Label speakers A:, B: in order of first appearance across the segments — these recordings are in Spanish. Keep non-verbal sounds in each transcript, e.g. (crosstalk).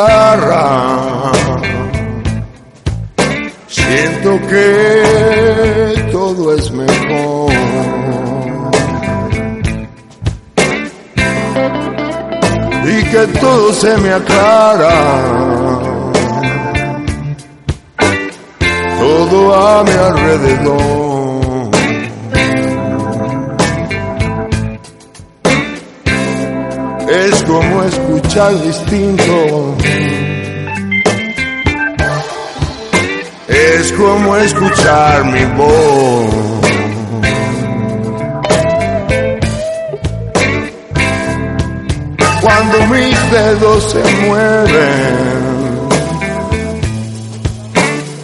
A: guitarra. Siento que todo es mejor. Y que todo se me aclara. Todo a mi alrededor. Es como escuchar distinto. Es como escuchar mi voz. Cuando mis dedos se mueven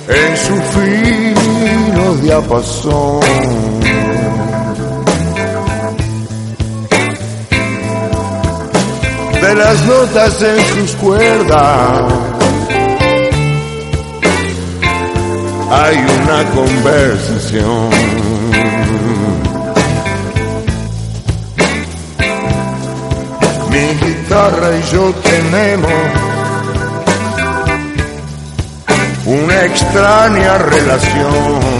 A: en su fino diapasón. De las notas en sus cuerdas. hay una conversación. Mi guitarra y yo tenemos una extraña relación.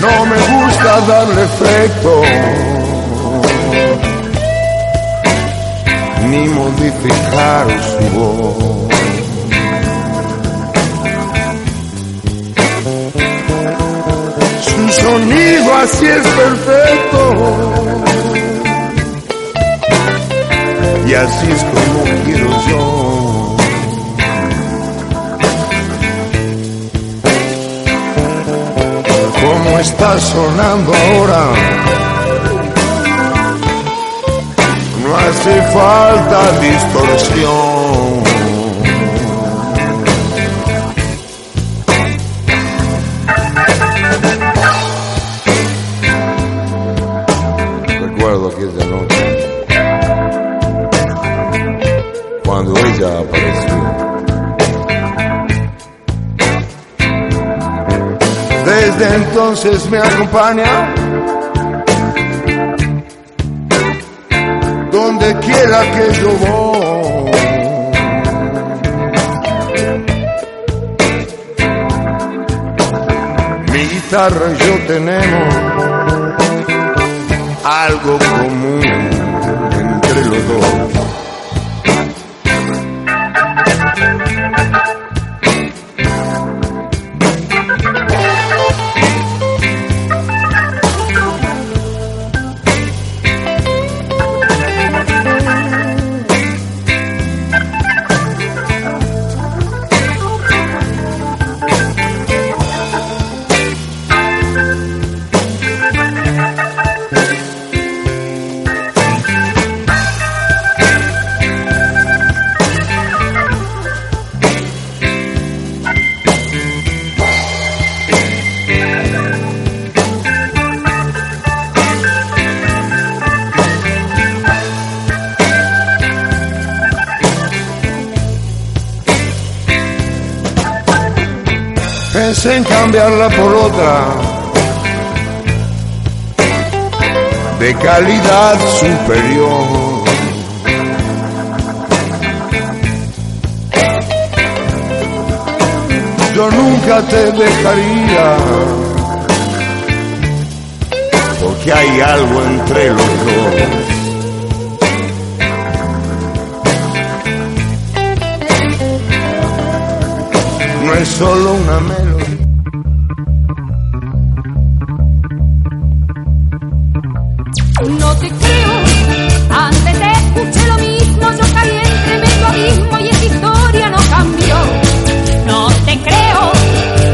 A: No me gusta darle efecto. ni modificar su voz. Su sonido así es perfecto. Y así es como quiero yo. ¿Cómo está sonando ahora? no hace falta distorsión. Recuerdo aquella noche cuando ella apareció. Desde entonces me acompaña. donde quiera que yo voy. Mi guitarra y yo tenemos algo común entre los dos. Pensé en cambiarla por otra de calidad superior. Yo nunca te dejaría porque hay algo entre los dos. no es solo una melodía.
B: No te creo, antes te escuché lo mismo, yo caí entre medio abismo y esa historia no cambió. No te creo,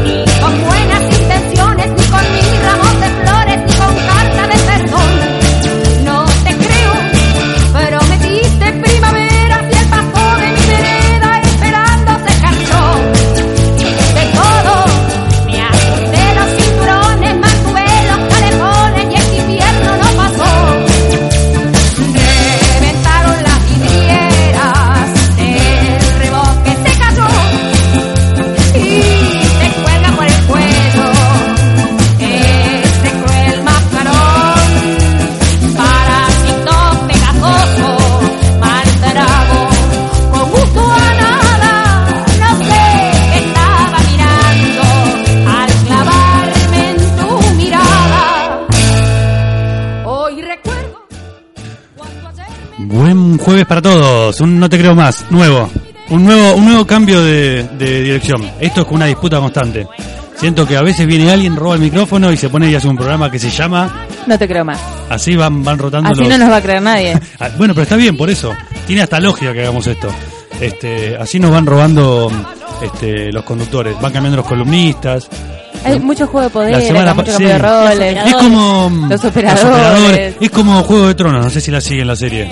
B: ni con buenas intenciones, ni con mil ramos de flores, ni con carta de perdón. No te creo, prometiste primavera y el paso de mi vereda esperando se marchó. Hice todo este
C: Buen jueves para todos, un no te creo más, nuevo. Un nuevo, un nuevo cambio de, de dirección. Esto es una disputa constante. Siento que a veces viene alguien, roba el micrófono y se pone y hace un programa que se llama.
D: No te creo más.
C: Así van, van rotando
D: Así
C: los.
D: no nos va a
C: (laughs)
D: creer nadie.
C: Ah, Bueno, pero está bien, por eso. Tiene hasta lógica que hagamos esto. Este, así nos van robando este, los conductores, van cambiando los columnistas.
D: Hay mucho juego de poder,
C: La
D: hay
C: semana
D: mucho
C: pa-
D: cambio de
C: sí.
D: roles.
C: Es como
D: Los operadores.
C: Es como Juego de Tronos, no sé si la siguen la serie.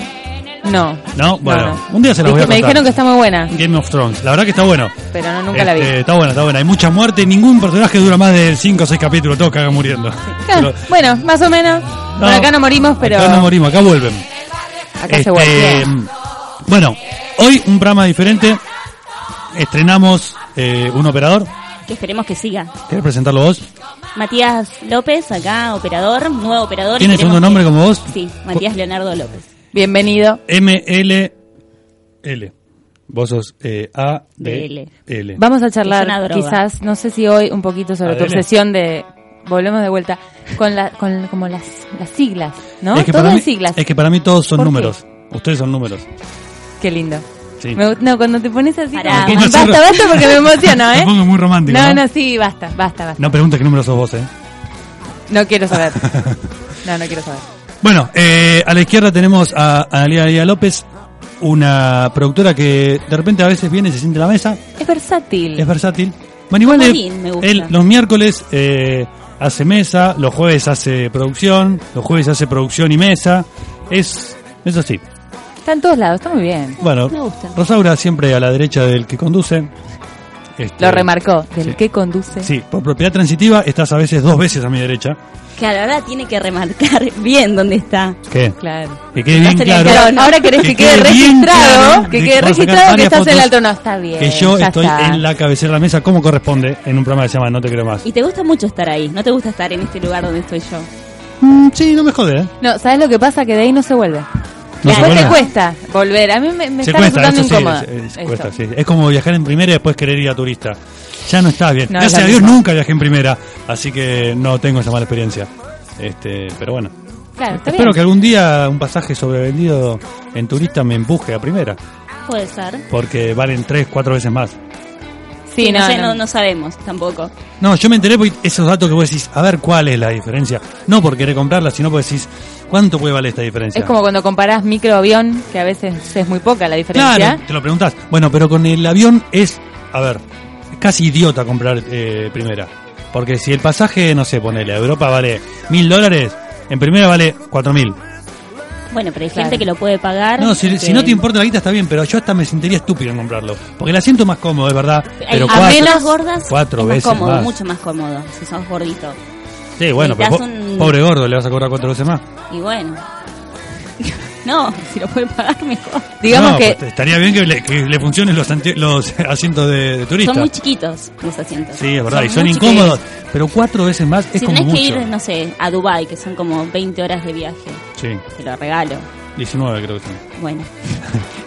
D: No.
C: No, bueno,
D: no.
C: un día se las
D: Es
C: voy a
D: que me
C: contar.
D: dijeron que está muy buena,
C: Game of Thrones, la verdad que está bueno.
D: pero no, nunca la
C: Este,
D: vi.
C: Está bueno, está bueno. Hay mucha muerte, ningún personaje dura más de 5 o 6 capítulos, todos cagan
D: (laughs)
C: muriendo.
D: Ah,
C: Pero-
D: bueno, más o menos. Por acá no morimos, pero
C: Acá
D: acá,
C: no morimos, acá vuelven.
D: se
C: Este,
D: vuelve.
C: Bueno, hoy un programa diferente. Estrenamos eh, un operador.
E: que esperemos que siga.
C: ¿Querés presentarlo vos?
E: Matías López, acá operador, nuevo operador.
C: ¿Tiene
E: y queremos
C: segundo nombre
E: que-
C: como vos?
E: Sí, Matías Leonardo López.
D: Bienvenido.
C: MLL. Vos sos eh, A D
E: DL.
C: L.
D: Vamos a
E: Es una
D: charlar
E: droga.
D: quizás, no sé si hoy, un poquito sobre tu
C: Adele.
D: obsesión de... Volvemos de vuelta con, la, con como las, las siglas, ¿no?
C: Es que,
D: Todo
C: para
D: en
C: mí,
D: siglas.
C: es que para mí todos son
D: ¿Por qué?
C: números. Ustedes son números.
D: Qué lindo.
C: Sí.
D: Me gust- no, cuando te pones así...
E: Pará.
D: como-
C: Me pongo
D: basta,
C: cerro-
D: basta
C: (laughs)
D: porque me emociono,
C: Me
D: ¿eh?
C: pongo muy romántico.
D: No,
C: No,
D: no, sí, basta, basta, basta.
C: No preguntes qué número sos vos, eh.
D: No quiero
C: (laughs)
D: saber. No, no quiero saber.
C: Bueno, eh, a la izquierda tenemos a Analia Lía López, una productora que de repente a veces viene, se siente en la mesa,
D: Es versátil.
C: es versátil. Bueno, igual
E: Como
C: él-
E: Lin, me gusta.
C: él los miércoles eh, hace mesa, los jueves hace producción, los jueves hace producción y mesa. Es, es así.
D: Está en todos lados, está muy bien.
C: Bueno,
E: Me gusta.
C: Rosaura siempre a la derecha del que conduce. Este,
D: Lo remarcó, del
C: Sí.
D: que conduce.
C: Sí, por propiedad transitiva estás a veces dos veces a mi derecha.
E: Que ahora tiene que remarcar (laughs) bien dónde está.
C: ¿Qué?
D: Claro.
C: Que quede bien
E: Estás en el
C: claro.
D: Claro, ahora querés que, quede
C: bien
D: registrado,
C: claro,
D: que
C: de-
D: quede
C: vamos a sacar
D: registrado que
C: varias
D: estás en el
C: fotos
D: alto. No, está bien.
C: Que yo
D: ya
C: estoy
D: está.
C: en la cabecera de la mesa como corresponde en un programa que se llama No te creo más.
E: Y te gusta mucho estar ahí, no te gusta estar en este lugar donde estoy yo.
C: Mm, sí, no me jode, ¿eh?
D: No, ¿sabes lo que pasa? Que de ahí no se vuelve.
C: No se
D: después
C: vuelve.
D: te cuesta volver. A mí me, me
C: Se
D: está
C: cuesta,
D: resultando
C: eso sí,
D: incómoda.
C: es, es-
D: Eso.
C: cuesta, sí. Es como viajar en primera y después querer ir a turista. Ya no está bien.
D: No, es
C: Gracias
D: la
C: a Dios
D: misma.
C: nunca viajé en primera, así que no tengo esa mala experiencia. Este, pero bueno.
D: Claro, está
C: Espero
D: bien.
C: que algún día un pasaje sobrevendido en turista me empuje a primera,
E: Puede ser.
C: porque valen tres, cuatro veces más.
D: Sí,
E: no,
D: no,
E: sé,
D: no.
E: no- no sabemos tampoco.
C: No, yo me enteré por esos datos que vos decís, a ver cuál es la diferencia. No por querer comprarla, sino porque decís, ¿cuánto puede valer esta diferencia?
D: Es como cuando comparás microavión, que a veces es muy poca la diferencia.
C: Claro, te lo preguntás. Bueno, pero con el avión es, a ver, es casi idiota comprar eh, primera. Porque si el pasaje, no sé, ponele, a Europa vale mil dólares, en primera vale cuatro mil.
E: Bueno, pero hay
D: Claro.
E: gente que lo puede pagar.
C: No, si,
E: que-
C: si no te importa la guita está bien, pero yo hasta me sentiría estúpido en comprarlo. Porque el asiento es más cómodo, es verdad.
E: Hay
C: Pero
E: personas
C: cuatro,
E: gordas,
C: cuatro
E: es más
C: veces
E: cómodo,
C: más.
E: mucho más cómodo si sos gordito.
C: Sí, bueno, pero po-
E: Necesitas un-
C: pobre gordo, le vas a cobrar cuatro veces más.
E: Y bueno. (laughs) no, si lo puede pagar mejor.
D: Digamos
C: No,
D: que
C: pues, Estaría bien que le, que le funcionen los, ante- los (laughs) asientos de, de turista.
E: Son muy chiquitos los asientos.
C: sí, es verdad, y son
E: muy
C: incómodos.
E: chiquitos.
C: Pero cuatro veces más es
E: Si
C: como
E: tenés que
C: mucho.
E: ir, no sé, a Dubai que son como 20 horas de viaje,
C: Sí,
E: te lo regalo.
C: 19 creo que son. (laughs)
E: Bueno.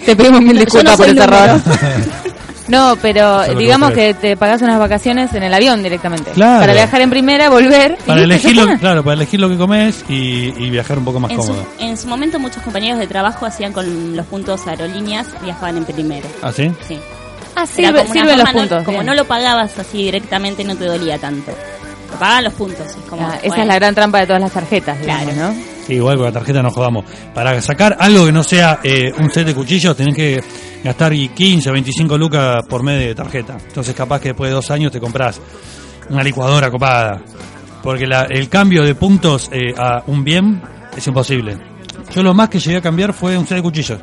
D: te pedimos mil
E: No, yo
D: disculpas
E: no
D: por
E: soy
D: ese error.
E: (laughs) número.
D: No, pero
C: Eso es lo que
D: digamos
C: vos
D: que te pagas unas vacaciones en el avión directamente.
C: Claro.
D: Para viajar en primera, volver. y
C: Para
D: listo,
C: elegir
D: ya
C: lo,
D: está.
C: claro, para elegir lo que comes y, y viajar un poco más
E: En su,
C: cómodo.
E: en su momento muchos compañeros de trabajo hacían con los puntos aerolíneas, viajaban en primero.
C: ¿Ah, sí?
E: Sí.
D: Ah,
E: Era
D: sirve,
E: como una
D: sirven los
E: forma, no-
D: puntos.
E: como
D: bien.
E: no lo pagabas así directamente no te dolía tanto. Lo pagaban los puntos. es como,
D: Ah, esa
E: bueno,
D: es la gran (laughs) trampa de todas las tarjetas, digamos,
E: Claro.
D: ¿no?
C: Sí, igual con la tarjeta no jodamos. Para sacar algo que no sea eh, un set de cuchillos tenés que gastar y 15 o 25 lucas por mes de tarjeta. Entonces capaz que después de dos años te compras una licuadora copada. Porque la- el cambio de puntos eh, a un bien es imposible. Yo lo más que llegué a cambiar fue un set de cuchillos.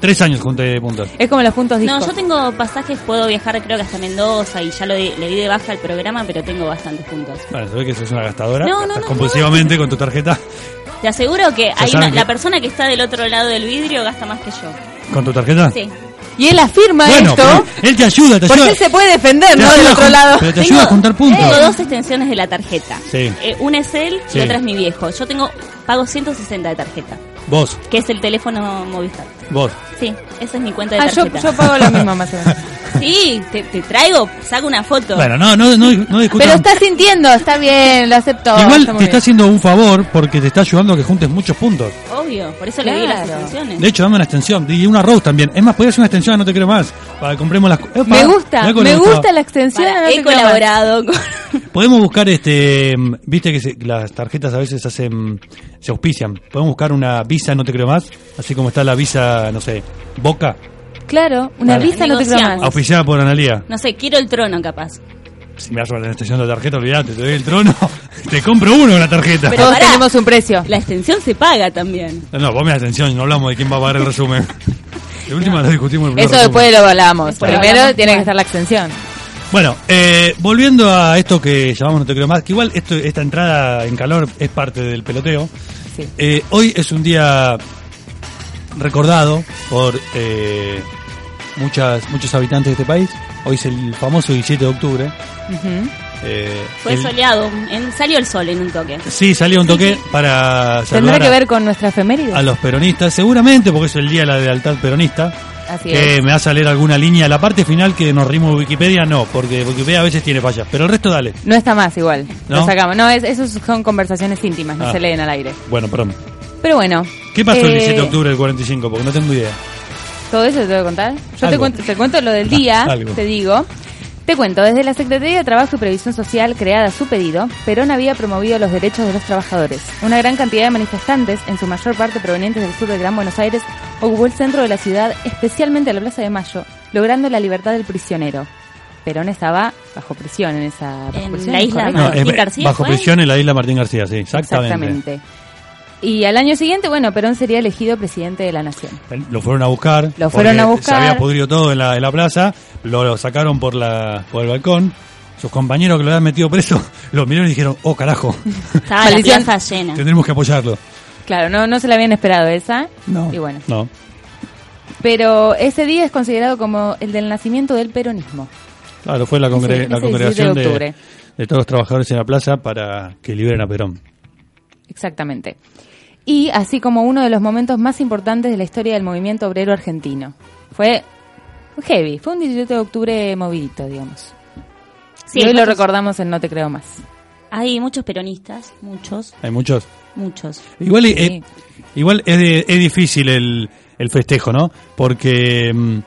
C: Tres años junté de puntos.
D: Es como los puntos discos.
E: No, yo tengo pasajes, puedo viajar creo que hasta Mendoza y ya lo di- le di de baja al programa, pero tengo bastantes puntos.
C: Bueno, se ve que sos una gastadora.
E: No, no,
C: gastas
E: no,
C: compulsivamente con tu tarjeta.
E: Te aseguro que hay
C: saben
E: una-
C: que-
E: la persona que está del otro lado del vidrio gasta más que yo.
C: ¿Con tu tarjeta?
E: Sí.
D: Y él afirma
C: Bueno,
D: esto
C: pero él te ayuda, te
D: porque
C: ayuda.
D: él se puede defender,
C: Te
D: ¿no? Del
C: ayuda a
D: otro
C: jun-
D: lado. eh,
C: Pero te ayuda a juntar puntos.
E: Tengo dos extensiones de la tarjeta.
C: Sí.
E: Eh, una es él
C: Sí.
E: y otra es mi viejo. Yo tengo pago 160 de tarjeta,
C: Vos,
E: que es el teléfono Movistar.
C: vos.
E: Sí, esa es mi cuenta de
D: Ah, yo,
E: tarjeta.
D: yo pago lo mismo, más o menos.
E: (laughs) Sí, te, te traigo, saco una foto.
C: Bueno, no, no, no, no discutan.
D: Pero está sintiendo, está bien, lo acepto.
C: Igual
D: está
C: te
D: muy
C: está
D: bien.
C: haciendo un favor porque te está ayudando a que juntes muchos puntos.
E: Obvio, por eso le di las
D: Claro.
E: extensiones.
C: De hecho, dame una extensión. Y una Rose también. Es más, podías hacer una extensión, no te creo más. Para que compremos las. Epa,
D: Me gusta,
C: mirá con
D: me
C: esto.
D: gusta la extensión.
E: Para,
D: Ah, no
E: he
D: te creo más.
E: colaborado
C: (laughs)
E: con...
C: Podemos buscar este. mm, Viste que se- las tarjetas a veces hacen. Se auspician. Podemos buscar una visa, no te creo más. Así como está la visa, no sé, Boca.
D: Claro, una
C: Vale.
D: visa no te creo
E: Negociamos.
D: más.
C: Auspiciada por Analía.
E: No sé, quiero el trono capaz.
C: Si me das la extensión de la tarjeta, olvidate, te doy el trono. (laughs) Te compro uno con la tarjeta.
E: Pero
D: Todos
E: pará.
D: tenemos un precio.
E: La extensión se paga también.
C: No, vos me das atención, no hablamos de quién va a pagar el
D: (laughs)
C: resumen. De última lo discutimos en el primer
D: Eso después
C: resumen.
D: lo hablamos.
E: Después lo
D: Primero
E: hablamos.
D: tiene que estar la extensión.
C: Bueno, eh, volviendo a esto que llamamos No Te Creo Más, que igual esto, esta entrada en calor es parte del peloteo.
D: Sí.
C: Eh, hoy es un día recordado por eh, muchas, muchos habitantes de este país. Hoy es el famoso 17 de octubre.
D: Ujú.
C: Eh,
E: Fue
C: el-
E: soleado, en- salió el sol en un toque.
C: Sí, salió un toque para
D: ¿Tendrá
C: saludar
D: que
C: a-
D: ver con nuestra efeméride?
C: a, los peronistas, seguramente, porque es el día de la lealtad peronista.
D: Así
C: que
D: es.
C: me hace leer alguna línea. La parte final que nos rimos Wikipedia, no, porque Wikipedia a veces tiene fallas. Pero el resto, dale.
D: No está más igual.
C: ¿No?
D: Lo sacamos. No, es, esos son conversaciones íntimas, no
C: Ah.
D: se leen al aire.
C: Bueno, perdón.
D: Pero bueno.
C: ¿Qué pasó el
D: eh,
C: 17 de octubre del 45? Porque no tengo idea.
D: ¿Todo eso te voy a contar? Yo te
C: Algo.
D: cuento, te cuento lo del día,
C: (laughs) Algo.
D: te digo. Te cuento, desde la Secretaría de Trabajo y Previsión Social, creada a su pedido, Perón había promovido los derechos de los trabajadores. Una gran cantidad de manifestantes, en su mayor parte provenientes del sur del Gran Buenos Aires, ocupó el centro de la ciudad, especialmente la Plaza de Mayo, logrando la libertad del prisionero. Perón estaba bajo prisión en esa... bajo
E: En
D: prisión,
E: la isla
D: ¿correcto?
E: Martín No, García,
C: bajo
E: ¿fue?
C: prisión en la isla Martín García, sí, exactamente.
D: Exactamente. Y al año siguiente, bueno, Perón sería elegido presidente de la nación.
C: Lo fueron a buscar.
D: Lo fueron
C: porque
D: a buscar.
C: Se había podrido todo en la, en la plaza. Lo, lo sacaron por, la, por el balcón. Sus compañeros que lo habían metido preso (laughs) lo miraron y dijeron, oh carajo,
E: Estaba la
D: Maldición.
E: plaza llena.
C: tendremos que apoyarlo.
D: Claro, no, no se la habían esperado esa.
C: No.
D: Y bueno.
C: No.
D: Pero ese día es considerado como el del nacimiento del peronismo.
C: Claro, fue la, congre-
D: Ese- ese
C: la
D: 17
C: congregación
D: de
C: de,
D: octubre.
C: de todos los trabajadores en la plaza para que liberen a Perón.
D: Exactamente. Y así como uno de los momentos más importantes de la historia del movimiento obrero argentino. Fue heavy, fue un 17 de octubre movidito, digamos.
E: Sí,
D: y hoy
E: hay
D: lo
E: muchos-
D: recordamos en No Te Creo Más.
E: Hay muchos peronistas, muchos,
C: Hay muchos.
E: muchos.
C: Igual, eh,
D: Sí.
C: igual es, de- es difícil el, el festejo, ¿no? Porque mm,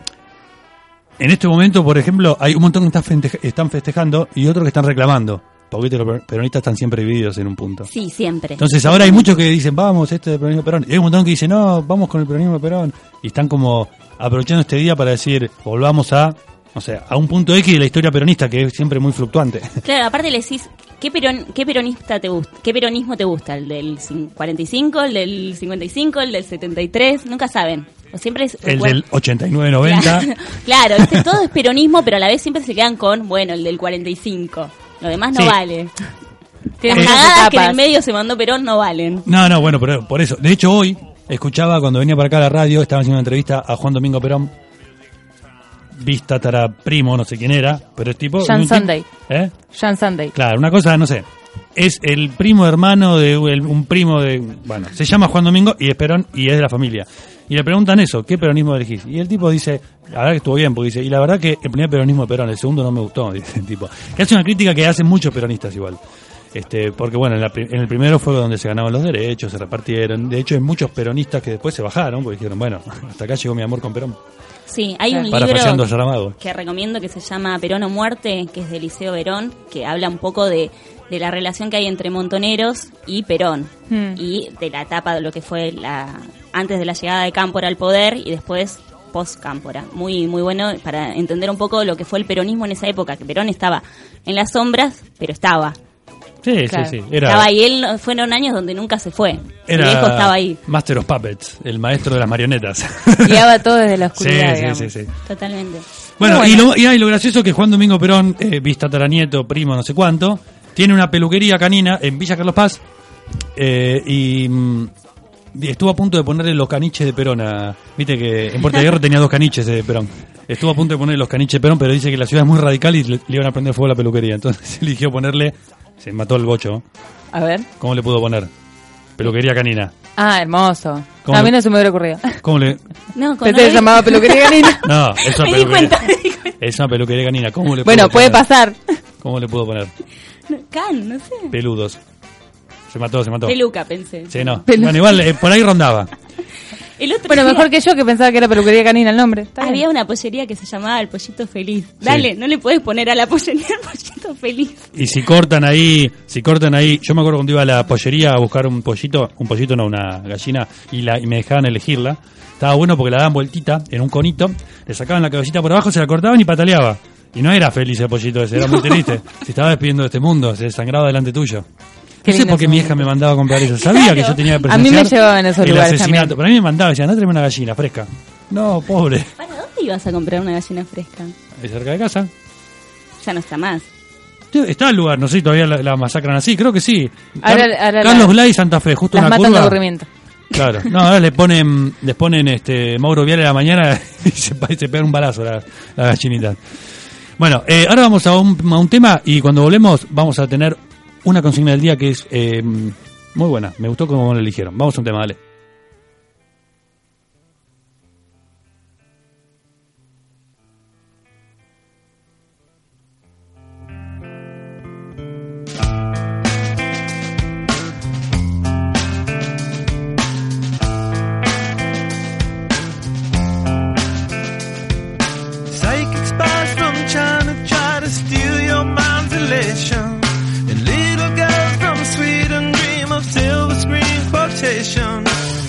C: en este momento, por ejemplo, hay un montón que están fente- están festejando y otros que están reclamando. Porque viste, los per- peronistas están siempre divididos en un punto.
E: Sí, siempre.
C: Entonces ahora hay muchos que dicen, vamos, este es el peronismo de Perón. Y hay un montón que dicen, no, vamos con el peronismo de Perón. Y están como aprovechando este día para decir, volvamos a, o sea, a un punto X de la historia peronista que es siempre muy fluctuante.
E: Claro, aparte le decís, ¿qué, peron, qué peronista te gusta? ¿Qué peronismo te gusta? ¿El del cin- 45, el del 55, el del 73? Nunca saben. O siempre es
C: El
E: recuer-
C: del 89-90.
E: (laughs) Claro, claro, ¿viste? todo es peronismo, pero a la vez siempre se quedan con, bueno, el del 45. Lo demás no
C: Sí.
E: vale.
D: Tiene
E: Las
D: muchas
E: cagadas que en el
D: etapas.
E: medio se mandó Perón no valen.
C: No, no, bueno, pero por eso. De hecho, hoy escuchaba cuando venía para acá a la radio, estaban haciendo una entrevista a Juan Domingo Perón. Vista Tara Primo, no sé quién era, pero es tipo.
D: Jan
C: un tip-
D: Sunday.
C: ¿Eh?
D: Sean Sunday.
C: Claro, una cosa, no sé. Es el primo hermano de el- un primo de. Bueno, se llama Juan Domingo y es Perón y es de la familia. Y le preguntan eso, ¿qué peronismo elegís? Y el tipo dice, la verdad que estuvo bien, porque dice, y la verdad que el primer peronismo de Perón, el segundo no me gustó, (laughs) dice el tipo. Que hace una crítica que hacen muchos peronistas igual. Este, porque bueno, en, la pri- en el primero fue donde se ganaban los derechos, se repartieron. De hecho, hay muchos peronistas que después se bajaron, porque dijeron, bueno, (laughs) hasta acá llegó mi amor con Perón.
E: Sí, hay un
C: Parafraseando a
E: libro
C: Saramago.
E: que recomiendo que se llama Perón o Muerte, que es de Liceo Verón, que habla un poco de, de la relación que hay entre Montoneros y Perón.
D: Hmm.
E: Y de la etapa de lo que fue la antes de la llegada de Cámpora al poder y después post-Cámpora. Muy, muy bueno para entender un poco lo que fue el peronismo en esa época, que Perón estaba en las sombras, pero estaba.
C: Sí,
D: Claro.
C: sí, sí. Era,
E: Estaba ahí, él no- fueron años donde nunca se fue. El
C: era
E: viejo estaba ahí.
C: Master of Puppets, el maestro de las marionetas.
D: (laughs) Guiaba todo desde la
C: Sí,
D: oscuridad,
C: sí,
D: digamos.
C: sí, sí.
E: Totalmente.
C: Bueno, Y, lo, y, ah, y lo gracioso es que Juan Domingo Perón, eh, vista taranieto, primo, no sé cuánto, tiene una peluquería canina en Villa Carlos Paz eh, y, mm, y estuvo a punto de ponerle los caniches de Perón a... Viste que en Puerto de Hierro tenía dos caniches de Perón. Estuvo a punto de ponerle los caniches de Perón, pero dice que la ciudad es muy radical y le, le iban a prender fuego a la peluquería. Entonces (laughs) eligió ponerle... Se mató el bocho.
D: A ver.
C: ¿Cómo le pudo poner? Peluquería canina.
D: Ah, hermoso.
C: ¿Cómo?
D: A mí (laughs) no se me hubiera ocurrido.
E: (laughs)
C: ¿Cómo le...?
E: No, con
D: (laughs) Pensé que
E: Noel-
D: se llamaba peluquería canina.
C: No, eso
E: Me
C: es
E: di
C: peluquería.
E: cuenta, me di cuenta.
C: Es una peluquería canina. ¿Cómo le
D: Bueno,
C: puedo
D: puede
C: poner?
D: pasar.
C: ¿Cómo le puedo poner?
E: Can, no sé.
C: Peludos. Se mató, se mató.
E: Peluca, pensé.
C: Sí, no.
D: Pelu-
C: Bueno, igual eh, por ahí rondaba.
E: El otro
D: (laughs) Bueno,
E: día
D: mejor que yo que pensaba que era peluquería canina el nombre. Está bien.
E: había una pollería que se llamaba El Pollito Feliz. Dale, no le puedes poner a la pollería El Pollito Feliz.
C: Y si cortan ahí, si cortan ahí, yo me acuerdo cuando iba a la pollería a buscar un pollito, un pollito no, una gallina, y, la, y me dejaban elegirla. Estaba bueno porque la daban vueltita en un conito, le sacaban la cabecita por abajo, se la cortaban y pataleaba. Y no era feliz el pollito ese, era muy
D: (laughs)
C: triste. Se estaba despidiendo de este mundo, se desangraba delante tuyo.
D: Qué
C: no sé
D: lindo
C: por qué
D: ese
C: mi hija me mandaba a comprar
D: (laughs)
C: eso. Sabía que yo tenía que
D: A mí me
C: presenciar
D: llevaban a esos
C: el
D: lugares
C: asesinato.
D: también.
C: Pero a mí me mandaba, decía, no tráeme una gallina fresca. No, pobre.
E: ¿Para dónde ibas a comprar una gallina fresca?
C: Es cerca de casa.
E: Ya no está más.
C: Sí, Está el lugar, no sé si todavía la, la masacran así, creo que sí.
D: Ahora-
C: Car-
D: ahora la-
C: Carlos Blay, Santa Fe, justo
D: Las
C: una
D: matan de
C: curva.
D: aburrimiento.
C: Claro, no, ahora le ponen, les ponen este Mauro Vial a la mañana (laughs) y se, pa- se pegan un balazo la, la gallinita. Bueno, eh, ahora vamos a un, a un tema y cuando volvemos vamos a tener una consigna del día que es eh, muy buena, me gustó cómo lo eligieron. Vamos a un tema, dale.
F: Psychic spies from China try to steal your mind's elation. And little girls from Sweden dream of silver screen quotation.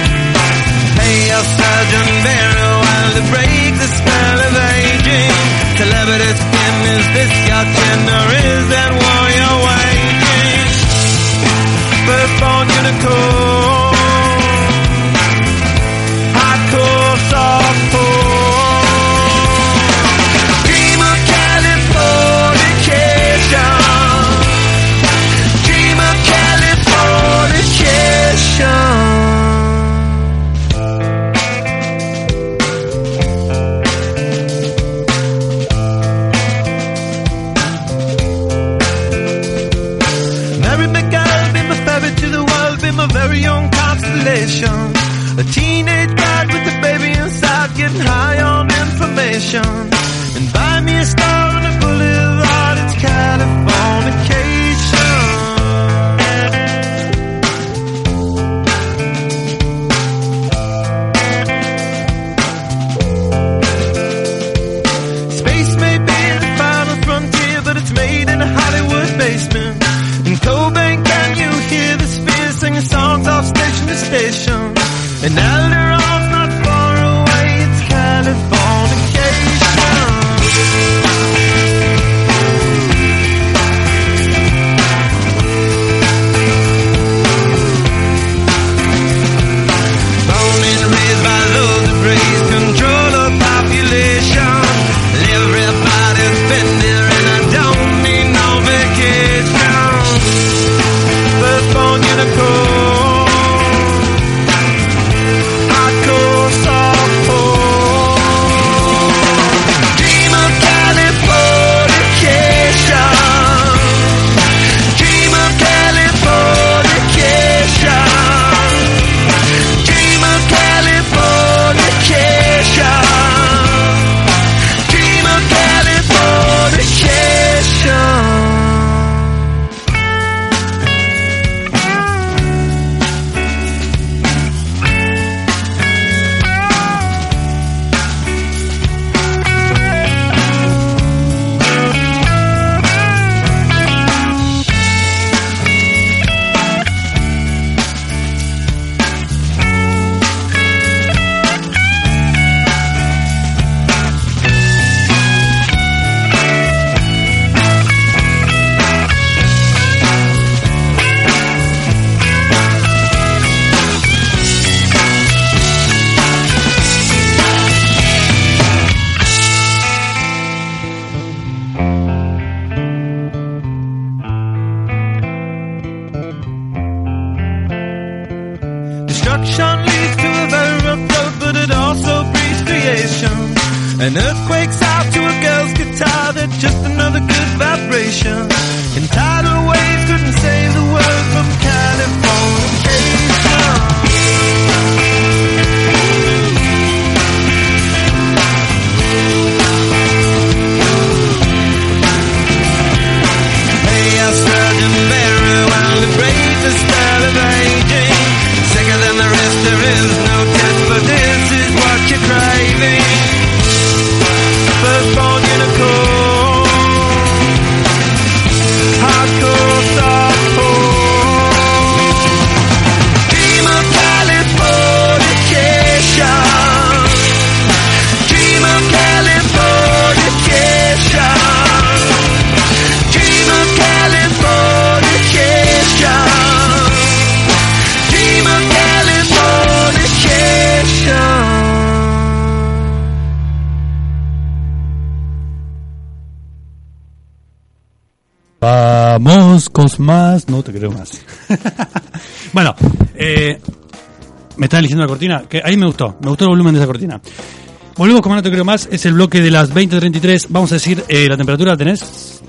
F: Hey, I'll Sergeant Barrow while they break the spell of aging. Celebrity skin, is this your chin or is that war you're waging? Firstborn unicorn, hardcore softcore. Dream of Californication. Dream of Californication. Mary McGill, be my fairy to the world, be my very An earthquake's out to a girl's guitar, they're just another good vibration. And tidal waves couldn't save the world from Californication. They are surgeon Mary while the brave the spell of aging. Sicker than the rest, there is no test, but this is what you're craving. Firstborn unicorn, hardcore soft porn. Dream of Californication. Dream of Californication. Dream of Californication. Dream of Californication.
C: Vamos con más. No te creo más. bueno, eh, me estaba eligiendo la cortina, que ahí me gustó. Me gustó el volumen de esa cortina. Volvemos con más, No te creo más. Es el bloque de las 20.33. Vamos a decir, eh, ¿la temperatura la tenés?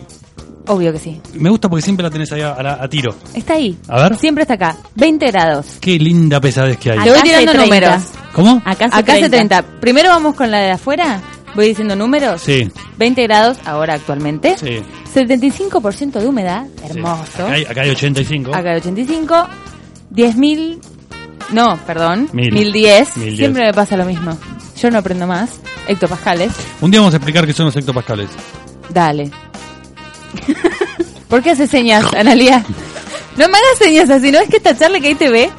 D: Obvio que sí.
C: Me gusta porque siempre la tenés ahí a, a la- a tiro.
D: Está ahí.
C: A ver.
D: Siempre está acá. 20 grados.
C: Qué linda pesadez que hay.
D: Te voy
E: Acá
D: tirando
E: hace 30.
D: números.
C: ¿Cómo?
E: Acá hace
D: Acá hace
E: 30.
D: 30. Primero vamos con la de afuera. Voy diciendo números.
C: Sí.
D: 20 grados ahora actualmente.
C: Sí.
D: 75% de humedad.
C: Sí.
D: Hermoso.
C: Acá hay, acá hay 85.
D: Acá hay 85. 10.000. No, perdón.
C: Mil.
D: 1010.
C: 1010.
D: Siempre me pasa lo mismo. Yo no aprendo más. Héctor Pascales.
C: Un día vamos a explicar qué son los hectopascales.
D: Dale. (laughs) ¿Por qué haces señas, Analia? No me hagas señas así, no es que esta charla que ahí te ve.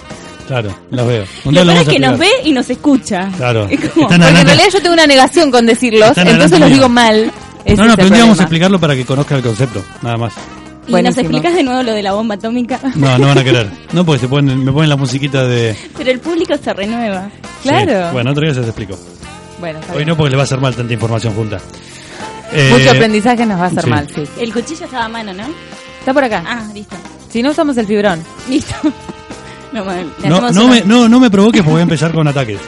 C: Claro, los veo. Un día
E: Lo
C: los
E: peor
C: vamos
E: es
C: a
E: que nos ve
C: explicar.
E: y nos escucha.
D: (laughs)
C: Claro.
E: Es
C: Están
E: como-
D: Porque en
C: adelante-
D: realidad yo tengo una negación con decirlos,
C: Están
D: entonces
C: adelante
D: los
C: mío.
D: digo mal. Ese
C: No,
D: es
C: no, pero
D: el
C: un día vamos a
D: problema.
C: explicarlo para que conozcan el concepto, nada más.
E: Y
D: Buenísimo.
E: nos explicas de nuevo lo de la bomba atómica.
C: No, no van a querer. No, porque se ponen, me ponen la musiquita de... sí.
E: (laughs) Pero el público se renueva.
D: Claro. bueno,
C: Bueno, otro día se les explico.
D: está
C: Hoy
D: bien.
C: no porque les va a hacer mal tanta información junta. Eh,
D: Mucho aprendizaje nos va a hacer
C: sí.
D: mal, sí.
E: El cuchillo estaba a mano, ¿no?
D: Está por acá.
E: Ah, listo.
D: Si no usamos el fibrón. (laughs)
E: Listo. No, mal, le
C: No,
E: hacemos
C: no,
E: una-
C: me, no, no me provoques porque voy a empezar con ataques.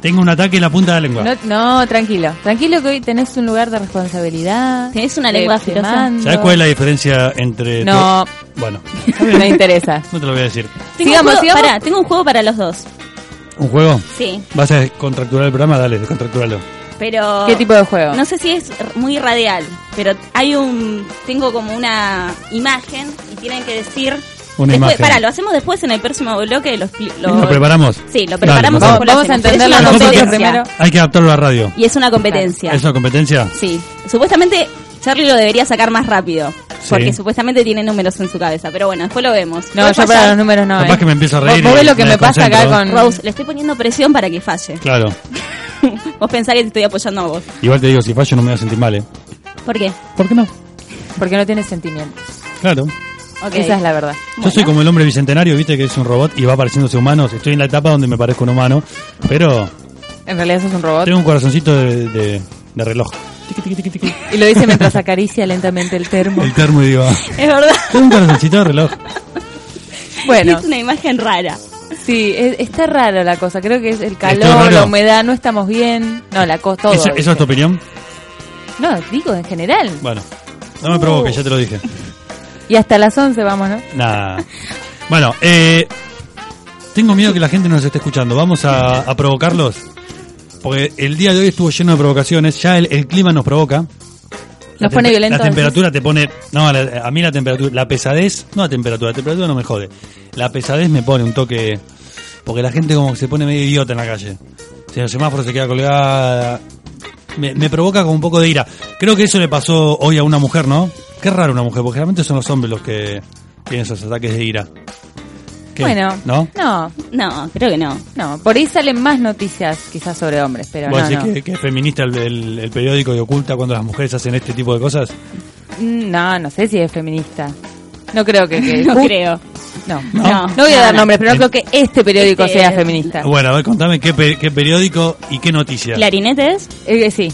C: Tengo un ataque en la punta de la lengua.
D: No, no, tranquilo. Tranquilo que hoy tenés un lugar de responsabilidad.
E: Tenés una lengua
D: de- de
E: filosa.
D: mando.
C: ¿Sabes cuál es la diferencia entre... tu-
D: No.
C: Bueno,
D: No (laughs) me interesa.
C: no te lo voy a decir.
E: Tengo
D: Sigamos,
E: un juego,
D: sigamos.
E: pará, tengo un juego para los dos.
C: ¿Un juego?
E: Sí,
C: ¿Vas a descontracturar el programa? Dale, descontracturalo.
E: pero...
D: ¿Qué tipo de juego?
E: No sé si es r- muy radial, pero hay un... Tengo como una imagen y tienen que decir...
C: Una
E: después,
C: imagen.
E: Pará, lo hacemos después en el próximo bloque. Lo, expli-
C: ¿Lo preparamos?
E: Sí, lo
C: Dale, vamos.
E: preparamos. y después lo
D: Vamos a
E: hacemos, pero es
D: entenderlo
E: una
D: nosotros
E: competencia.
D: primero.
C: Hay que adaptarlo a la radio.
E: Y es una competencia.
C: ¿Es una competencia?
E: Sí. Supuestamente Charlie lo debería sacar más rápido.
C: Sí.
E: Porque supuestamente tiene números en su cabeza. Pero bueno, después lo vemos.
D: No,
E: Puede
D: yo para
E: fallar.
D: los números no.
C: Capaz
D: eh.
C: que me empiezo a reír
D: Vos, vos
C: y
D: ves lo que
C: me
D: me pasa acá con.
C: desconcentro.
E: Rose, le estoy poniendo presión para que falle.
C: Claro.
E: (laughs) Vos pensás que te estoy apoyando a vos.
C: Igual te digo, si fallo no me voy a sentir mal, ¿eh?
E: ¿Por qué?
C: ¿Por qué no?
D: Porque no tiene sentimientos.
C: Claro.
E: Ok.
D: Esa es la verdad.
C: Yo soy
E: Bueno.
C: como el hombre bicentenario, viste, que es un robot y va pareciéndose humano. Estoy en la etapa donde me parezco un humano, pero
D: En realidad sos un robot.
C: tengo un corazoncito de, de- de reloj. Tiqui, tiqui, tiqui, tiqui.
D: Y lo dice mientras acaricia lentamente el termo.
C: El termo y digo, ah,
E: Es verdad.
C: (laughs) tengo un corazoncito de reloj.
D: Bueno,
E: Es una imagen rara.
D: sí, es- está raro la cosa. Creo que es el
C: ¿Está
D: calor,
C: raro?
D: la humedad, no estamos bien. No, la cosa, todo.
C: ¿Eso, eso es tu
D: ¿viste?
C: opinión?
D: No, digo en general.
C: Bueno, no me
D: Uh.
C: provoques, ya te lo dije.
D: Y hasta las 11 vamos, ¿no?
C: Nada. Bueno, eh, tengo miedo que la gente nos esté escuchando. Vamos a, a provocarlos. Porque el día de hoy estuvo lleno de provocaciones. Ya el, el clima nos provoca. La
D: Nos pone
C: tempe-
D: violentos.
C: La temperatura te pone. No, la- a mí la temperatura. La pesadez. No la temperatura. La temperatura no me jode. La pesadez me pone un toque. Porque la gente como que se pone medio idiota en la calle. Si el semáforo se queda colgada. Me, me provoca como un poco de ira. Creo que eso le pasó hoy a una mujer, ¿no? Qué raro una mujer, porque generalmente son los hombres los que tienen esos ataques de ira. ¿Qué?
D: Bueno,
C: ¿no?
D: no,
E: No, creo que no.
D: no. Por ahí salen más noticias quizás sobre hombres, pero
C: ¿Vos
D: no,
C: decís
D: no.
C: que, que es feminista el, el- el periódico y oculta cuando las mujeres hacen este tipo de cosas?
D: Mm, No, no sé si es feminista. No creo que... que-
E: (laughs) No
D: Uh,
E: creo.
D: No,
C: No.
D: no, no voy a
E: No,
D: dar
E: no.
D: nombres, pero no creo que este periódico
E: Este-
D: sea feminista.
C: Bueno, a ver, contame qué, pe- qué periódico y qué noticia.
E: ¿Clarinetes?
D: Eh, eh, sí,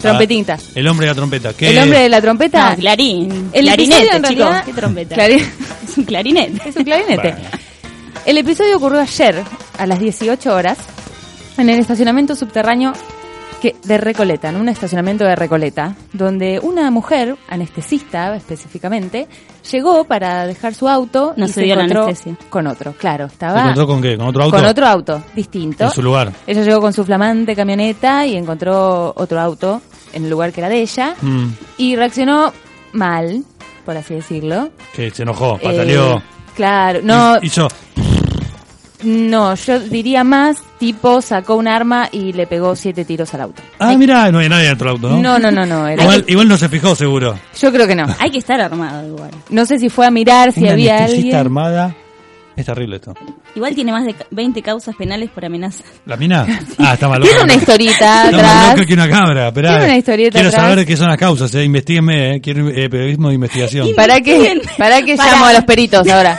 D: trompetinta.
C: Ah, el hombre de la trompeta. ¿Qué-
D: El hombre de la trompeta.
E: No, clarín.
D: El episodio,
E: clarinete,
D: en
E: chicos.
D: realidad-
E: ¿Qué trompeta?
D: Clarín-
E: Es un clarinete.
D: es un clarinete.
C: Bueno.
D: El episodio ocurrió ayer, a las 18 horas, en el estacionamiento subterráneo que de Recoleta, en un estacionamiento de Recoleta, donde una mujer, anestesista específicamente, llegó para dejar su auto
E: No
D: y
E: se dio la
D: encontró
E: anestesia.
D: con otro. Claro,
C: ¿Se
D: estaba
C: encontró con qué? ¿Con otro auto?
D: con otro auto distinto.
C: En su lugar.
D: Ella llegó con su flamante camioneta y encontró otro auto en el lugar que era de ella
C: Mm,
D: y reaccionó mal, por así decirlo.
C: que se enojó, pataleó.
D: Eh, claro, no,
C: Hizo.
D: no, yo diría más, tipo sacó un arma y le pegó siete tiros al auto.
C: Ah, mira, no había nadie dentro del auto, ¿no?
D: No, no, no, no. era-
C: Igual, igual no se fijó, seguro.
D: Yo creo que no.
E: Hay que estar armado igual.
D: No sé si fue a mirar si
C: Una
D: había
C: anestesista
D: alguien.
C: armada. Es terrible esto.
E: Igual tiene más de ca- 20 causas penales por amenaza.
C: ¿La
D: (laughs)
C: mina? Ah, está mal.
D: Tiene una historita
C: (laughs) Está más
D: atrás.
C: loca que una cabra, esperá.
D: Tiene una historieta
C: Quiero
D: atrás.
C: saber qué son las causas, eh. Investígueme, eh. Quiero eh, periodismo de investigación.
D: ¿Para qué?
E: Bien.
D: ¿Para qué
E: Para.
D: llamo a los peritos
E: (laughs)
D: ahora?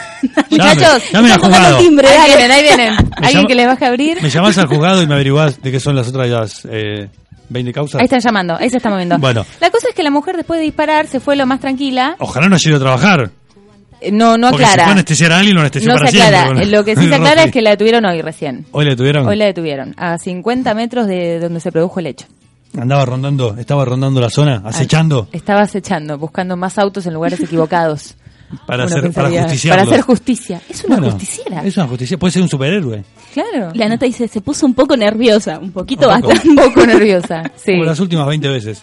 D: Muchachos,
C: llame al
E: Están tocando
C: juzgado.
E: el timbre,
D: ahí
E: dale.
D: vienen,
C: (laughs)
D: ahí vienen. ¿Alguien
C: llama-
D: que les baje a abrir?
C: Me llamás al juzgado y me averiguás de qué son las otras las, eh, 20 causas.
D: Ahí están llamando, ahí se está moviendo.
C: Bueno.
D: La cosa es que la mujer después de disparar se fue lo más tranquila.
C: Ojalá no haya ido a trabajar.
D: Eh, No, no
C: porque si fue a
D: aclara.
C: anestesiar a alguien, lo anestesió
D: no se
C: para
D: aclara. Eh,
C: siempre.
D: Lo que sí
C: (laughs)
D: se aclara es que la detuvieron hoy recién.
C: Hoy le tuvieron.
D: Hoy la detuvieron, a 50 metros de donde se produjo el hecho.
C: Andaba rondando, estaba rondando la
D: Ah,
C: zona, acechando
D: Estaba acechando, buscando más autos
E: (laughs)
D: en lugares equivocados.
C: para,
D: Uno
C: hacer, para
D: pensaría,
C: justiciarlos.
D: Para hacer justicia. Es una
C: Bueno,
D: justiciera.
C: Es una justicia, puede ser un superhéroe.
D: Claro.
E: La nota dice, se puso un poco nerviosa, un poquito
C: Un poco.
E: bastante.
D: un
E: (laughs)
D: poco nerviosa. Sí.
C: Como las últimas 20 veces.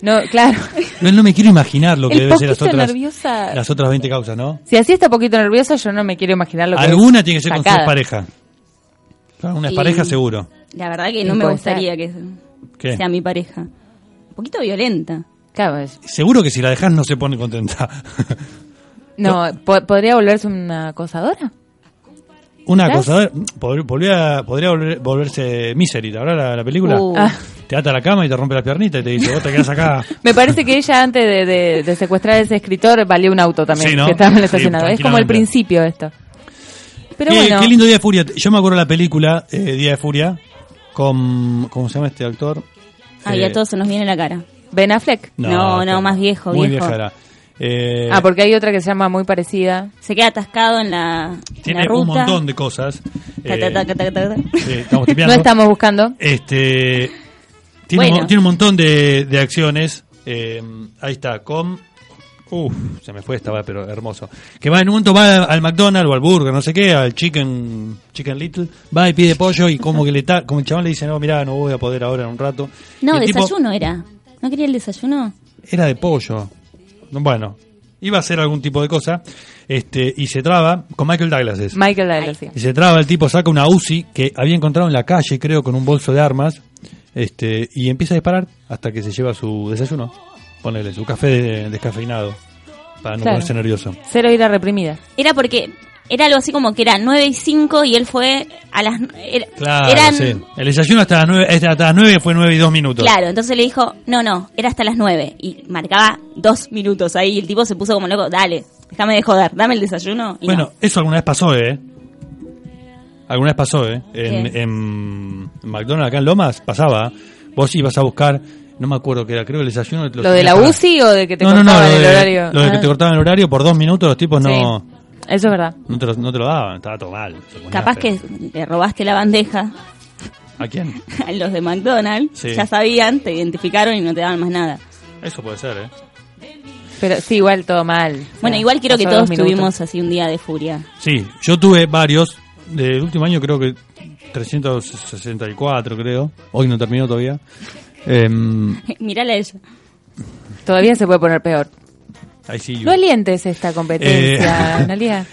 D: No, claro. (laughs)
C: No, no me quiero imaginar lo que
D: El
C: debe ser las
D: poquito
C: otras,
D: nerviosa.
C: las otras 20 causas, ¿no?
D: Si así está poquito nerviosa, yo no me quiero imaginar lo que
C: Alguna
D: es
C: tiene que ser con
D: sacada.
C: su pareja. Claro, Una
E: Y-
C: pareja seguro.
E: La verdad que no
D: Y
E: me
D: puede
E: gustaría que
C: ¿Qué?
E: sea mi pareja. Un poquito violenta.
D: Claro, es-
C: Seguro que si la dejas no se pone contenta. (laughs)
D: no, po- ¿podría volverse una acosadora?
C: Una cosa,
D: ¿Estás?
C: podría, podría volver- volverse misery, ¿te habrá la, la película?
E: Uh.
D: Ah.
C: Te ata a la cama y te rompe las piernitas y te dice, vos te quedás acá.
D: Me parece que ella antes de, de- de secuestrar a ese escritor valió un auto también
C: Sí, ¿no?
D: que estaba en el
C: Sí,
D: estacionado. es como el
C: tranquilamente.
D: principio esto. Pero
C: qué,
D: bueno,
C: qué lindo Día de Furia. Yo me acuerdo la película eh, Día de Furia con, ¿cómo se llama este actor?
E: Ay,
C: Eh,
E: a todos se nos viene la cara.
D: Ben Affleck.
E: No, no,
C: está-
E: más viejo,
C: Muy
E: viejo.
C: vieja era. Eh,
D: Ah, porque hay otra que se llama muy parecida.
E: Se queda atascado en la, en
C: tiene
E: la ruta.
C: un montón de cosas.
E: Ta,
C: Eh,
E: ta, ta, ta, ta, ta.
C: sí,
E: (laughs)
C: estamos
D: No
C: tipeando.
D: estamos buscando.
C: Este, tiene,
E: Bueno.
C: un, tiene un montón de, de acciones. Eh, ahí está, con. Uf, se me fue esta, va, pero hermoso. Que va en un momento, va al McDonald's o al burger, no sé qué, al Chicken Chicken Little. Va y pide pollo y como que le ta- como el chaval le dice, no, mirá, no voy a poder ahora en un rato. Y
E: No,
C: el tipo-
E: desayuno era. ¿No quería el desayuno?
C: era de pollo. Bueno, iba a hacer algún tipo de cosa. Este, y se traba con Michael Douglas. es.
D: Michael Douglas,
E: Este.
D: sí.
C: Y se traba el tipo, saca una UCI que había encontrado en la calle, creo, con un bolso de armas, este, y empieza a disparar hasta que se lleva su desayuno. Ponele, su café de- descafeinado, para no
D: Claro.
C: ponerse nervioso.
D: Cero ira reprimida.
E: Era porque era algo así como que era 9 y 5 y él fue a las... era-
C: Claro,
E: eran-
C: sí. El desayuno hasta las 9, hasta las nueve fue 9 y 2 minutos.
E: Claro, entonces le dijo, no, no, era hasta las 9 y marcaba dos minutos ahí y el tipo se puso como loco, dale, déjame de joder, dame el desayuno. Y
C: Bueno,
E: no.
C: eso alguna vez pasó, ¿eh? Alguna vez pasó, ¿eh? En,
E: ¿Qué?
C: en McDonald's, acá en Lomas, pasaba. Vos ibas a buscar, no me acuerdo qué era, creo que el desayuno...
D: ¿Lo de la
C: tenías para-
D: UCI o de que te
C: no, no, no,
D: cortaban
C: lo
D: el
C: de-
D: horario?
C: Lo de que
D: Ah,
C: te cortaban el horario por dos minutos, los tipos no,
D: sí. Eso es verdad.
C: no, te lo, no te lo daban, estaba todo mal. se ponía
E: capaz
C: feo.
E: que le robaste la bandeja (laughs)
C: ¿A quién?
E: a los de McDonald's,
C: Sí.
E: ya sabían, te identificaron y no te daban más nada.
C: Eso puede ser, ¿eh?
D: Pero sí, igual todo mal.
E: Bueno,
D: O sea,
E: igual quiero que
D: pasó dos
E: todos
D: minutos.
E: tuvimos así un día de furia.
C: Sí, yo tuve varios. Del último año creo que 364, creo. Hoy no terminó todavía. Em,
E: (laughs) Mirala a ella.
D: Todavía se puede poner peor.
C: I see you.
D: No alientes esta competencia,
C: Eh. (laughs)
D: Analia.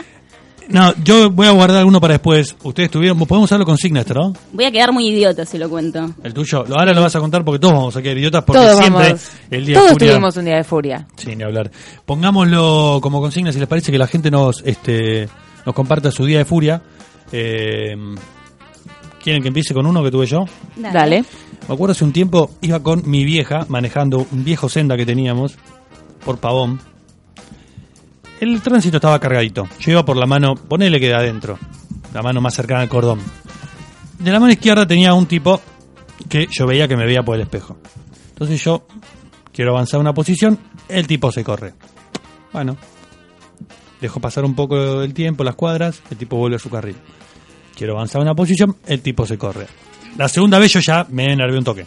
C: No, yo voy a guardar alguno para después. Ustedes tuvieron... Podemos usarlo con signos, ¿no?
E: Voy a quedar muy idiota si lo cuento.
C: El tuyo. Lo- Ahora lo vas a contar porque todos vamos a quedar idiotas porque
D: Todos
C: siempre
D: vamos.
C: el día de
D: todos
C: furia-
D: tuvimos un día de furia.
C: Sí, ni hablar. Pongámoslo como consigna si les parece que la gente nos este nos comparta su día de furia. Eh, ¿Quieren que empiece con uno que tuve yo?
D: Dale.
C: Me acuerdo hace un tiempo iba con mi vieja manejando un viejo senda que teníamos por Pavón. El tránsito estaba cargadito. Yo iba por la mano, ponele que de adentro, la mano más cercana al cordón. De la mano izquierda tenía un tipo que yo veía que me veía por el espejo. Entonces yo quiero avanzar una posición, el tipo se corre. Bueno, dejo pasar un poco el tiempo, las cuadras, el tipo vuelve a su carril. Quiero avanzar una posición, el tipo se corre. La segunda vez yo ya me enervé un toque.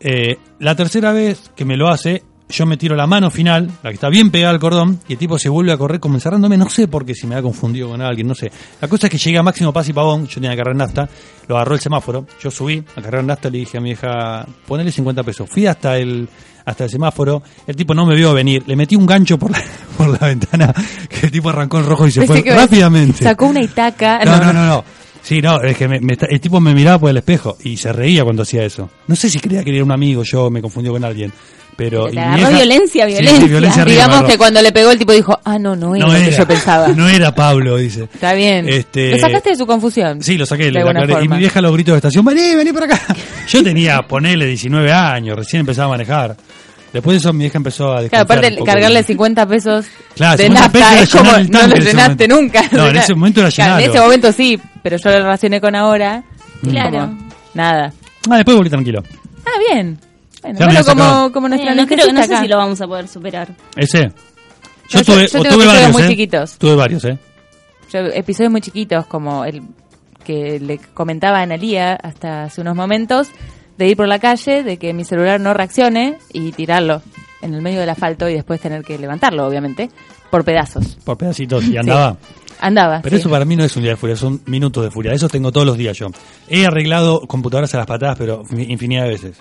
C: Eh, la tercera vez que me lo hace, yo me tiro la mano final, la que está bien pegada al cordón, y el tipo se vuelve a correr como encerrándome, no sé por qué, si me ha confundido con alguien, no sé. La cosa es que llegué a Máximo Paz y Pavón, yo tenía que cargar nafta, lo agarró el semáforo, yo subí a cargar nafta, le dije a mi hija, ponele 50 pesos. Fui hasta el hasta el semáforo, el tipo no me vio venir, le metí un gancho por la, (laughs) por la ventana, que el tipo arrancó en rojo y se
D: Pensé
C: fue
D: que-
C: rápidamente.
D: Sacó una itaca.
C: No, no, no, no. Sí, no, es que me- me está- el tipo me miraba por el espejo y se reía cuando hacía eso. No sé si creía que era un amigo, yo me confundió con alguien. Pero.
E: Pero te
C: y mi
E: agarró violencia,
C: Sí, sí,
E: violencia.
C: violencia arriba,
D: Digamos
C: agarró.
D: que cuando le pegó el tipo dijo, ah, no, no era
C: no
D: lo que
C: era,
D: yo
C: (laughs)
D: pensaba.
C: No era Pablo, dice.
D: Está bien.
C: Este-
D: Lo sacaste de su confusión.
C: Sí, lo saqué,
D: De
C: le
D: alguna
C: aclaré. Y
D: forma.
C: mi vieja los gritos de estación, vení, vení por acá. Yo tenía, ponele, 19 años, recién empezaba a manejar. Después de eso mi vieja empezó a
D: Claro,
C: desconfiar
D: aparte
C: un poco.
D: cargarle 50 pesos
C: Claro,
D: de
C: 50
D: nafta
C: pesos era
D: es como
C: llenar el
D: no
C: tanque
D: lo
C: en ese
D: llenaste
C: momento.
D: nunca.
C: No, en ese momento era
D: Claro, En
C: llenarlo.
D: ese momento sí, pero yo lo relacioné con ahora.
C: Mm.
D: y
E: Claro.
D: como, nada.
C: Ah, después volví tranquilo.
D: Ah, bien. Bueno,
C: Ya me
D: bueno,
C: lo sacaba.
D: como, como nuestra
E: Eh, no, creo, no
D: anestesista
E: sé
D: acá.
E: si lo vamos a poder superar.
C: Ese.
D: yo-
C: tuve, o
D: yo tengo
C: tuve
D: episodios
C: varios,
D: muy
C: eh.
D: chiquitos.
C: Tuve varios, eh.
D: Yo, episodios muy chiquitos, como el que le comentaba a Analía hasta hace unos momentos, de ir por la calle, de que mi celular no reaccione y tirarlo en el medio del asfalto y después tener que levantarlo, obviamente, por pedazos.
C: Por pedacitos y andaba.
D: Sí. Andaba.
C: Pero
D: sí.
C: eso para mí no es un día de furia, son minutos de furia. Eso tengo todos los días yo. He arreglado computadoras a las patadas, pero infinidad de veces.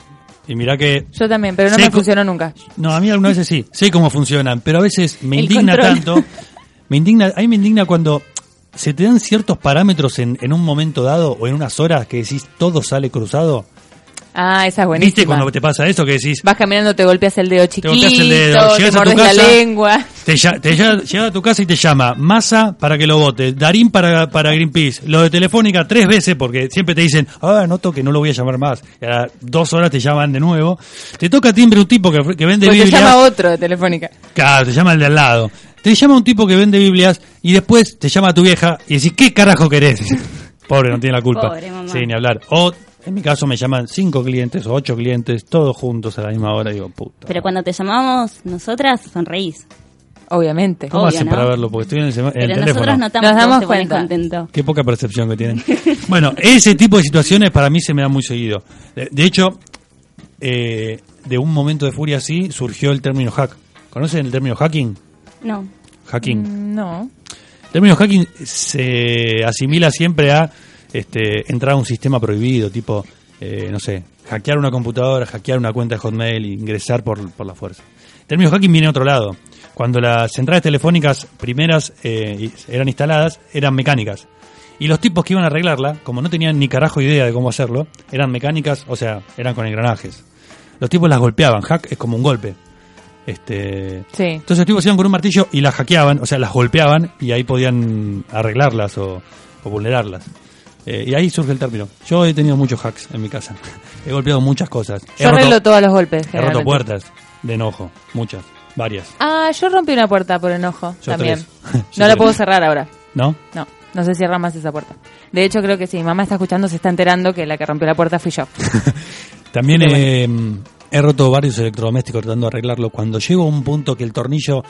C: Y mirá que...
D: Yo también, pero no
C: sé
D: me
C: co-
D: funcionó nunca.
C: No, a mí algunas veces sí, sé cómo funcionan, pero a veces me
D: El
C: indigna
D: control.
C: tanto. Me indigna, a mí me indigna cuando se te dan ciertos parámetros en, en un momento dado o en unas horas que decís todo sale cruzado.
D: Ah, esa es
C: ¿Viste
D: buenísima.
C: cuando te pasa eso que decís...
D: Vas caminando, te golpeas el dedo chiquito, te,
C: golpeas el dedo, llegas a tu
D: mordes la
C: casa,
D: lengua.
C: Te, lla- te lla- llega a tu casa y te llama Massa para que lo votes, Darín para, para Greenpeace, lo de Telefónica tres veces porque siempre te dicen, ah, noto que no lo voy a llamar más. Y a las dos horas te llaman de nuevo. Te toca timbre un tipo que, que vende
D: Porque te
C: Biblias.
D: llama otro de Telefónica.
C: Claro, te llama el de al lado. Te llama un tipo que vende Biblias y después te llama a tu vieja y decís, ¿qué carajo querés? (laughs) Pobre, no tiene la culpa.
E: Pobre mamá.
C: Sí, ni hablar. O, en mi caso, me llaman cinco clientes o ocho clientes, todos juntos a la misma hora. Digo, puta.
E: Pero cuando te llamamos nosotras, sonreís.
D: Obviamente.
C: ¿Cómo
E: obvio,
C: hacen
E: ¿no?
C: para verlo? Porque estoy en el, sema- en el
E: Pero
C: teléfono.
E: nosotros notamos
D: Nos
E: que vos
D: damos
E: te pones
D: cuenta.
E: contento.
C: Qué poca percepción que tienen. (laughs) Bueno, ese tipo de situaciones para mí se me da muy seguido. De, de hecho, eh, de un momento de furia así surgió el término hack. ¿Conocen el término hacking?
E: No.
C: Hacking.
D: Mm, No.
C: El término hacking se asimila siempre a este, entrar a un sistema prohibido, tipo, eh, no sé, hackear una computadora, hackear una cuenta de Hotmail, e ingresar por, por la fuerza. El término hacking viene de otro lado. Cuando las centrales telefónicas primeras eh, eran instaladas, eran mecánicas. Y los tipos que iban a arreglarla, como no tenían ni carajo idea de cómo hacerlo, eran mecánicas, o sea, eran con engranajes. Los tipos las golpeaban. Hack es como un golpe. Este,
D: Sí.
C: entonces los tipos iban con un martillo y las hackeaban, o sea, las golpeaban y ahí podían arreglarlas o, o vulnerarlas. Eh, y ahí surge el término. Yo he tenido muchos hacks en mi casa. (laughs) he golpeado muchas cosas. He
D: Yo arreglo
C: roto,
D: todos los golpes.
C: he roto
D: generalmente.
C: puertas de enojo, muchas, varias.
D: Ah, yo rompí una puerta por enojo
C: Yo
D: también.
C: tres. Yo
D: (laughs) No la
C: tres.
D: puedo cerrar ahora.
C: ¿No?
D: No, no se cierra más esa puerta. De hecho, creo que si mi mamá está escuchando, se está enterando que la que rompió la puerta fui yo.
C: También eh, he roto varios electrodomésticos tratando de arreglarlo. Cuando llego a un punto que el tornillo,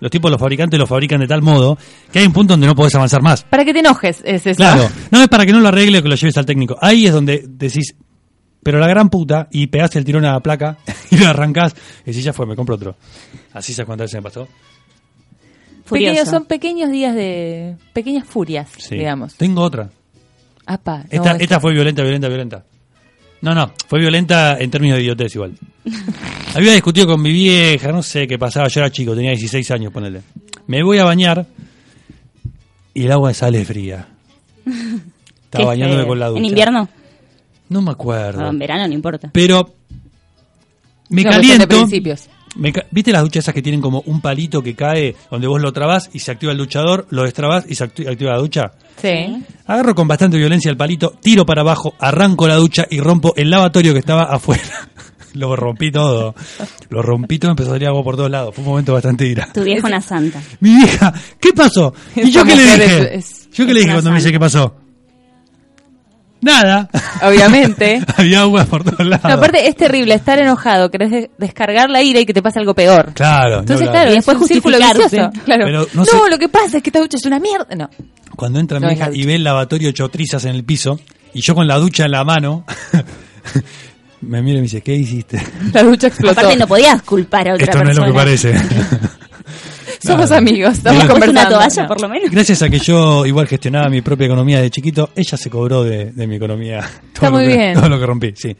C: los tipos, los fabricantes lo fabrican de tal modo que hay un punto donde no podés avanzar más.
D: Para que te enojes, es eso.
C: Claro, no es para que no lo arregle o que lo lleves al técnico. Ahí es donde decís, pero la gran puta, y pegás el tirón a la placa (laughs) y lo arrancás, y decís, ya fue, me compro otro. Así sabes cuántas veces me pasó.
D: Pequeños,
E: Furioso.
D: son pequeños días de. pequeñas furias,
C: Sí.
D: digamos.
C: Tengo otra.
D: Apa, no,
C: Esta,
D: es-
C: esta fue violenta, violenta, violenta. No, no, fue violenta en términos de idiotez
D: (laughs)
C: igual. Había discutido con mi vieja, no sé qué pasaba, yo era chico, tenía 16 años, ponele. Me voy a bañar y el agua sale fría. Estaba
E: Qué
C: bañándome
E: feo.
C: con la ducha.
E: ¿En invierno?
C: No me acuerdo.
E: No, en verano no importa.
C: Pero me
D: es una cuestión de
C: caliento.
D: principios.
C: me ca- ¿Viste las duchas esas que tienen como un palito que cae donde vos lo trabás y se activa el duchador, lo destrabás y se actu- activa la ducha?
D: Sí.
C: Agarro con bastante violencia el palito, tiro para abajo, arranco la ducha y rompo el lavatorio que estaba (laughs) afuera. lo rompí todo. Lo rompí todo, empezó a salir agua por todos lados. Fue un momento bastante de ira.
E: Tu vieja una santa.
C: Mi vieja, ¿qué pasó? ¿Y
D: Esta
C: yo qué le
D: mujer
C: dije?
D: es- es-
C: ¿Yo qué
E: es
C: le dije
E: una
C: cuando me dice
E: santa.
C: qué pasó? Nada.
D: Obviamente.
C: (laughs) Había agua por todos lados.
D: No, aparte, es terrible estar enojado, querés de- descargar la ira y que te pase algo peor.
C: Claro. ni
D: Entonces,
C: hablar.
D: claro,
E: Y después
D: después es un círculo
E: justificarte.
D: vicioso. Claro.
C: Pero no
D: no,
C: sé-
D: lo que pasa es que esta ducha es una mierda. No.
C: Cuando entra
D: No,
C: mi
D: es la
C: hija y
D: ducha.
C: ve el lavatorio hecho trizas en el piso, y yo con la ducha en la mano, (laughs) me mira y me dice, ¿qué hiciste?
D: La ducha explotó.
E: Aparte no podías culpar a otra
C: Esto no
E: persona.
C: es lo que parece.
D: (laughs) Somos
C: Nada.
D: amigos, estamos
C: Bien.
E: ¿Cogiste una
D: conversando.
E: toalla por lo menos?
C: Gracias a que yo igual gestionaba mi propia economía de chiquito, ella se cobró de, de mi economía. (laughs) Todo lo
D: muy
C: que-
D: bien.
C: Todo lo que rompí, sí.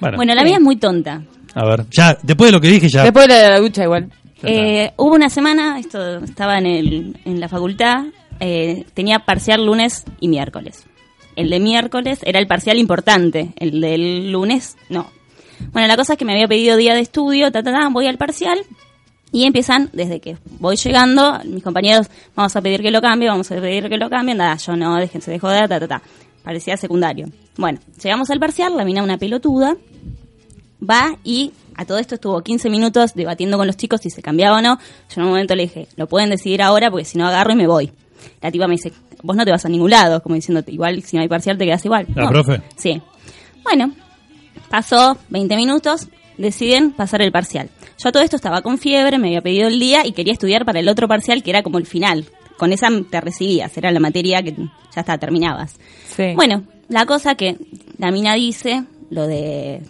C: Bueno,
E: Bueno, la mía es muy tonta.
C: a ver, ya, después de lo que dije, ya.
D: Después de la ducha igual.
E: Eh, hubo una semana, esto estaba en, el, en la facultad, eh, tenía parcial lunes y miércoles. El de miércoles era el parcial importante, el del lunes no. Bueno, la cosa es que me había pedido día de estudio, ta, ta, ta, voy al parcial y empiezan, desde que voy llegando, mis compañeros, vamos a pedir que lo cambie, vamos a pedir que lo cambie, nada, yo no, déjense de joder, ta, ta, ta. Parecía secundario. Bueno, llegamos al parcial, la mina una pelotuda, va y a todo esto estuvo 15 minutos debatiendo con los chicos si se cambiaba o no. Yo en un momento le dije, lo pueden decidir ahora porque si no agarro y me voy. La tipa me dice, vos no te vas a ningún lado, como diciéndote, igual si no hay parcial te quedas igual.
C: ¿La
E: No.
C: profe?
E: Sí. Bueno, pasó 20 minutos, deciden pasar el parcial. Yo a todo esto estaba con fiebre, me había pedido el día y quería estudiar para el otro parcial que era como el final. Con esa te recibías, era la materia que ya está, terminabas.
D: Sí.
E: Bueno, la cosa que la mina dice, lo de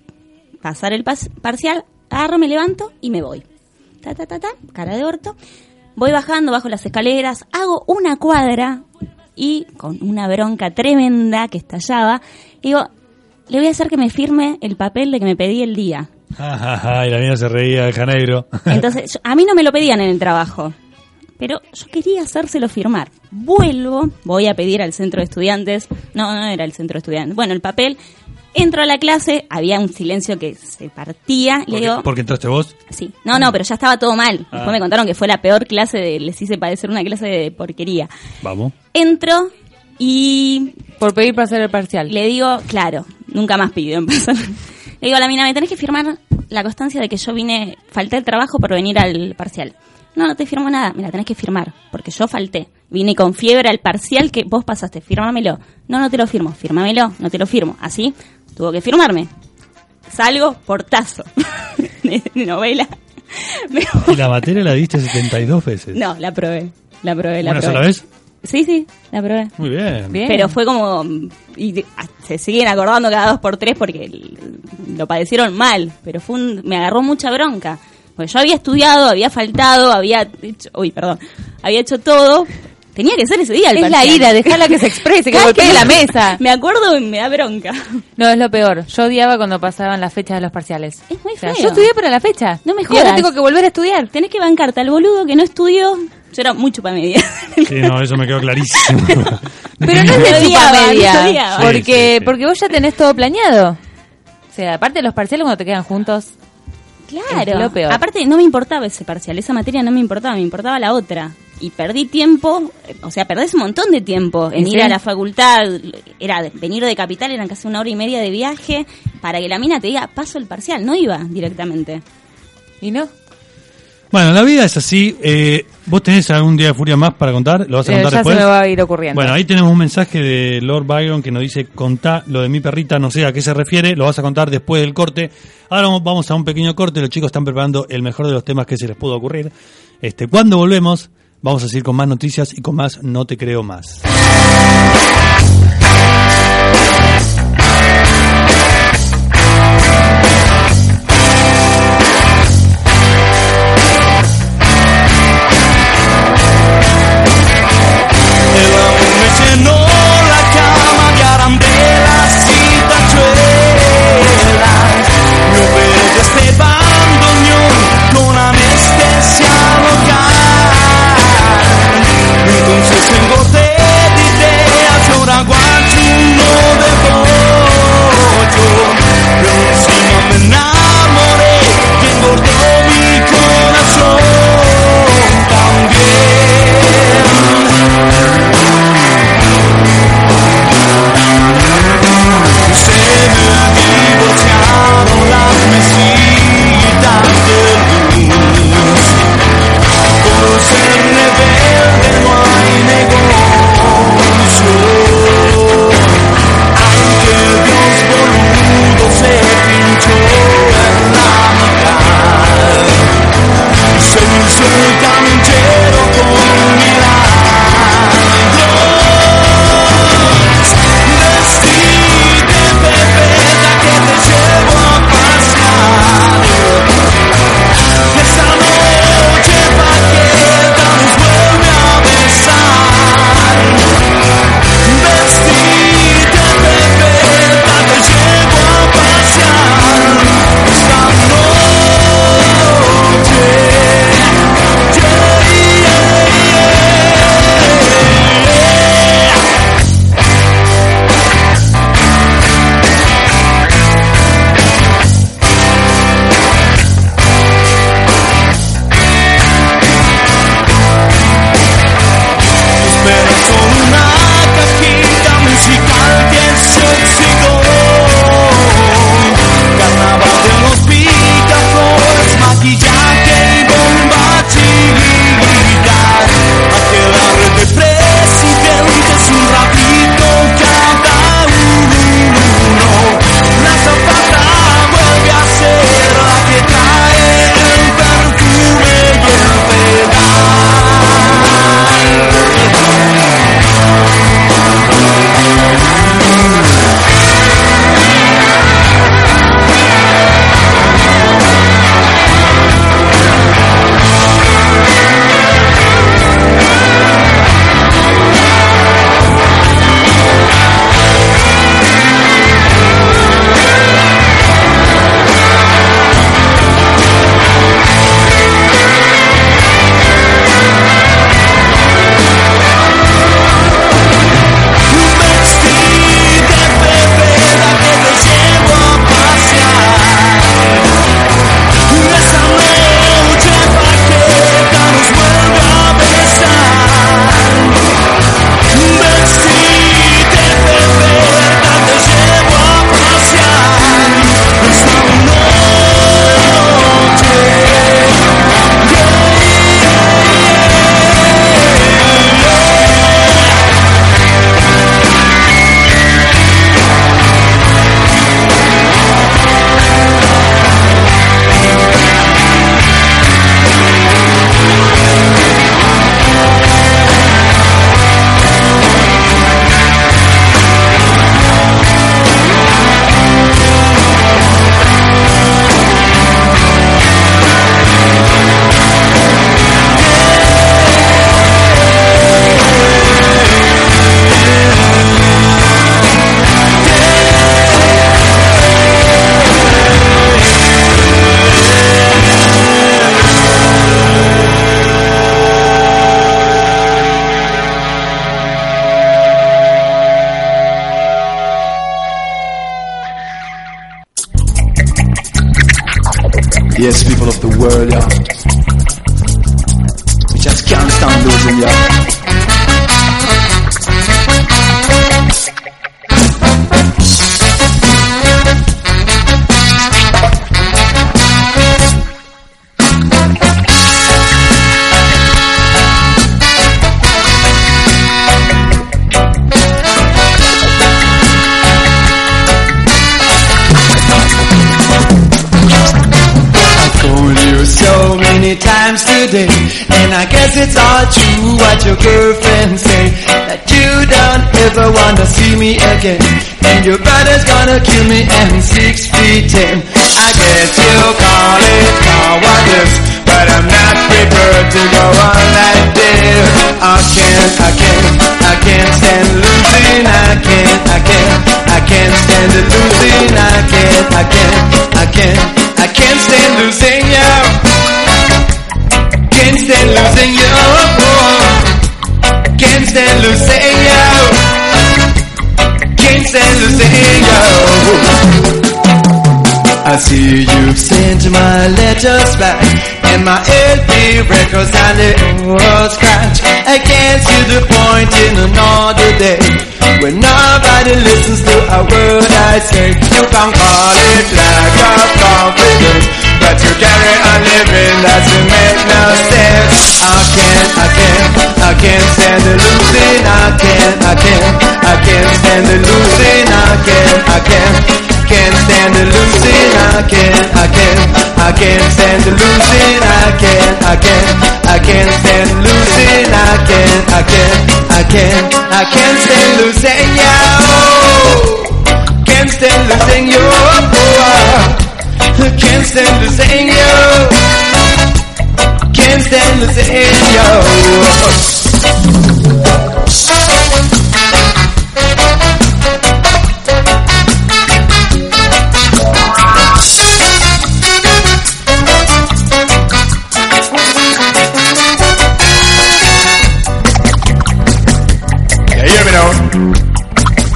E: pasar el pas- parcial, agarro, me levanto y me voy. Ta, ta, ta, ta, cara de orto. Voy bajando, bajo las escaleras, hago una cuadra y con una bronca tremenda que estallaba, digo, le voy a hacer que me firme el papel de que me pedí el día.
C: Ja, ja, ja, Ah, y la niña se reía de Janeiro.
E: Entonces, yo- a mí no me lo pedían en el trabajo, pero yo quería hacérselo firmar. Vuelvo, voy a pedir al centro de estudiantes, no, no era el centro de estudiantes, bueno, el papel, entro a la clase, había un silencio que se partía, le
C: Porque-
E: digo...
C: porque entraste vos.
E: Sí, no, no, pero ya estaba todo mal. Después
C: Ah.
E: me contaron que fue la peor clase, de, les hice padecer una clase de porquería.
C: Vamos.
E: Entro y
D: Por pedir pasar el parcial.
E: le digo, claro, nunca más pido en pasar. Le digo a la mina, me tenés que firmar la constancia de que yo vine, falté al trabajo por venir al parcial. No, no te firmo nada, me la tenés que firmar, porque yo falté. Vine con fiebre al parcial que vos pasaste, firmámelo. No, no te lo firmo, firmámelo, no te lo firmo. Así, tuvo que firmarme. Salgo portazo (laughs) de de novela. (laughs) Me
C: Y la materia la diste 72 veces.
E: no, la probé. La probé,
C: Este.
E: la
C: ¿Una
E: probé.
C: sola vez?
E: Sí, sí, la probé.
C: Muy bien.
D: Bien.
E: Pero fue como. mm, Y de- ah, se siguen acordando cada dos por tres porque el- lo padecieron mal. Pero fue un- me agarró mucha bronca. Porque yo había estudiado, había faltado, había hecho. Uy, perdón. Había hecho todo. Tenía que ser ese día el
D: es la
E: parcial.
D: ira, déjala que se exprese, que
E: Cada vez
D: golpee
E: me-
D: la mesa.
E: (laughs) Me acuerdo y me da bronca.
D: No, es lo peor. Yo odiaba cuando pasaban las fechas de los parciales.
E: Es muy
D: O sea,
E: feo.
D: yo estudié para la fecha.
E: No me
D: Y ahora
E: jodas.
D: tengo que volver a estudiar.
E: Tenés que bancarte al boludo que no estudió. Yo era mucho para media.
C: Sí, no, eso me quedó
E: (laughs)
C: clarísimo.
D: Pero no es de
E: Lo
D: chupa
E: odiaba, lo
D: media.
E: odiaba.
C: Sí,
D: Porque,
C: sí, sí.
D: porque vos ya tenés todo planeado. O sea, aparte los parciales cuando te quedan juntos.
E: Claro.
D: Es lo peor.
E: Aparte, no me importaba ese parcial, esa materia no me importaba, me importaba la otra. Y perdí tiempo, eh, o sea, perdés un montón de tiempo en
D: ¿Sí?
E: ir a la facultad, era de- venir de capital, eran casi una hora y media de viaje, para que la mina te diga, paso el parcial, no iba directamente.
D: ¿Y no?
C: Bueno, la vida es así. Eh, ¿Vos tenés algún día de furia más para contar? ¿Lo vas a
D: Eh,
C: contar
D: ya
C: después?
D: se me va a ir ocurriendo.
C: Bueno, ahí tenemos un mensaje de Lord Byron que nos dice, contá lo de mi perrita, no sé a qué se refiere, lo vas a contar después del corte. Ahora vamos- vamos a un pequeño corte, los chicos están preparando el mejor de los temas que se les pudo ocurrir. Este, cuando volvemos, vamos a seguir con más noticias y con más No Te Creo Más.
G: este
H: Entonces tengo sed y te the world, y'all. We just can't stand losing, y'all. I've told you so many times today, and I guess it's all true what your girlfriend say that you don't ever wanna see me again, and your brother's gonna kill me and six feet ten. I guess you call it cowardice, but I'm not prepared to go on like this. I can't, I can't, I can't stand losing. I can't, I can't, I can't stand losing. I can't, I can't, I can't. I can't stand losing you. Can't stand losing you. Can't stand losing you. Can't stand losing you. I see you've sent my letters back and my LP records and the old scratch. I can't see the point in another day when nobody listens to a word I say. You can call it lack of confidence, but you carry on living as you make no sense. I can't, I can't, I can't stand the losing. I can't, I can't, I can't stand the losing. I can't, I can't can't stand the losing. I can't, I can't, I can't stand the losing. I can't, I can't, I can't stand losing. I can't, I can't, I can't, I can't stand losing you. Can't stand losing you. Can't stand losing you. Can't stand losing you.
A: Yeah, hear me now.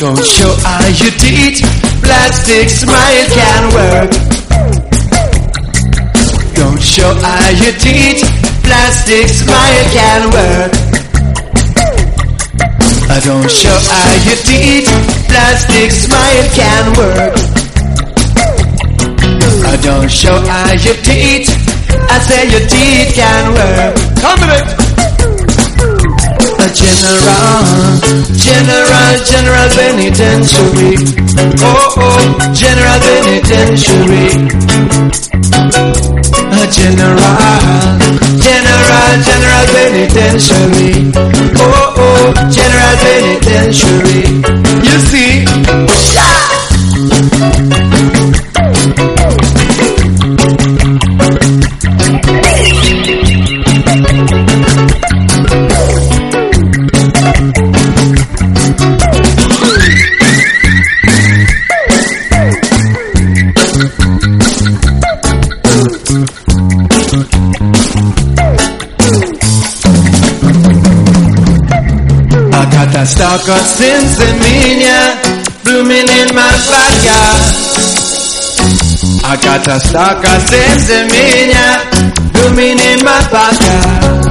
H: Don't show all your teeth. Plastic smile can work. Don't show all your teeth. Plastic smile can work. I don't show all your teeth. Plastic smile can work. I don't show all your teeth. I say your teeth can work. Come with it. A general, general, general penitentiary. Oh, oh, general penitentiary. A general, general, general penitentiary. Oh, oh, general penitentiary. You see? I got that stalker since the mania blooming in my backyard. I got that stalker since the mania blooming in my backyard.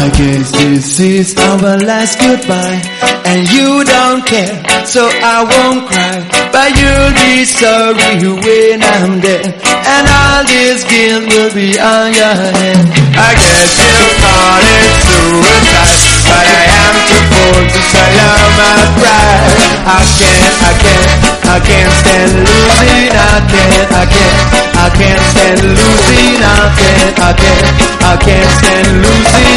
H: I guess this is our last goodbye, and you don't care, so I won't cry. But you'll be sorry when I'm dead, and all this guilt will be on your head. I guess you call it suicide, but I am too poor to swallow my pride. I can't, I can't, I can't stand losing. I can't, I can't, I can't stand losing. I can't, I can't, I can't stand losing. I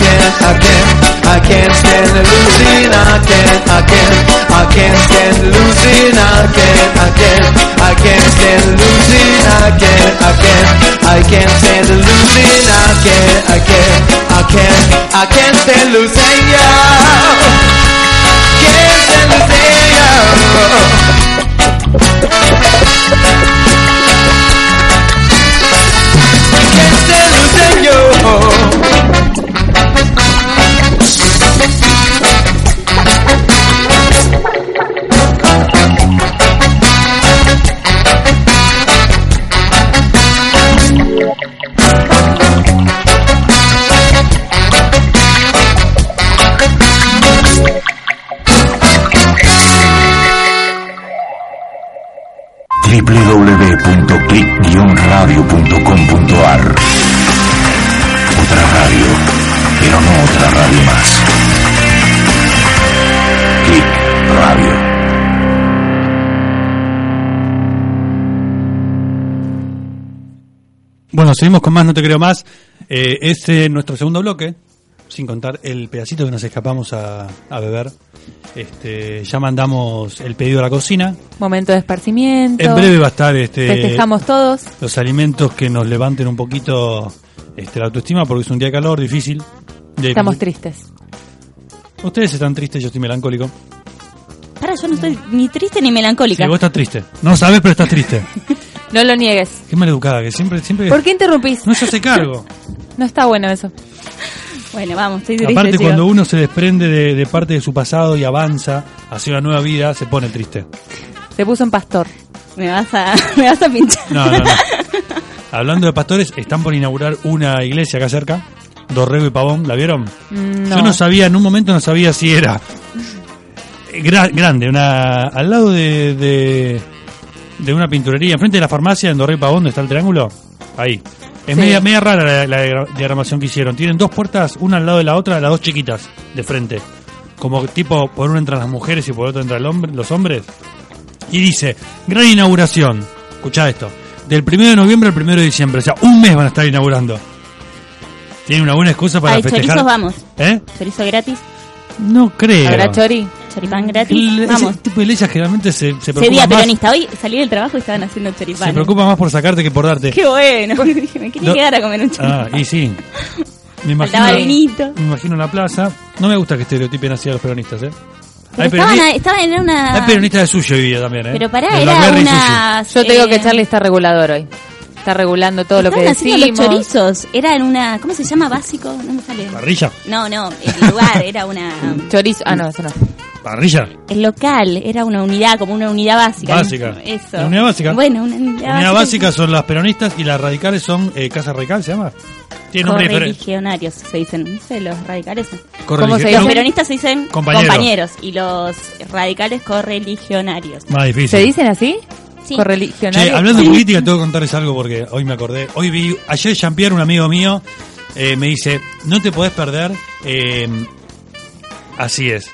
H: can't, I can't, I can't stand losing. I can't, I can't, I can't stand losing. I can't, I can't, I can't stand losing. I can't, I can't, I can't stand losing. I can't, I can't, I can't, I can't stand losing. Yeah.
I: www.click-radio.com.ar Otra radio, pero no otra radio más. Click Radio.
C: Bueno, seguimos con más No Te Creo Más. Eh, este es nuestro segundo bloque, sin contar el pedacito que nos escapamos a, a beber. Este, ya mandamos el pedido a la cocina.
D: Momento de esparcimiento.
C: En breve va a estar este, eh,
D: Festejamos todos.
C: los alimentos que nos levanten un poquito este, la autoestima, porque es un día de calor difícil. De-
D: Estamos tristes.
C: Ustedes están tristes, yo estoy melancólico.
E: Para, yo no estoy ni triste ni melancólica.
C: Sí, vos estás triste. No sabes, pero estás triste.
D: No lo niegues.
C: Qué maleducada, que siempre, siempre
D: ¿Por qué interrumpís?
C: Eh, no se hace cargo.
D: (laughs) No está bueno eso.
E: Bueno, vamos, estoy triste.
C: Aparte,
E: chicos.
C: cuando uno se desprende de, de parte de su pasado y avanza hacia una nueva vida, se pone triste.
D: Se puso en pastor.
E: Me vas a, (laughs) me vas a pinchar.
C: No, no,
E: (laughs)
D: (laughs)
C: no. Hablando de pastores, están por inaugurar una iglesia acá cerca. Dorrego y Pavón, ¿la vieron?
D: Mm, No.
C: Yo no sabía, en un momento no sabía si era eh, gra- grande, una al lado de, de, de una pinturería, enfrente de la farmacia en Dorrey Pavón, donde está el triángulo, ahí. Es
D: Sí.
C: media, media rara la, la diagra- diagramación que hicieron. Tienen dos puertas, una al lado de la otra, las dos chiquitas, de frente. Como tipo, por una entran las mujeres y por otra entran el hombre- los hombres. Y dice, gran inauguración. Escucha esto. Del 1 de noviembre al 1 de diciembre. O sea, un mes van a estar inaugurando. Tienen una buena excusa para
E: Ay,
C: festejar.
E: chorizos vamos.
C: ¿Eh?
E: Chorizo gratis,
C: No creo.
D: ¿Habrá chori?
E: choripán
C: El-
E: gratis,
C: ese
E: vamos.
C: tipo de leyes generalmente se, se
E: Ese día
C: preocupa más,
E: peronista. Hoy salí del trabajo y estaban haciendo choripán.
C: se preocupa más por sacarte que por darte.
E: Qué bueno. (laughs) Dije, me quería
C: No.
E: quedar a comer un choripán.
C: Ah, y sí. Me imagino,
E: Faltaba el vinito.
C: me imagino la plaza. No me gusta que estereotipen así a los peronistas, ¿eh?
E: Pero estaban,
C: peroni-
E: a- estaban en una...
C: hay peronistas de suyo hoy día también, ¿eh?
E: Ah. Pero pará,
C: Del
E: era
C: Blackberry sushi.
E: una...
D: Yo te digo
E: eh,
D: que Charlie está regulador hoy. Está regulando todo lo que
E: estaban haciendo
D: decimos.
E: los chorizos. Era en una... ¿Cómo se llama? Básico. No me sale.
C: ¿Parrilla?
E: No, no. El lugar era una...
D: Chorizo. Ah, no, eso no.
C: ¿Parrilla?
E: El local era una unidad, como una unidad básica.
C: Básica.
E: Eso.
C: La unidad básica.
E: Bueno, una unidad,
C: Unidad básica son las peronistas y las radicales son eh, Casa Radical, ¿se llama? Tiene nombre diferente.
E: Correligionarios se dicen. No sé, los radicales.
D: ¿Cómo se
E: Los
D: dice?
E: peronistas se dicen
C: Compañeros.
E: compañeros. y los radicales correligionarios.
C: Más difícil.
D: ¿Se dicen así?
E: Sí.
D: Correligionarios.
C: Che, hablando de política, tengo que contarles algo porque hoy me acordé. Hoy vi, ayer Jean-Pierre, un amigo mío, eh, me dice, no te podés perder. eh, así es.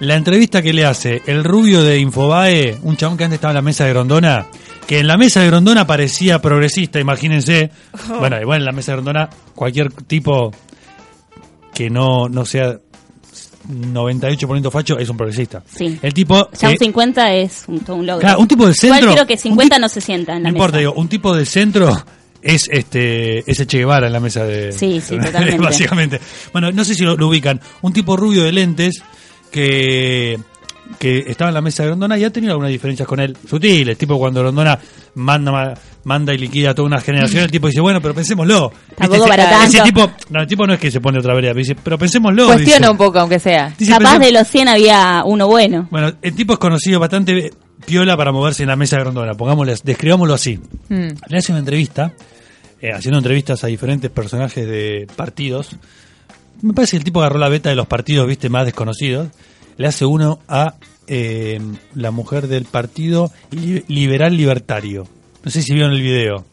C: La entrevista que le hace el rubio de Infobae, un chabón que antes estaba en la mesa de Grondona, que en la mesa de Grondona parecía progresista, imagínense.
E: Oh.
C: Bueno, igual en la mesa de Grondona, cualquier tipo que no, no sea 98% facho es un progresista.
E: Sí.
C: El tipo...
E: Ya
C: eh,
E: un 50 es un, todo un logro.
C: Claro, un tipo del
E: Igual
C: centro-
E: creo que
C: un
E: 50 no se sienta en
C: No
E: la
C: importa,
E: mesa.
C: digo, un tipo del centro es este ese Che Guevara en la mesa de.
E: Sí,
C: (laughs)
E: sí, totalmente.
C: Básicamente. Bueno, no sé si lo, lo ubican. Un tipo rubio de lentes que que estaba en la mesa de Grondona y ha tenido algunas diferencias con él, sutiles, tipo cuando Grondona manda ma- manda y liquida a toda una generación, el tipo dice, bueno, pero pensémoslo.
E: Tampoco
C: Ese-
E: para
C: ese
E: tanto.
C: tipo, no, el tipo no es que se pone otra vereda, pero dice, pero pensémoslo.
D: Cuestiona
C: dice.
D: un poco, aunque sea.
C: Dice,
E: Capaz
C: "Pensé-
E: de los 100 había uno bueno.
C: Bueno, el tipo es conocido bastante piola para moverse en la mesa de Grondona, pongámosle, describámoslo así.
D: Mm.
C: Le hace una entrevista, eh, haciendo entrevistas a diferentes personajes de partidos. Me parece que el tipo agarró la beta de los partidos, viste, más desconocidos. Le hace uno a eh, la mujer del partido li- liberal libertario. No sé si vieron el video.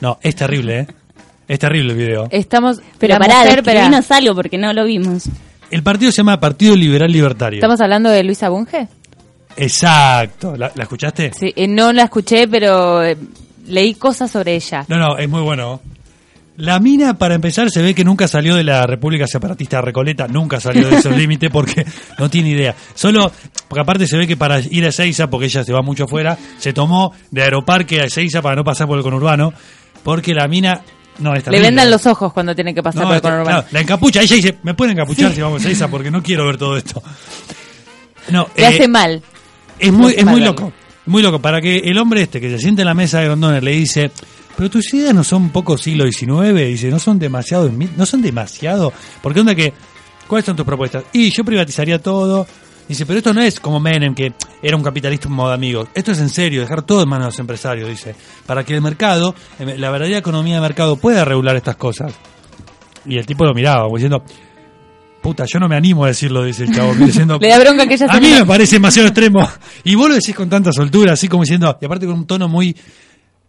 C: No, es terrible, ¿eh? Es terrible el
D: Eh.
C: video.
D: Estamos.
E: Pero
D: la
E: pará,
D: mujer, pará.
E: describinos algo porque no lo vimos.
C: El partido se llama Partido Liberal Libertario.
D: ¿Estamos hablando de Luisa Bunge?
C: Exacto. ¿La, la escuchaste?
D: Sí, eh, no la escuché, pero eh, leí cosas sobre ella.
C: No, no, es muy bueno. La mina, para empezar, se ve que nunca salió de la República Separatista de Recoleta, nunca salió de esos límites porque no tiene idea. Solo, porque aparte se ve que para ir a Seiza, porque ella se va mucho afuera, se tomó de Aeroparque a Seiza para no pasar por el conurbano, porque la mina... No, está
D: Le vendan los ojos cuando tiene que pasar
C: no,
D: por el
C: este,
D: conurbano.
C: claro, la encapucha, ella dice, me pueden encapuchar si vamos a Seiza porque no quiero ver todo
D: (laughs)
C: esto. No,
D: Le
C: eh,
D: hace mal.
C: es muy,
D: Los
C: es muy
D: Marvel.
C: loco. Muy loco. Para que el hombre este que se siente en la mesa de Grondona le dice, pero tus ideas no son poco siglo XIX, dice, no son demasiado, esmi- no son demasiado. Porque onda que, ¿cuáles son tus propuestas? Y yo privatizaría todo. Dice, pero esto no es como Menem, que era un capitalista un modo amigo. Esto es en serio, dejar todo en manos de los empresarios, dice. Para que el mercado, eh, la verdadera economía de mercado pueda regular estas cosas. Y el tipo lo miraba, como diciendo, Puta, yo no me animo a decirlo, dice el chavo. Diciendo,
D: (laughs) Le da bronca que ella se
C: A mí
D: anime.
C: me parece demasiado extremo. Y vos lo decís con tanta soltura, así como diciendo, y aparte con un tono muy,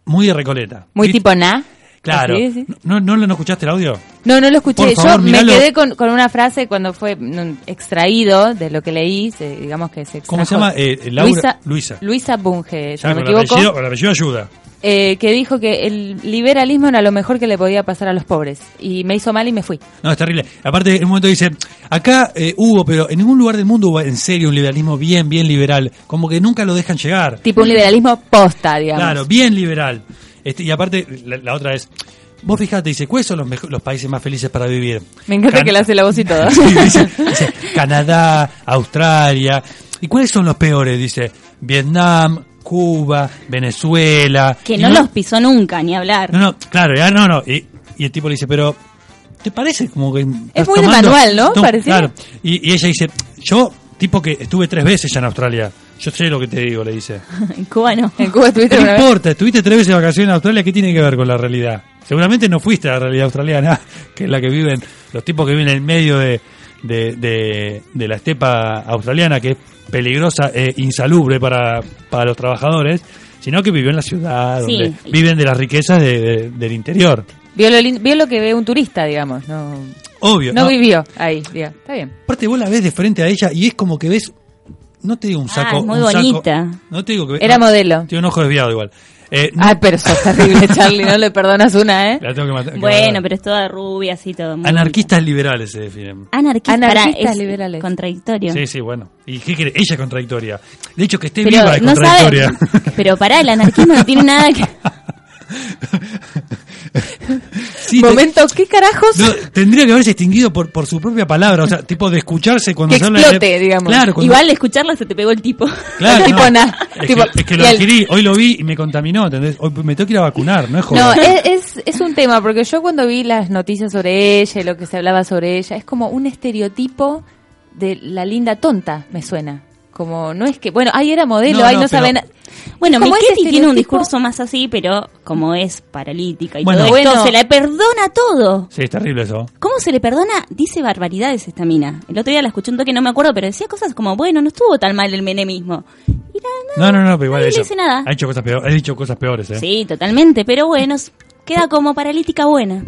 C: muy de recoleta.
D: Muy
C: ¿Sí?
D: tipo na.
C: Claro.
D: Así, Ah, sí.
C: ¿No, no, no escuchaste el audio?
D: No, no lo escuché.
C: Por favor,
D: Yo
C: míralo.
D: me quedé con, con una frase cuando fue mm, extraído de lo que leí, se- digamos que se
C: ¿Cómo se
D: extrajo.
C: llama? Eh, eh, Laura- Luisa.
D: Luisa Bunge, Eh, si
C: Ya,
D: no me
C: con el apellido,
D: equivoco,
C: con el apellido ayuda.
D: eh, que dijo que el liberalismo era lo mejor que le podía pasar a los pobres. Y me hizo mal y me fui.
C: No, es terrible. Aparte, en un momento dice, acá eh, hubo, pero en ningún lugar del mundo hubo en serio un liberalismo bien, bien liberal. Como que nunca lo dejan llegar.
D: Tipo un liberalismo posta, digamos.
C: Claro, bien liberal. Este, y aparte, la, la otra es, vos fijate, dice, ¿cuáles son los, mejo- los países más felices para vivir?
D: Me encanta
C: Can-
D: que le hace la voz y todo.
C: (laughs) Sí, dice, dice, Canadá, Australia. ¿Y cuáles son los peores? Dice, Vietnam, Cuba, Venezuela.
E: Que
C: Y
E: no, los pisó nunca, ni hablar.
C: No, no, claro, ya no, no. Y, y el tipo le dice, pero ¿te parece como que... estás
D: muy de manual, ¿no? Pareciera.
C: Claro. Y, y ella dice, yo, tipo que estuve tres veces ya en Australia. Yo sé lo que te digo, le dice.
E: (laughs) En Cuba no.
D: En Cuba estuviste
C: No
D: una vez.
C: importa, estuviste tres veces de vacaciones en Australia, ¿qué tiene que ver con la realidad? Seguramente no fuiste a la realidad australiana, (laughs) que es la que viven los tipos que viven en el medio de, de, de- de la estepa australiana, que es peligrosa e insalubre para, para los trabajadores, sino que vivió en la ciudad,
E: Sí.
C: donde viven de las riquezas de- de- del interior.
D: Vio lo, lin- vio lo que ve un turista, digamos. No,
C: Obvio.
D: no
C: ¿no?
D: vivió ahí, diga. Está bien.
C: Aparte vos la ves de frente a ella y es como que ves, no te digo un
E: Ah,
C: saco...
E: es muy
C: un saco-
E: bonita.
C: no te digo que
D: Era
C: no,
D: modelo.
C: Tiene un ojo desviado igual. Eh, no-
D: Ay, pero
C: (laughs)
D: sos terrible, Charlie. No le perdonas una, ¿eh?
C: la tengo que matar- que
E: Bueno,
C: matar.
E: pero es toda rubia, así todo. muy
C: Anarquistas liberales se definen.
E: bonita. Anarquista,
D: Anarquistas
E: pará, es
D: liberales.
E: Contradictorio.
C: Sí, sí, bueno. ¿Y qué quiere? Ella es contradictoria. De hecho, que esté viva
E: Pero
C: es
E: no sabe.
C: contradictoria. (laughs)
D: (laughs)
E: (laughs) Pero pará, el anarquismo no tiene nada que.
C: Sí, te-
D: Momento, ¿qué carajos?
C: no, tendría que haberse extinguido por, por su propia palabra. O sea, tipo de escucharse cuando
D: Que
C: se habla de-
D: explote, digamos.
C: Claro, cuando-
E: Igual escucharla se te pegó el tipo.
C: Claro,
D: tipo
C: no.
D: nada.
C: Es,
D: Tipo,
C: que, es que lo
D: y el-
C: adquirí, hoy lo vi y me contaminó, ¿entendés? Hoy me tengo que ir a vacunar, no es joder.
D: No, es, es, es un tema, porque yo cuando vi las noticias sobre ella y lo que se hablaba sobre ella, es como un estereotipo de la linda tonta, me suena. Como, no es que, bueno, ahí era modelo,
C: No,
D: ahí
C: no,
D: no,
C: pero-
D: saben.
E: Bueno,
D: Como ese
E: Michetti tiene un
D: estereotipo-
E: discurso más así, pero como es paralítica y
C: Bueno.
E: todo esto,
D: Bueno.
E: se la perdona todo.
C: Sí, es terrible eso.
E: ¿Cómo se le perdona? Dice barbaridades esta mina. El otro día la escuché un toque, no me acuerdo, pero decía cosas como, bueno, no estuvo tan mal el menemismo. Y la-
C: No, no, no, pero igual
E: nadie
C: ella
E: le dice nada.
C: Ha hecho cosas peores, ha dicho cosas peores, ¿eh?
E: Sí, totalmente, pero bueno, s- queda como paralítica buena.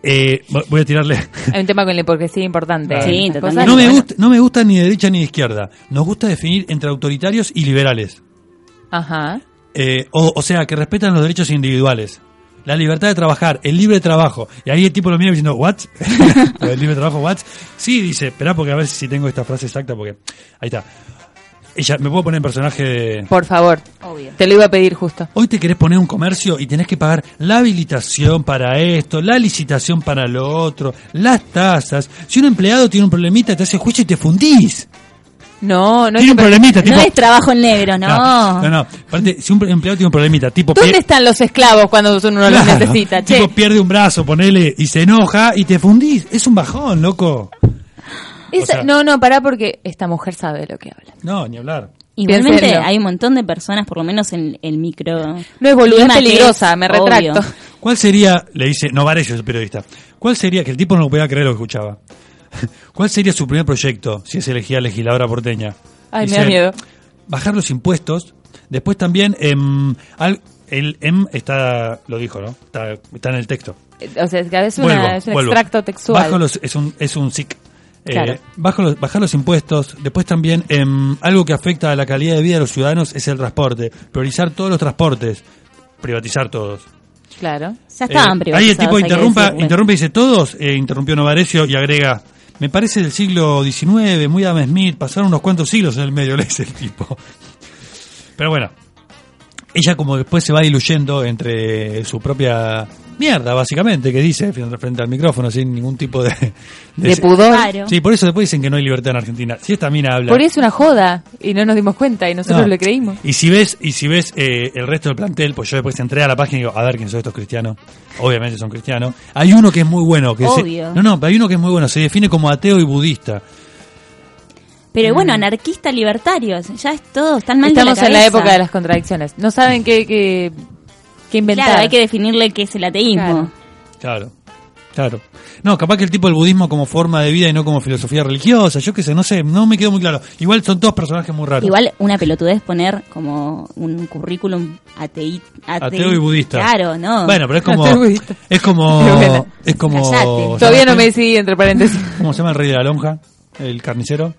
C: Eh, vo- voy a tirarle. (laughs)
D: Hay un tema con la hipocresía importante.
E: Sí,
D: Esas
C: No
E: totalmente. Dale,
C: me,
E: bueno.
C: gusta, no me gusta ni de derecha ni de izquierda. Nos gusta definir entre autoritarios y liberales.
D: Ajá.
C: Eh, o, o sea, que respetan los derechos individuales. La libertad de trabajar, el libre trabajo. Y ahí el tipo lo mira diciendo, ¿what? (laughs) Lo del libre trabajo, ¿what? Sí, dice, esperá porque a ver si tengo esta frase exacta porque... Ahí está. Ella, me puedo poner en personaje de...
D: Por favor.
E: Obvio.
D: Te lo iba a pedir justo.
C: Hoy te querés poner un comercio y tenés que pagar la habilitación para esto, la licitación para lo otro, las tasas. Si un empleado tiene un problemita, te hace juicio y te fundís.
D: No, no es
C: tiene un
D: que-
C: problemita, tipo...
E: No es trabajo en negro, no.
C: no, no, no. Aparte, si un empleado tiene un problemita, tipo...
D: ¿Dónde
C: pie-
D: están los esclavos cuando uno los
C: Claro.
D: necesita? Che,
C: Tipo, pierde un brazo, ponele, y se enoja y te fundís. Es un bajón, loco.
D: Esa-
C: o sea-
D: no, no, pará porque esta mujer sabe lo que habla.
C: No, ni hablar.
E: Igualmente
D: Piénsenlo.
E: hay un montón de personas, por lo menos en el micro.
D: No es boluda, es
E: clima que
D: peligrosa, me
E: obvio.
D: retracto.
C: ¿Cuál sería, le dice Novarecio, el periodista, cuál sería, que el tipo no lo podía creer lo que escuchaba, (laughs) cuál sería su primer proyecto si es elegida legisladora porteña?
D: Ay, me da miedo.
C: Bajar los impuestos, después también, em, al- el M está, lo dijo, ¿no? Está, está en el texto.
D: Eh, O sea, es que a veces
C: Vuelvo,
D: una- es un
C: vuelvo.
D: extracto textual.
C: Bajo los- es un, es un SIC. Eh,
D: Claro.
C: bajo los, bajar los impuestos, después también em, algo que afecta a la calidad de vida de los ciudadanos es el transporte, priorizar todos los transportes, privatizar todos.
D: Claro.
E: Ya estaban
C: Eh, ahí el
E: privatizados,
C: tipo
E: hay que
C: interrumpa,
E: decirlo.
C: interrumpe y dice todos, eh, interrumpió Novarecio y agrega, me parece del siglo XIX, muy Adam Smith, pasaron unos cuantos siglos en el medio, (laughs) le dice el tipo. Pero bueno, ella como después se va diluyendo entre su propia mierda, básicamente, que dice frente al micrófono sin ningún tipo de...
D: De pudor.
E: Claro.
C: Sí, por eso después dicen que no hay libertad en Argentina. Si esta mina habla...
D: Por eso una joda. Y no nos dimos cuenta y nosotros
C: No.
D: le creímos.
C: Y si ves, y si ves eh, el resto del plantel, pues yo después entré a la página y digo, a ver quiénes son estos cristianos. Obviamente son cristianos. Hay uno que es muy bueno, que se-
E: Obvio.
C: no, no, pero hay uno que es muy bueno, se define como ateo y budista.
E: Pero bueno, anarquistas libertarios, ya es todo, están mal de
D: Mm. Estamos en la
E: cabeza.
D: época de las contradicciones. No saben qué, qué, qué inventar.
E: Claro, hay que definirle qué es el ateísmo.
D: Claro.
C: Claro. Claro. No, capaz que el tipo del budismo como forma de vida y no como filosofía religiosa. Yo qué sé, no sé, no me quedó muy claro. Igual son todos personajes muy raros.
E: Igual una pelotudez poner como un currículum atei, atei-
C: Ateo y budista.
E: Claro, ¿no?
C: Bueno,
E: (laughs)
C: pero es como.
D: Ateo y budista.
C: Es
D: Pero
C: como.
D: bueno.
C: Es como.
E: Callate.
D: Todavía no me decidí, entre paréntesis.
C: (laughs) ¿Cómo se llama el rey de la lonja? El carnicero.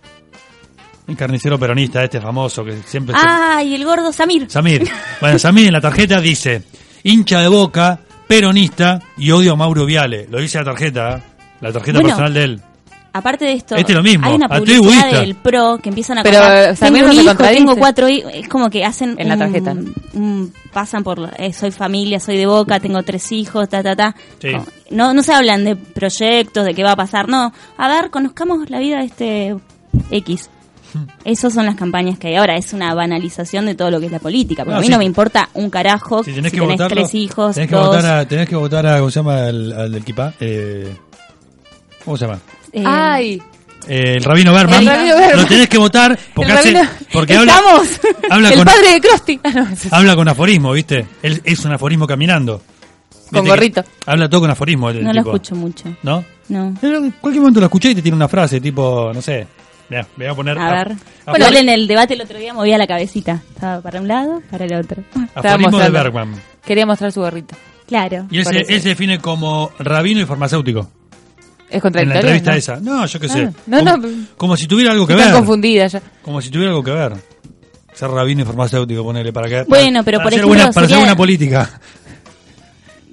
C: El carnicero peronista, este famoso que siempre. se-
E: Ah, y el gordo Samir.
C: Samir. Bueno, Samir en la tarjeta dice: hincha de boca, peronista y odio a Mauro Viale. Lo dice la tarjeta, ¿eh? la tarjeta
E: Bueno,
C: personal de él.
E: Aparte de esto,
C: Este es lo mismo,
E: hay una
C: ateo y
E: publicidad
C: budista.
E: del pro que empiezan a
D: Pero,
E: contar,
D: Samir
E: tengo
D: no
E: un
D: se
E: hijo,
D: contradice.
E: tengo cuatro hijos, es como que hacen
D: En la
E: un-
D: tarjeta.
E: un- pasan por, la- eh, soy familia, soy de Boca, tengo tres hijos, ta, ta, ta.
C: Sí.
E: Como- No, no se hablan de proyectos, de qué va a pasar, no. A ver, conozcamos la vida de este
C: (laughs)
E: X. Esas son las campañas que hay ahora, es una banalización de todo lo que es la política. Porque
C: No,
E: a mí
C: sí.
E: no me importa un carajo si tenés,
C: votarlo,
E: tres hijos,
C: tenés que
E: dos,
C: votar a, tenés que votar a ¿cómo se llama? Al, al del Kipá. Eh, ¿Cómo se llama?
E: eh,
D: Ay,
C: Eh, el Rabino Berman.
D: El Rabino Berman.
C: Lo tenés que votar porque,
D: el
C: hace-
D: rabino-
C: porque habla,
D: estamos.
C: habla
D: el
C: con-
D: padre de Krusty. Ah, no, eso es-
C: habla con aforismo, ¿viste? Él es un aforismo caminando.
D: Con
C: Viste que
D: gorrito.
C: Habla todo con aforismo. el
E: no lo
C: tipo,
E: escucho mucho.
C: ¿No?
E: No.
C: En cualquier momento lo escuché y te tiene una frase tipo, no sé. Mirá, me voy a poner.
E: A ver.
C: af-
E: bueno,
C: afor-
E: él en el debate el otro día movía la cabecita. Estaba para un lado, para el otro.
D: Estaba
C: aforismo de
D: mostrando.
C: Bergman.
D: Quería mostrar su gorrito.
E: Claro.
C: Y él se,
E: parece.
C: él se define como rabino y farmacéutico.
D: Es
C: En la
D: contradictorio.
C: entrevista
D: ¿no?
C: esa. No, yo qué sé.
D: Ah, no,
C: como,
D: no, pero-
C: como si tuviera algo que
D: Estoy
C: ver.
D: tan confundida ya.
C: Como si tuviera algo que ver. Ser rabino y farmacéutico, ponerle para que.
E: Bueno, pero
C: para
E: por
C: hacer
E: ejemplo,
C: buena- para hacer
E: sería-
C: buena política.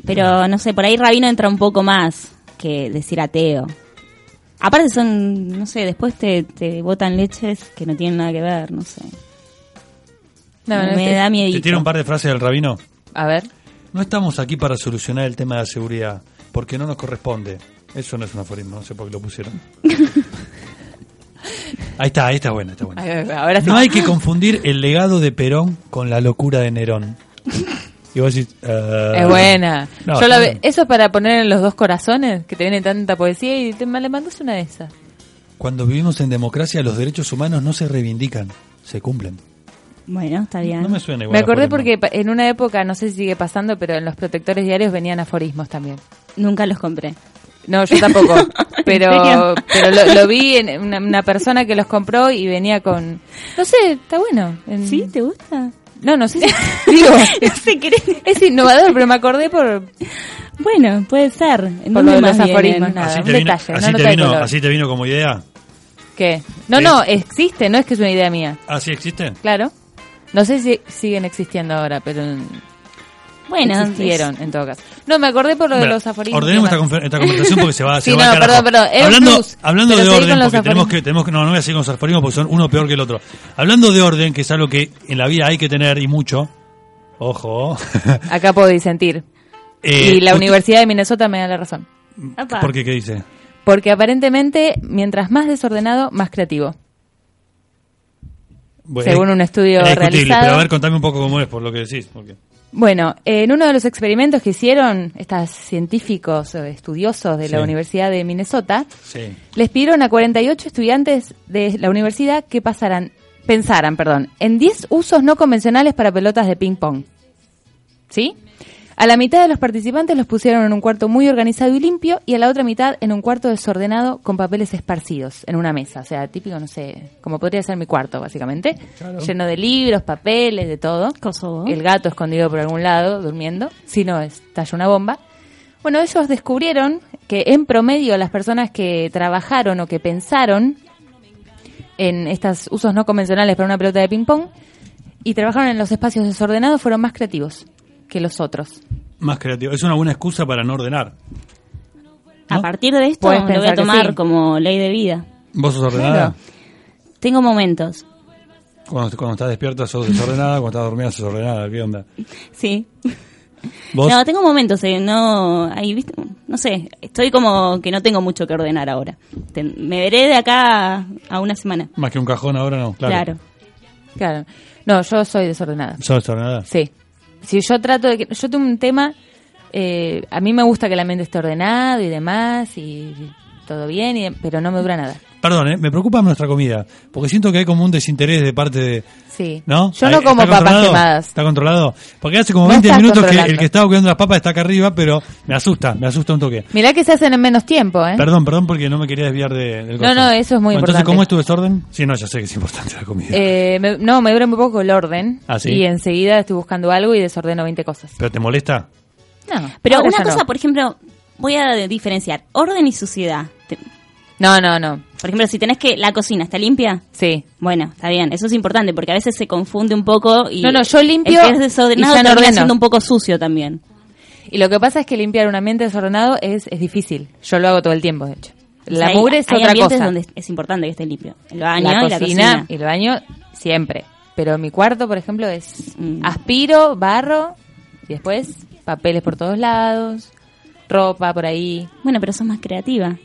E: Pero no sé, por ahí Rabino entra un poco más que decir ateo. Aparte son, Mm, no sé, después te, te botan leches que no tienen nada que ver, no sé.
D: No, no,
E: Me
D: es-
E: da miedo.
C: Te tiro un par de frases del rabino.
D: A ver.
C: No estamos aquí para solucionar el tema de la seguridad, porque no nos corresponde. Eso no es un aforismo, no sé por qué lo
D: (laughs)
C: pusieron. ahí está, ahí está buena, está buena.
D: Ay, ay, ay, Ahora sí.
C: No hay que confundir el legado de Perón con la locura de Nerón. Y vos decís, eh,
D: Es buena.
C: No,
D: Yo la
C: está
D: ve-
C: bien.
D: Eso es para poner en los dos corazones, que te viene tanta poesía y te me le mandas una de esas.
C: Cuando vivimos en democracia, los derechos humanos no se reivindican, se cumplen.
E: Bueno, está bien.
C: No me suena igual.
D: Me acordé
C: aforismo.
D: porque pa- en una época, no sé si sigue pasando, pero en los protectores diarios venían aforismos también.
E: Nunca los compré.
D: No, yo tampoco.
E: (laughs) ¿En
D: Pero,
E: serio?
D: pero lo, lo vi en una, una persona que los compró y venía con. No sé, está bueno. En-
E: ¿Sí? ¿Te gusta?
D: No, no sé. si- (laughs) digo,
E: (laughs) no sé, ¿querés?
D: es innovador, pero me acordé por.
E: Bueno, puede ser. ¿En
D: Por
E: dónde
D: lo de
E: más
D: los
E: vienen?
D: aforismos, nada.
C: Así
D: un
C: te, vino, así
D: detalle, una
C: te
D: nota de
C: vino-
D: color.
C: así Eh, te vino como idea.
D: ¿Qué? No,
C: Sí.
D: no, existe, no es que es una idea mía.
C: Ah, sí existe.
D: Claro. No sé si siguen existiendo ahora, pero en-
E: Bueno,
D: existieron en todo caso. No, me acordé
C: (laughs)
D: por lo de
C: Bueno,
D: los aforismos.
C: Ordenemos
D: y
C: esta,
D: demás.
C: confer- esta conversación porque se
D: (laughs)
C: va, se
D: Sí,
C: va
D: no,
C: al carajo.
D: perdón, perdón, era un
C: Hablando,
D: plus,
C: hablando
D: pero
C: de
D: seguí con
C: orden,
D: los
C: porque tenemos
D: aforismos.
C: que, tenemos que, no, no voy a seguir con los aforismos porque son uno peor que el otro. Hablando de orden, que es algo que en la vida hay que tener y mucho,
D: (laughs)
C: ojo, (laughs)
D: Acá puedo disentir.
C: Eh,
D: y la
C: usted-
D: Universidad de Minnesota me da la razón.
E: Apa.
C: ¿Por qué qué dice?
D: Porque aparentemente, mientras más desordenado, más creativo.
C: Bueno,
D: Según un estudio
C: era discutible,
D: realizado-
C: Pero a ver, contame un poco cómo es por lo que decís. Porque...
D: Bueno, en uno de los experimentos que hicieron estos científicos eh, estudiosos de la
C: Sí.
D: Universidad de Minnesota,
C: Sí.
D: les pidieron a 48 estudiantes de la universidad que pasaran, pensaran, perdón, en 10 usos no convencionales para pelotas de ping pong. ¿Sí? A la mitad de los participantes los pusieron en un cuarto muy organizado y limpio y a la otra mitad en un cuarto desordenado con papeles esparcidos en una mesa, o sea, típico, no sé, como podría ser mi cuarto básicamente, lleno de libros, papeles, de todo.
E: Kosovo.
D: El gato escondido por algún lado, durmiendo. Si no, estalla una bomba. Bueno, ellos descubrieron que en promedio las personas que trabajaron o que pensaron en estos usos no convencionales para una pelota de ping-pong y trabajaron en los espacios desordenados fueron más creativos que los otros.
C: Más creativo. Es una buena excusa para no ordenar.
E: A
C: ¿No?
E: partir de esto
D: Puedes
E: lo voy
D: pensar
E: a
D: que
E: tomar
D: sí.
E: como ley de vida.
C: ¿Vos sos ordenada?
E: Tengo momentos.
C: Cuando, cuando estás despierta sos desordenada, cuando estás dormida sos ordenada. ¿Qué onda?
E: Sí.
C: ¿Vos?
E: No, tengo momentos, eh, no, ahí, ¿viste? no sé, estoy como que no tengo mucho que ordenar ahora. Ten- me veré de acá a, a una semana.
C: Más que un cajón ahora no. Claro.
E: Claro.
D: Claro. No, yo soy desordenada.
C: ¿Sos desordenada?
D: Sí. Si yo trato de que. Yo tengo un tema. eh, a mí me gusta que la mente esté ordenada y demás. Y todo bien, y- pero no me dura nada.
C: Perdón, ¿eh? me preocupa nuestra comida, porque siento que hay como un desinterés de parte de...
D: Sí.
C: ¿No?
D: Yo
C: Ahí-
D: no como
C: ¿está
D: papas
C: controlado?
D: quemadas.
C: ¿Está controlado? Porque hace como
D: No
C: 20
D: estás
C: minutos que
D: controlando.
C: el que estaba cuidando las papas está acá arriba, pero me asusta, me asusta un toque.
D: Mirá que se hacen en menos tiempo, ¿eh?
C: Perdón, perdón, porque no me quería desviar de- del
D: No,
C: coso.
D: no, eso es muy
C: Bueno, Entonces,
D: importante.
C: ¿cómo es tu desorden? Sí, no, ya sé que es importante la comida.
D: Eh, me- no, me dura muy poco el orden.
C: Ah, ¿sí?
D: Y enseguida estoy buscando algo y desordeno 20 cosas.
C: ¿Pero te molesta?
D: No,
E: Pero
D: ahora
E: una
D: ya no.
E: cosa, por ejemplo, voy a diferenciar orden y suciedad. Te-
D: No, no, no.
E: Por ejemplo, si tenés que la cocina está limpia,
D: Sí.
E: bueno, está bien, eso es importante porque a veces se confunde un poco y
D: No, no, yo limpio
E: el que es desordenado
D: y ya no
E: termina
D: ordeno.
E: siendo un poco sucio también.
D: Y lo que pasa es que limpiar un ambiente desordenado es, es difícil. Yo lo hago todo el tiempo, de hecho. La
E: O sea,
D: mugre
E: hay,
D: es
E: hay
D: otra
E: ambientes
D: cosa.
E: donde es importante que esté limpio, el baño
D: la
E: y la
D: cocina
E: cocina.
D: y el baño siempre. Pero mi cuarto, por ejemplo, es
E: Mm.
D: aspiro, barro y después papeles por todos lados, ropa por ahí.
E: Bueno, pero sos más creativa.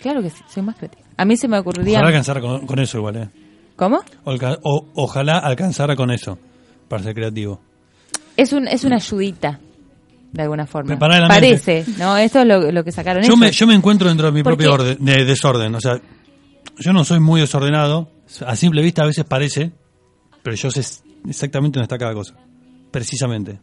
D: Claro que sí, soy más creativa. A mí se me ocurriría...
C: Ojalá alcanzara con, con eso igual, ¿eh?
D: ¿Cómo?
C: Olca- o- ojalá alcanzara con eso, para ser creativo.
D: Es, un, es una ayudita, de alguna forma.
C: Preparar el ambiente.
D: Parece, ¿no? Esto es lo, lo que sacaron
C: Yo
D: ellos.
C: me, yo me encuentro dentro de mi
E: Porque-
C: propio orden, de desorden. O sea, yo no soy muy desordenado. A simple vista a veces parece, pero yo sé exactamente dónde está cada cosa. Precisamente.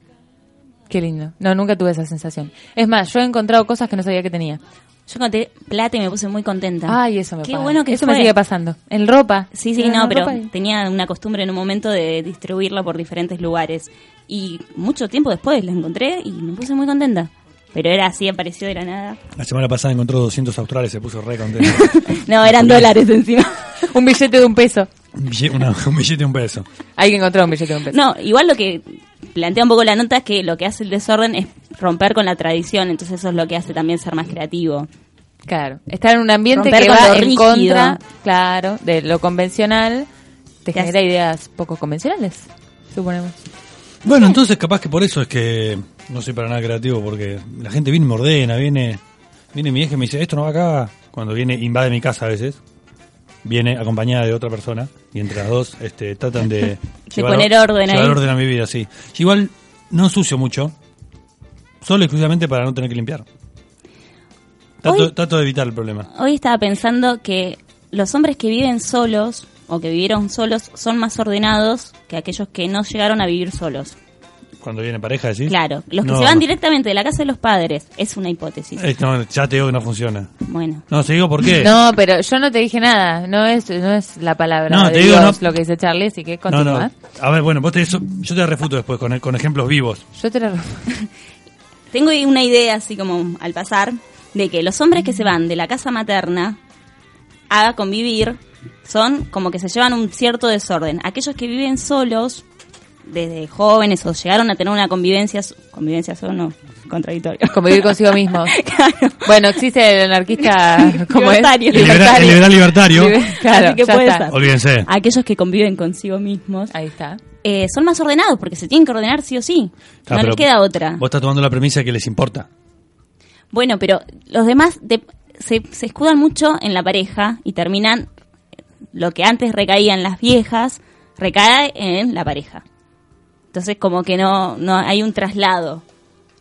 D: Qué lindo. No, nunca tuve esa sensación. Es más, yo he encontrado cosas que no sabía que tenía.
E: Yo conté plata y me puse muy contenta.
D: Ay, eso me
E: Qué
D: pasa.
E: bueno que
D: Eso me
E: fue.
D: sigue pasando. En ropa.
E: Sí, sí,
D: Pero
E: no,
D: en
E: pero
D: ropa y-
E: tenía una costumbre en un momento de distribuirla por diferentes lugares. Y mucho tiempo después la encontré y me puse muy contenta. Pero era así, apareció de la nada. (laughs)
C: La semana pasada encontró 200 australes, se puso re contento. (laughs)
E: No, eran dólares encima.
D: Un billete de un peso.
C: un, bille- una- un billete y un peso.
D: Hay que encontrar un billete de un peso.
E: No, igual lo que plantea un poco la nota es que lo que hace el desorden es romper con la tradición, entonces eso es lo que hace también ser más creativo.
D: Claro. Estar en un ambiente
E: Romper
D: que
E: con
D: va
E: lo
D: en
E: rígido.
D: contra, claro, de lo convencional. Te
E: Te hace-
D: genera ideas poco convencionales, suponemos.
C: Bueno, entonces capaz que por eso es que no soy para nada creativo, porque la gente viene y me ordena, viene, viene mi vieja y me dice, esto no va acá. Cuando viene, invade mi casa a veces, viene acompañada de otra persona, y entre las dos este, tratan de,
E: (laughs) poner orden
C: llevar
E: ahí.
C: orden a mi vida, sí. Yo igual no ensucio mucho, solo exclusivamente para no tener que limpiar. Trato,
E: Hoy-
C: trato de evitar el problema.
E: Hoy estaba pensando que los hombres que viven solos o que vivieron solos son más ordenados que aquellos que no llegaron a vivir solos.
C: Cuando viene pareja, decís.
E: Claro, los que
C: No.
E: se van directamente de la casa de los padres, es una hipótesis.
C: Eh, no, ya te digo que no funciona.
E: Bueno,
C: No, te digo por
E: (laughs)
C: qué.
D: No, pero yo no te dije nada. No es, no es la palabra
C: No,
D: de
C: te digo,
D: Dios
C: no.
D: lo que dice Charlie, así que
C: no,
D: continúa.
C: no. A ver, bueno, vos te, eso- yo te refuto después con, con ejemplos vivos.
D: Yo te la...
E: (laughs) tengo una idea así como al pasar de que los hombres que se van de la casa materna a convivir son como que se llevan un cierto desorden. Aquellos que viven solos desde jóvenes o llegaron a tener una convivencia, convivencia solo no, contradictorio.
D: Convivir consigo mismo.
E: (laughs) Claro.
D: Bueno, existe
E: (laughs)
D: el anarquista como es
E: Libertario.
C: El liberal, el liberal libertario.
D: Liber- Claro,
E: Así que
D: ya
E: puede
D: está.
E: ser.
C: Olvídense.
E: Aquellos que conviven consigo mismos
D: Ahí está.
E: eh, son más ordenados porque se tienen que ordenar sí o sí.
C: Ah,
E: no
C: pero
E: les queda otra.
C: Vos estás tomando la premisa que les importa.
E: Bueno, pero los demás de- se, se escudan mucho en la pareja y terminan lo que antes recaía en las viejas, recae en la pareja. Entonces, como que no, no hay un traslado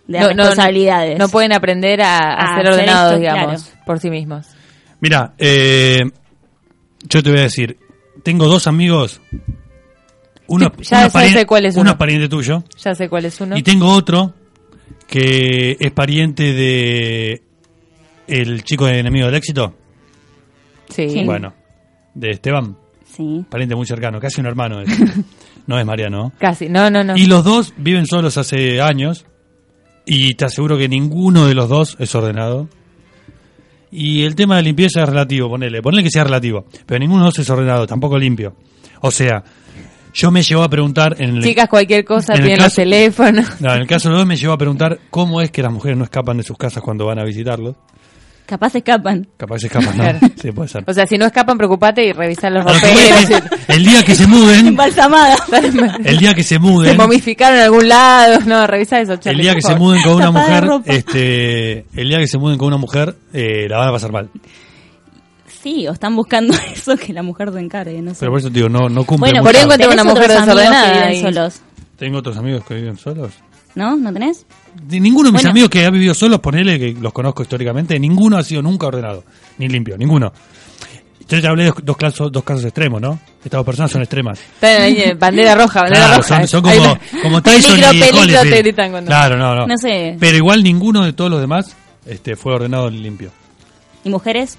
E: de responsabilidades.
D: No, pueden aprender a, a
E: A
D: ser
E: Ah, hacer
D: ordenados,
E: esto,
D: digamos, por sí mismos.
C: Mira, eh, yo te voy a decir, tengo dos amigos. Uno,
D: Sí, ya
C: uno
D: sé- sé cuál es uno.
C: es pariente tuyo.
D: Ya sé cuál es uno.
C: Y tengo otro que es pariente de el chico de enemigo del éxito.
D: Sí.
E: Sí.
C: Bueno, de Esteban,
E: Sí.
C: pariente muy cercano, casi un hermano. es. no es Mariano.
D: Casi. No, no, no.
C: Y los dos viven solos hace años. Y te aseguro que ninguno de los dos es ordenado. Y el tema de limpieza es relativo, ponele. Ponele que sea relativo. Pero ninguno de los dos es ordenado, tampoco limpio. O sea, yo me llevo a preguntar. En el,
D: Chicas, cualquier cosa,
C: en el
D: tienen los
C: caso-
D: teléfonos.
C: No, en el caso de los dos me llevo a preguntar cómo es que las mujeres no escapan de sus casas cuando van a visitarlos.
E: (laughs) Capaz escapan.
C: Capaz se escapan, ¿no?
D: Claro.
C: Sí, puede ser. Ah,
D: O sea, si no escapan, preocupate y revisar los
C: A lo que voy
D: papeles. (laughs)
C: es que el día que se muden,
E: Embalsamada.
C: el día que se
D: Se
C: muden,
D: momificaron en algún lado. No, revisa eso,
C: El
D: Charlie,
C: día
D: por
C: que se
D: favor.
C: muden con una
E: Tapada de
C: mujer,
E: ropa.
C: este, el día que se muden con una mujer, eh, la van a pasar mal.
E: Sí, o están buscando (laughs) eso que la mujer se encargue, no sé.
C: Pero por eso te digo, no, no cumple.
D: Bueno,
C: mucho.
D: por ahí encuentro
E: ¿Tenés
D: una mujer
E: otros amigos que
D: desordenada
E: viven
D: y-
E: solos.
C: Tengo otros amigos que viven solos.
E: ¿No? ¿No tenés?
C: De ninguno de mis
E: Bueno.
C: amigos que ha vivido solos, ponele que los conozco históricamente, ninguno ha sido nunca ordenado, ni limpio, ninguno. Yo ya hablé de dos, casos, dos casos extremos, ¿no? Estas dos personas son extremas.
D: Está en la- eh, bandera roja, bandera
C: Claro,
D: roja.
C: son, son
D: Ahí
C: como,
D: está. (laughs)
C: como Tyson
D: Peligro,
C: y
D: peligro,
C: Holyfield.
D: te gritan cuando-
C: Claro, no, no.
E: No sé.
C: Pero igual ninguno de todos los demás este, fue ordenado ni limpio.
E: ¿Y mujeres?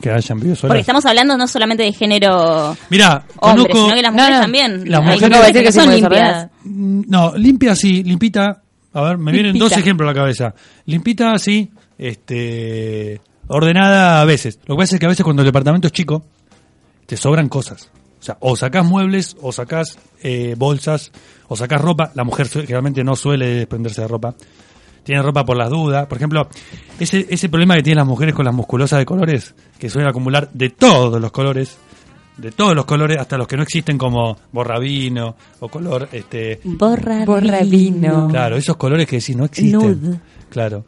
C: Que hayan vivido
E: Porque
C: solos.
E: estamos hablando no solamente de género
C: Mirá,
E: hombre,
C: conozco...
E: sino que las
D: No,
E: mujeres
D: no.
E: también.
C: Las
E: Hay
C: mujeres-
D: No, va a decir que sí,
E: son
D: muy
E: limpias.
D: desordenada.
C: Mm, No, limpia así, limpita. A ver, me vienen
E: Limpita.
C: dos ejemplos a la cabeza. Limpita así, este, ordenada a veces. Lo que pasa es que a veces cuando el departamento es chico, te sobran cosas. O sea, o sacás muebles, o sacás eh, bolsas, o sacás ropa. La mujer su- generalmente no suele desprenderse de ropa. Tiene ropa por las dudas. Por ejemplo, ese, ese problema que tienen las mujeres con las musculosas de colores, que suelen acumular de todos los colores, de todos los colores, hasta los que no existen como borrabino o color este,
E: Borra,
D: Borra vino.
C: Claro, esos colores que decís no existen.
E: Nude.
C: Claro.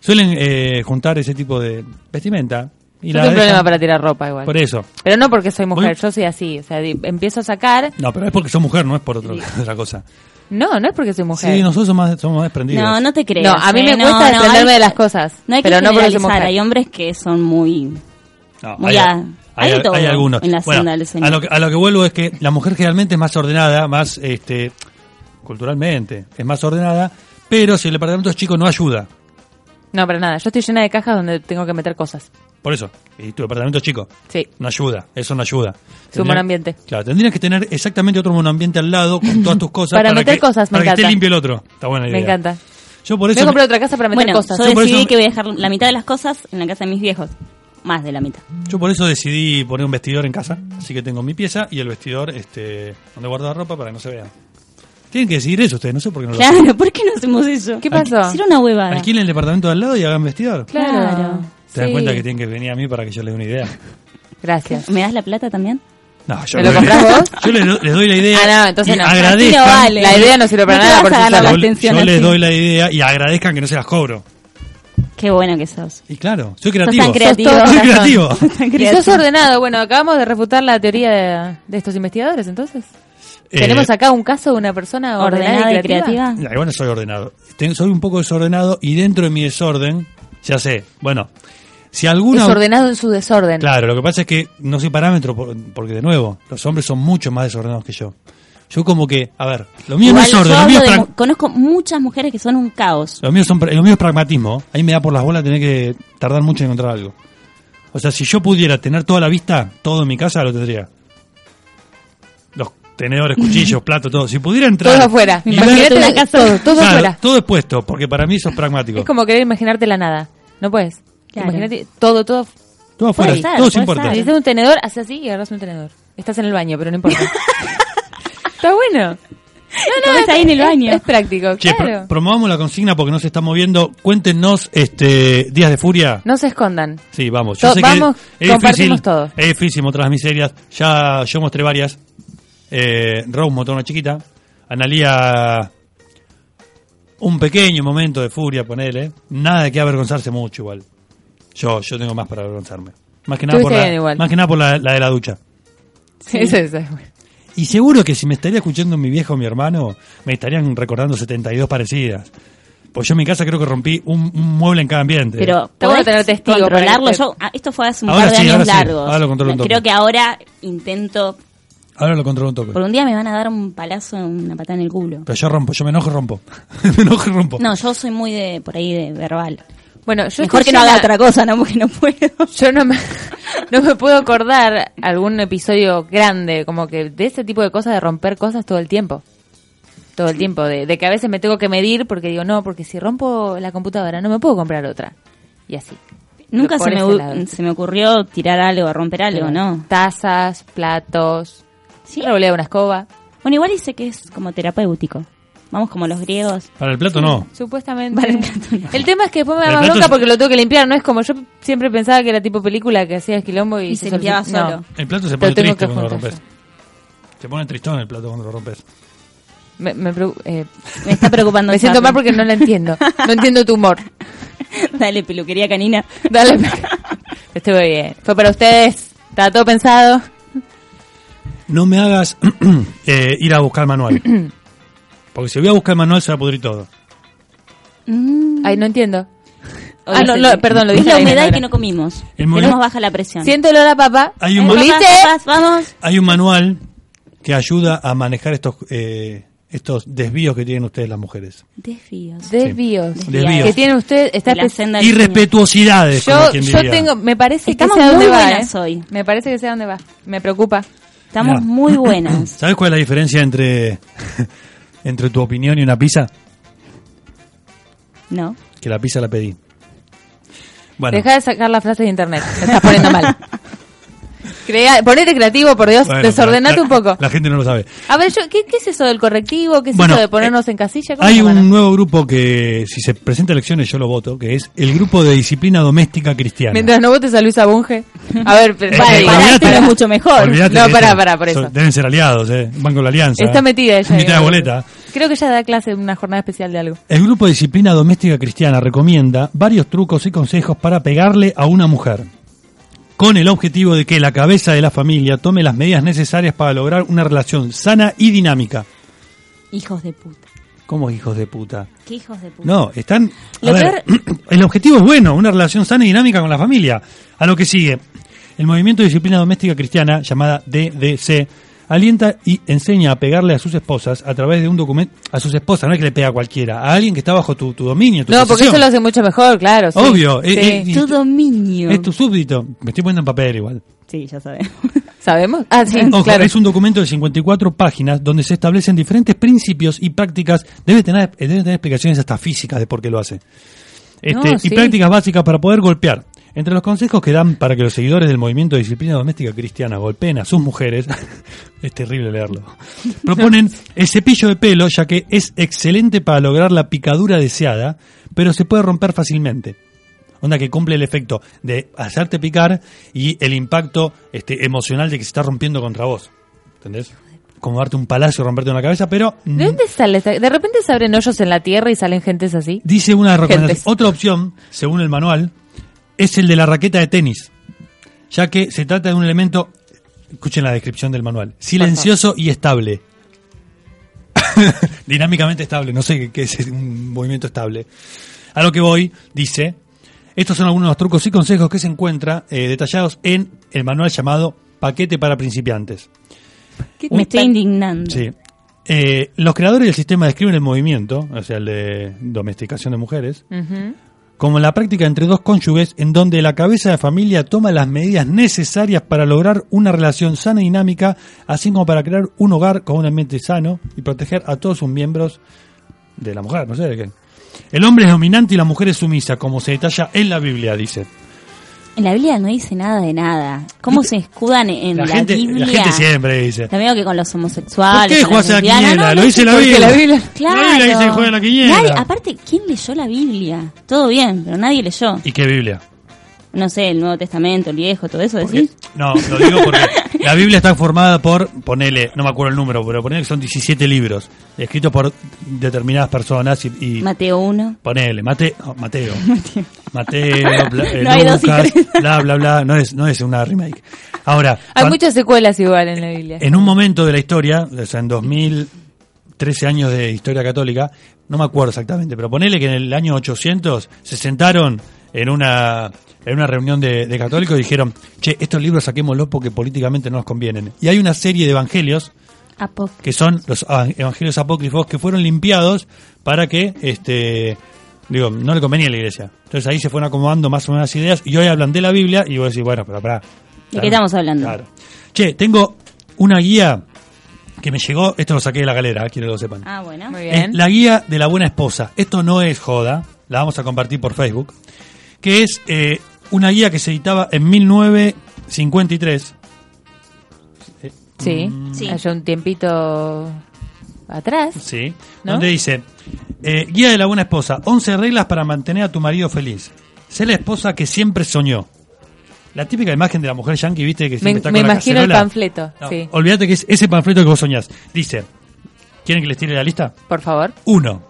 C: Suelen eh, juntar ese tipo de vestimenta. Y
D: Yo
C: la
D: tengo
C: dejan-
D: un problema para tirar ropa igual.
C: Por eso.
D: Pero no porque soy mujer,
C: Voy-
D: yo soy así. O sea, di- empiezo a sacar.
C: No, pero es porque sos mujer, no es por otro- (laughs) otra cosa.
D: No, no es porque soy mujer.
C: Sí, nosotros somos más, somos más desprendidos.
E: No, no te creas.
D: No, a mí
E: eh,
D: me cuesta desprenderme
E: hay-
D: de las cosas,
E: No hay que
D: pero no porque soy
E: generalizar,
D: mujer.
E: Hay hombres que son muy...
C: No,
E: Muy a- hay de todo
C: algunos.
E: en la
C: Bueno,
E: senda del señor.
C: A, lo que, a lo que vuelvo es que la mujer generalmente es más ordenada, más este culturalmente, es más ordenada, pero si el departamento es chico no ayuda.
D: No, para nada. Yo estoy llena de cajas donde tengo que meter
E: (laughs)
D: cosas.
C: Por eso, y tu departamento es chico.
D: Sí.
C: No ayuda, eso no ayuda.
D: Es un monoambiente.
C: Claro, tendrías que tener exactamente otro monoambiente al lado con todas tus cosas.
D: (laughs) Para meter
C: que,
D: cosas, me
C: para que
D: encanta.
C: esté limpio el otro. Está buena idea.
D: Me encanta.
C: Yo por
D: Voy
C: eso.
D: a comprar otra casa para meter
E: Bueno,
D: cosas.
E: yo
C: Yo por
E: decidí
C: eso-
E: que voy a dejar la mitad de las cosas en la casa de mis viejos. Más de la mitad.
C: Yo por eso decidí poner un vestidor en casa, así que tengo mi pieza y el vestidor este donde guardo la ropa para que no se vea. Tienen que decidir eso ustedes, no sé por qué no lo hacen.
D: (laughs)
E: Claro, ¿por qué no hacemos eso?
D: ¿Qué pasó?
E: Hicieron una huevada.
C: Alquilen el departamento de al lado y hagan vestidor.
D: Claro.
C: ¿Se dan
D: Sí.
C: cuenta que tienen que venir a mí para que yo les dé una idea?
D: Gracias.
E: ¿Me das la plata también?
C: No, yo
D: ¿Me lo
C: les doy-
D: comprás vos?
C: Yo les, do- les doy la idea.
D: Ah, no, entonces
C: y
D: no.
E: Así
C: Agradezcan,
E: no vale.
D: La idea no sirve para
E: te
D: nada
E: vas
D: por
E: a
D: sí
E: ganar la
D: sola.
C: yo,
E: atención
C: yo les
E: así.
C: doy la idea y agradezcan que no se las cobro.
E: Qué bueno que sos.
C: Y claro, soy
E: Sos
C: creativo.
E: tan creativo.
D: todo
C: soy
D: corazón.
C: creativo.
E: Tan (laughs)
D: Y
E: creativo.
D: sos ordenado. Bueno, acabamos de refutar la teoría de, de estos investigadores, entonces.
C: Eh,
D: Tenemos acá un caso de una persona ordenada,
E: ordenada
D: y creativa.
C: (laughs) Mira, bueno, soy ordenado. Ten- soy un poco desordenado y dentro de mi desorden, ya sé, bueno, si alguna...
D: Desordenado en su desorden.
C: Claro, lo que pasa es que no soy parámetro por- porque, de nuevo, los hombres son mucho más desordenados que yo. Yo como que, a ver, lo mío
E: Igual
C: no es orden,
E: yo
C: lo
E: hablo
C: mío, es
E: de
C: pra-
E: mu- Conozco muchas mujeres que son un caos.
C: lo mío son pra- lo mío es pragmatismo. Ahí me da por las bolas tener que tardar mucho en encontrar algo. O sea, si yo pudiera tener toda la vista, todo en mi casa lo tendría. Los tenedores, cuchillos, platos, todo. Si pudiera entrar...
D: Todo afuera.
C: y ver-
D: Imagínate la casa. Todo, todo
C: Claro,
D: afuera.
C: todo expuesto, porque para mí eso es pragmático.
D: Es como querer imaginarte la nada. No puedes.
E: Claro.
D: Imagínate todo, todo.
C: Todo afuera,
E: Puede ser,
C: todo se
E: puede
C: importa.
E: ser.
D: Necesitas un tenedor, haces así y agarras un tenedor. Estás en el baño, pero
C: (laughs)
D: no importa. Está bueno.
E: No, está ahí en el baño.
D: Es, es práctico,
C: Che, pro-
D: claro.
C: promovamos la consigna porque no se está moviendo. Cuéntenos este días de furia.
D: No se escondan.
C: Sí, vamos. Yo
D: To-
C: sé
D: vamos,
C: que es difícil,
D: compartimos todo.
C: es difícil mostrar las miserias. Ya yo mostré varias. Eh, Rose mostró una chiquita. Analía un pequeño momento de furia, ponele. Nada de que avergonzarse mucho igual. Yo, yo tengo más para avergonzarme. Más que nada por,
D: Estuviste
C: la,
D: bien igual.
C: Más que nada por la, la de la ducha.
D: Eso, eso es bueno.
C: Y seguro que si me estaría escuchando mi viejo o mi hermano, me estarían recordando 72 parecidas. Pues yo en mi casa creo que rompí un, un mueble en cada ambiente.
E: Pero
D: Está
E: podés
D: bueno tener testigo para este.
E: controlarlo.
D: que te-
E: Yo, ah, esto fue hace un
C: Ahora
E: par de
C: sí, ahora
E: años
C: sí.
E: largos.
C: Ahora lo controlo un toque.
E: Creo que ahora intento.
C: Ahora lo controlo un toque.
E: Por un día me van a dar un palazo, una patada en el culo.
C: Pero yo rompo, yo me enojo y rompo. (laughs) me enojo y rompo.
E: No, yo soy muy de por ahí de verbal.
D: Bueno, yo
E: Mejor
D: estoy
E: que no haga
D: llena-
E: otra cosa, no, porque no puedo.
D: Yo no me, (laughs) no me puedo acordar algún episodio grande, como que de ese tipo de cosas, de romper cosas todo el tiempo. Todo el tiempo, de, de que a veces me tengo que medir porque digo, no, porque si rompo la computadora no me puedo comprar otra. Y así.
E: Nunca
D: Por
E: se me,
D: ese
E: u-
D: lado.
E: se me ocurrió tirar algo, romper algo, ¿no?
D: Tazas, platos,
E: Sí.
D: la volea de una escoba.
E: Bueno, igual dice que es como terapéutico. Vamos como los griegos.
C: Para el plato no.
D: Supuestamente.
E: Vale, el plato no.
D: El tema es que después me
C: El
D: da más
C: plato
D: bronca
C: es-
D: porque lo tengo que limpiar. No es como yo siempre pensaba que era tipo película que hacías quilombo y,
E: Y se limpiaba
D: solucion- no.
E: solo.
C: El plato se
D: Lo
C: pone
D: tengo
C: triste
D: que
C: cuando lo
D: juntar
C: rompes. Se pone tristón el plato cuando lo rompes.
D: Me, me preu- eh,
E: Me está preocupando.
D: (laughs) me siento
E: Charlie.
D: mal porque no la entiendo. No entiendo tu humor.
E: (laughs) Dale, peluquería canina.
D: Dale. Estuvo bien. Fue para ustedes. Estaba todo pensado.
C: (clears throat)
D: (clears throat)
C: No me hagas eh, ir a buscar el manual. Porque si voy a buscar el manual se va a pudrir todo.
D: Ay, no entiendo.
E: O
D: Ah, no,
E: dice
D: no,
E: que-
D: perdón, lo
E: es
D: dije
E: la
D: la
E: humedad y
D: ignorante.
E: que Mm. no comimos.
C: El mono-
E: Tenemos baja la presión. ¿Eh,
D: Siento el olor a papá.
C: Hay un
E: Papás,
C: manual,
D: ¿Ulises?
E: papás, vamos.
C: hay un manual que ayuda a manejar estos eh, estos desvíos que tienen ustedes las mujeres.
E: Desvíos.
D: Desvíos.
C: Desvíos.
D: Que tiene usted, está
E: De la
D: espe-
E: senda del Señor.
C: Irrespetuosidades, como
D: Yo,
C: quien
D: yo
C: diría.
D: tengo, me parece
E: Estamos
D: que sé a dónde
E: muy
D: va.
E: buenas
D: ¿eh?
E: hoy.
D: Me parece que sé a dónde va. Me preocupa.
E: Estamos
C: Mirá. (laughs)
E: muy buenas.
C: ¿Sabes cuál es la diferencia entre (laughs) entre tu opinión y una pizza?
E: No.
C: Que la pizza la pedí. (laughs) Bueno,
D: Deja de sacar las frases de internet. Me estás poniendo
C: (laughs)
D: mal. Crea, ponete creativo, por Dios.
C: bueno,
D: Desordenate
C: la-
D: un poco.
C: La gente no lo sabe.
D: A ver, yo, ¿qué, qué es eso del correctivo? ¿Qué es
C: Bueno,
D: eso de ponernos
C: eh,
D: en casilla? ¿Cómo
C: Hay
D: se llama?
C: un nuevo grupo que, si se presenta a elecciones, yo lo voto, que es el Grupo de Disciplina Doméstica Cristiana.
D: Mientras no votes a Luisa Bunge. A ver, pero-
C: Eh,
D: pará,
C: eh,
D: pará,
C: olvídate.
D: pero es mucho mejor.
C: Olvídate
D: no,
C: que
D: pará,
C: esto-
D: pará, por eso.
C: son- Deben ser aliados, ¿eh? Van con la alianza.
D: Está metida ella.
C: Mitad de
D: eh.
C: boleta.
D: Creo que ella da clase en una jornada especial de algo.
C: El Grupo de Disciplina Doméstica Cristiana recomienda varios trucos y consejos para pegarle a una mujer, con el objetivo de que la cabeza de la familia tome las medidas necesarias para lograr una relación sana y dinámica.
E: Hijos de puta.
C: ¿Cómo hijos de puta?
E: ¿Qué hijos de puta?
C: No, están. a
E: Lo
C: ver, (clears throat) el objetivo es bueno, una relación sana y dinámica con la familia. A lo que sigue, el movimiento de disciplina doméstica cristiana, llamada DDC, alienta y enseña a pegarle a sus esposas a través de un documento. A sus esposas, no es que le pega a cualquiera, a alguien que está bajo tu, tu dominio. Tu
D: No, porque
C: posesión.
D: eso lo hace mucho mejor, claro. sí.
C: Obvio,
D: Sí.
C: eh, eh,
E: Tu dominio.
C: Es tu súbdito. Me estoy poniendo en papel igual.
E: Sí, ya sabemos.
D: (laughs) ¿Sabemos? Ah, sí,
C: Ojo,
D: claro.
C: es un documento de 54 páginas donde se establecen diferentes principios y prácticas. Debe tener, eh, debe tener explicaciones hasta físicas de por qué lo hace. Este,
D: No,
C: Y
D: sí.
C: prácticas básicas para poder golpear. Entre los consejos que dan para que los seguidores del movimiento de disciplina doméstica cristiana golpeen a sus
D: (laughs)
C: mujeres, es terrible leerlo, proponen el cepillo de pelo ya que es excelente para lograr la picadura deseada, pero se puede romper fácilmente. Onda que cumple el efecto de hacerte picar y el impacto este, emocional de que se está rompiendo contra vos. ¿Entendés? Como darte un palacio, romperte una cabeza, pero... mm,
D: ¿De dónde sale esta- De repente se abren hoyos en la tierra y salen gentes así.
C: Dice una recomendación.
D: Gentes.
C: Otra opción, según el manual, es el de la raqueta de tenis, ya que se trata de un elemento, escuchen la descripción del manual, silencioso y estable. (laughs) Dinámicamente estable, no sé qué- qué es un movimiento estable. A lo que voy, dice, estos son algunos de los trucos y consejos que se encuentra eh, detallados en el manual llamado Paquete para principiantes.
E: Me estoy indignando.
C: Sí. Eh, los creadores del sistema describen el movimiento, o sea, el de domesticación de mujeres,
D: Mm-hmm.
C: como la práctica entre dos cónyuges en donde la cabeza de familia toma las medidas necesarias para lograr una relación sana y dinámica, así como para crear un hogar con un ambiente sano y proteger a todos sus miembros de la mujer, no sé de qué. El hombre es dominante y la mujer es sumisa, como se detalla en la Biblia, dice.
E: En la Biblia no dice nada de nada. ¿Cómo se escudan en la,
C: la, gente,
E: Biblia?
C: la gente siempre dice.
E: Lo mismo que con los
C: ¿Por
E: homosexuales.
C: qué
E: con las
C: jugás a la
E: lesbianas.
C: quiniela?
E: No, no,
C: Lo
E: no
C: dice la
D: porque
C: Biblia.
D: la Biblia-
E: Claro.
C: La Biblia dice que juega a la quiniela.
E: Nadie- aparte, ¿quién leyó la Biblia? Todo bien, pero nadie leyó.
C: ¿Y qué Biblia?
E: No sé, el Nuevo Testamento, el Viejo, todo eso,
C: Porque-
E: ¿decís?
C: No, lo digo porque la Biblia está formada por, ponele, no me acuerdo el número, pero ponele que son 17 libros, escritos por determinadas personas y, y
E: Mateo 1.
C: ponele, Mate, no,
E: (laughs)
C: Mateo, Mateo, bla- eh,
E: No hay dos y
C: Lucas,
E: tres.
C: bla, bla, bla, no es, no es una remake. Ahora,
D: Hay
C: cuan-
D: muchas secuelas igual en la Biblia.
C: en un momento de la historia, o sea, en 2013 años de historia católica, no me acuerdo exactamente, pero ponele que en el año 800 se sentaron en una en una reunión de, de católicos y dijeron, che, estos libros saquémoslos porque políticamente no nos convienen. Y hay una serie de evangelios
D: Ah,
E: Apócrifo.
C: que son los ah, evangelios apócrifos que fueron limpiados para que este digo no le convenía a la iglesia entonces ahí se fueron acomodando más o menos las ideas y hoy hablan de la Biblia y vos decís bueno pero pará
E: ¿De qué estamos hablando?
C: claro che tengo una guía que me llegó esto lo saqué de la galera eh, quiero que lo sepan
E: Ah, bueno.
D: Muy
C: es
D: bien.
C: la guía de la buena esposa. Esto no es joda, la vamos a compartir por Facebook. Que es eh, una guía que se editaba en 1953.
D: Sí.
E: Sí.
D: Hace un tiempito atrás.
C: Sí.
D: ¿No?
C: Donde dice, eh, guía de la buena esposa, 11 reglas para mantener a tu marido feliz. Sé la esposa que siempre soñó. La típica imagen de la mujer yankee, viste, que siempre
D: Me-
C: está
D: me
C: con la
D: imagino el
C: cacerola.
D: panfleto, sí.
C: Olvídate que es ese panfleto que vos soñás. Dice, ¿quieren que les tire la lista?
D: Por favor.
C: Uno,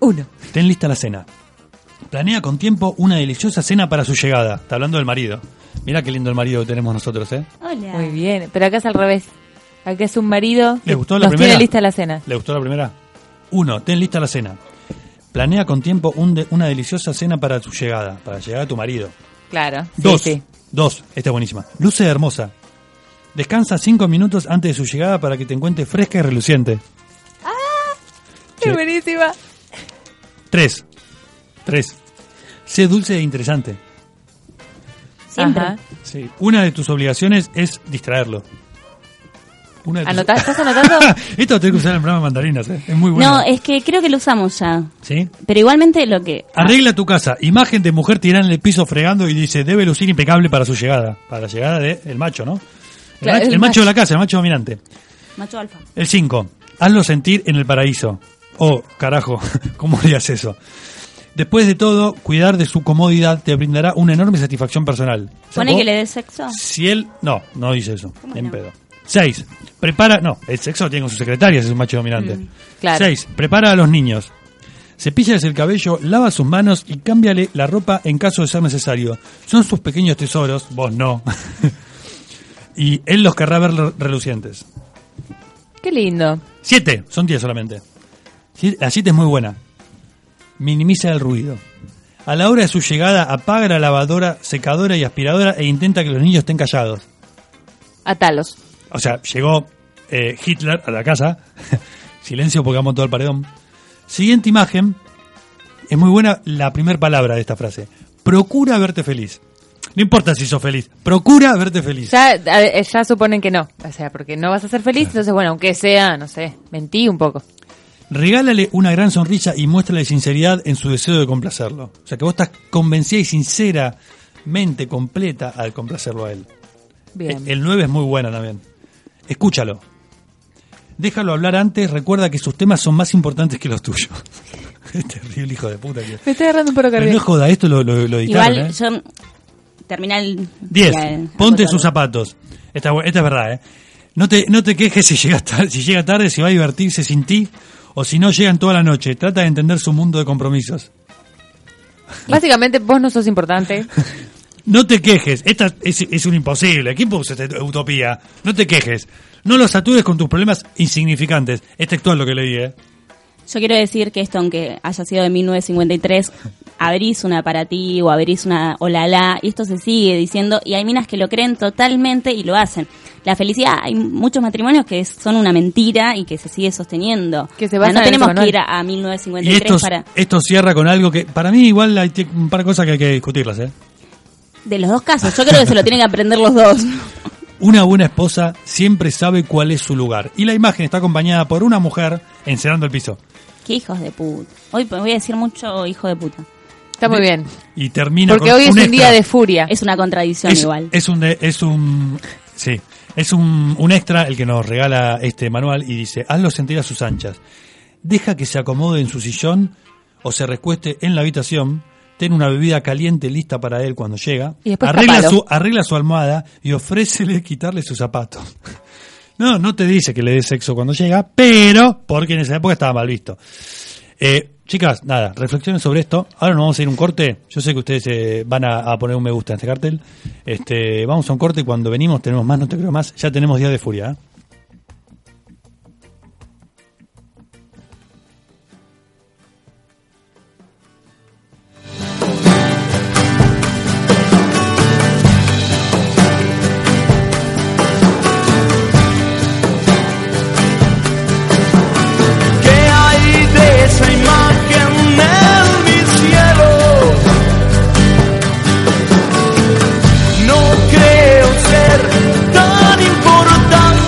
D: Uno.
C: ten lista la cena. Planea con tiempo una deliciosa cena para su llegada. Está hablando del marido. Mirá qué lindo el marido que tenemos nosotros, ¿eh?
E: Hola.
D: Muy bien. Pero acá es al revés. Acá es un marido.
C: ¿Le
D: que
C: gustó la
D: nos
C: primera?
D: tiene lista la cena.
C: ¿Le gustó la primera? 1. Ten lista la cena. Planea con tiempo un de- una deliciosa cena para tu llegada, para llegar a tu marido.
D: Claro. sí,
C: Dos.
D: sí.
C: Dos. Esta es buenísima. Luce hermosa. Descansa cinco minutos antes de su llegada para que te encuentre fresca y reluciente.
D: Ah, Qué buenísima.
C: Tres. Tres. Sé dulce e interesante.
E: Siempre.
D: Ajá.
C: Sí. Una de tus obligaciones es distraerlo. Una de tus-
D: ¿Anotás? ¿Estás anotando?
C: (laughs) Esto lo tengo que usar en el programa de mandarinas, eh. es muy bueno.
E: No, es que creo que lo usamos ya.
C: ¿Sí?
E: Pero igualmente lo que...
C: Arregla tu casa. Imagen de mujer tirada en el piso fregando y dice, debe lucir impecable para su llegada. Para la llegada del macho, ¿no? El,
D: Claro,
C: macho,
D: el
C: el macho
D: macho.
C: de la casa, el macho dominante.
E: Ah, Macho alfa.
C: El 5. Hazlo sentir en el paraíso. Oh, carajo, (laughs) ¿cómo harías eso? Después de todo, cuidar de su comodidad te brindará una enorme satisfacción personal. O sea,
E: ¿Pone
C: vos-
E: que le dé sexo?
C: Si él. No, no dice eso.
E: ¿Cómo
C: ni en
E: no?
C: pedo. 6. Prepara. No, el sexo tiene con su secretaria, si es un macho dominante.
E: Mm,
C: 6.
D: claro.
C: Prepara a los niños. Cepillas el cabello, lava sus manos y cámbiale la ropa en caso de ser necesario. Son sus pequeños tesoros, vos no. (laughs) y él los querrá ver re- relucientes.
D: Qué lindo.
C: 7. Son 10 solamente. Sí, La 7 es muy buena. Minimiza el ruido. A la hora de su llegada, apaga la lavadora, secadora y aspiradora e intenta que los niños estén callados.
D: Atalos.
C: O sea, llegó eh, Hitler a la casa. (laughs) Silencio porque vamos todo el paredón. Siguiente imagen. Es muy buena la primera palabra de esta frase. Procura verte feliz. No importa si sos feliz. Procura verte feliz.
D: Ya, a ver, ya suponen que no. O sea, porque no vas a ser feliz, entonces, bueno, aunque sea, no sé, mentí
C: (laughs)
D: un poco.
C: Regálale una gran sonrisa y muéstrale sinceridad en su deseo de complacerlo. O sea, que vos estás convencida y sinceramente completa al complacerlo a él.
D: Bien.
C: El 9 es muy buena también. Escúchalo. Déjalo hablar antes, recuerda que sus temas son más importantes que los tuyos. (laughs) es terrible, hijo de puta. Que...
D: Me estoy agarrando un paro
C: Pero no
D: cardíaco.
C: joda, esto lo, lo, lo editaron,
E: Igual
C: ¿eh?
E: yo... Termina el...
C: 10.
E: ya,
C: Ponte
E: agotado.
C: sus zapatos. Esta, bu- esta es verdad, ¿eh? No te, no te quejes si llega, tarde, si llega tarde, si va a divertirse sin ti o si no llegan toda la noche. Trata de entender su mundo de compromisos.
D: Básicamente, vos no sos importante.
C: No te quejes. Esta es, es un imposible. ¿Quién puso esta utopía? No te quejes. No los satures con tus problemas insignificantes. Es textual lo que leí, ¿eh?
E: Yo quiero decir que esto, aunque haya sido de 1953, abrís una para ti o abrís una olala, y esto se sigue diciendo, y hay minas que lo creen totalmente y lo hacen. La felicidad, hay muchos matrimonios que es- son una mentira y que se sigue sosteniendo.
D: Que se
E: O sea,
D: basan en
E: no tenemos
D: ese
E: que ir
D: manual.
E: a, a
C: Y
E: 1953
C: esto,
E: para...
C: esto cierra con algo que, para mí, igual hay t- un par de cosas que hay que discutirlas, ¿eh?
E: De los dos casos, yo creo que se lo tienen que aprender
C: (laughs)
E: los dos.
C: Una buena esposa siempre sabe cuál es su lugar. Y la imagen está acompañada por una mujer encerando el piso.
E: Qué hijos de puta. Hoy voy a decir mucho hijo de puta.
D: Está muy bien.
C: Y termina
D: Porque
C: con
D: hoy es un
C: extra.
D: día de furia.
E: Es una contradicción
C: es,
E: igual.
C: es un de- es un sí, es un, un extra el que nos regala este manual y dice, "Hazlo sentir a sus anchas. Deja que se acomode en su sillón o se recueste en la habitación." Ten una bebida caliente lista para él cuando llega.
D: Y después
C: arregla
D: tapalo.
C: su, arregla su almohada y ofrécele quitarle sus zapatos. (laughs) No, no te dice que le dé sexo cuando llega, pero porque en esa época estaba mal visto. Eh, chicas, nada, reflexiones sobre esto. Ahora nos vamos a ir a un corte. Yo sé que ustedes eh, van a, a poner un me gusta en este cartel. Este, vamos a un corte y cuando venimos tenemos más, no te creo más. Ya tenemos Día de Furia. ¿eh?
F: ¿Qué hay de esa imagen en mi cielo? No creo ser tan importante.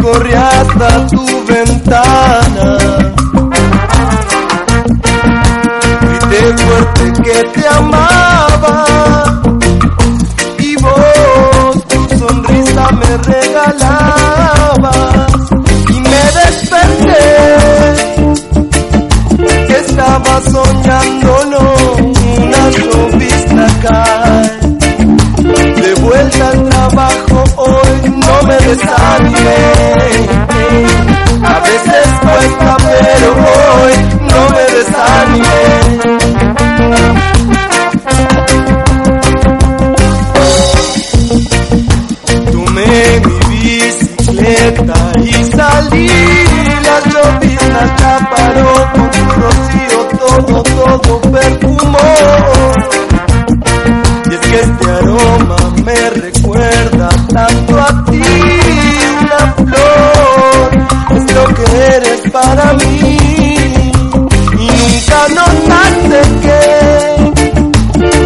J: borreada tu ventana. Grité fuerte que te amaba y vos tu sonrisa me regalabas y me desperté que estaba soñándolo una llovizna cae de vuelta al trabajo hoy no me desanimé. A veces cuesta, pero hoy no me desanimé. Tomé mi bicicleta y salí. La llovizna ya paró con su rocío, todo, todo perfumó. Y es que este aroma me recuerda tanto a ti, una flor, es lo que eres para mí. Y nunca notaste que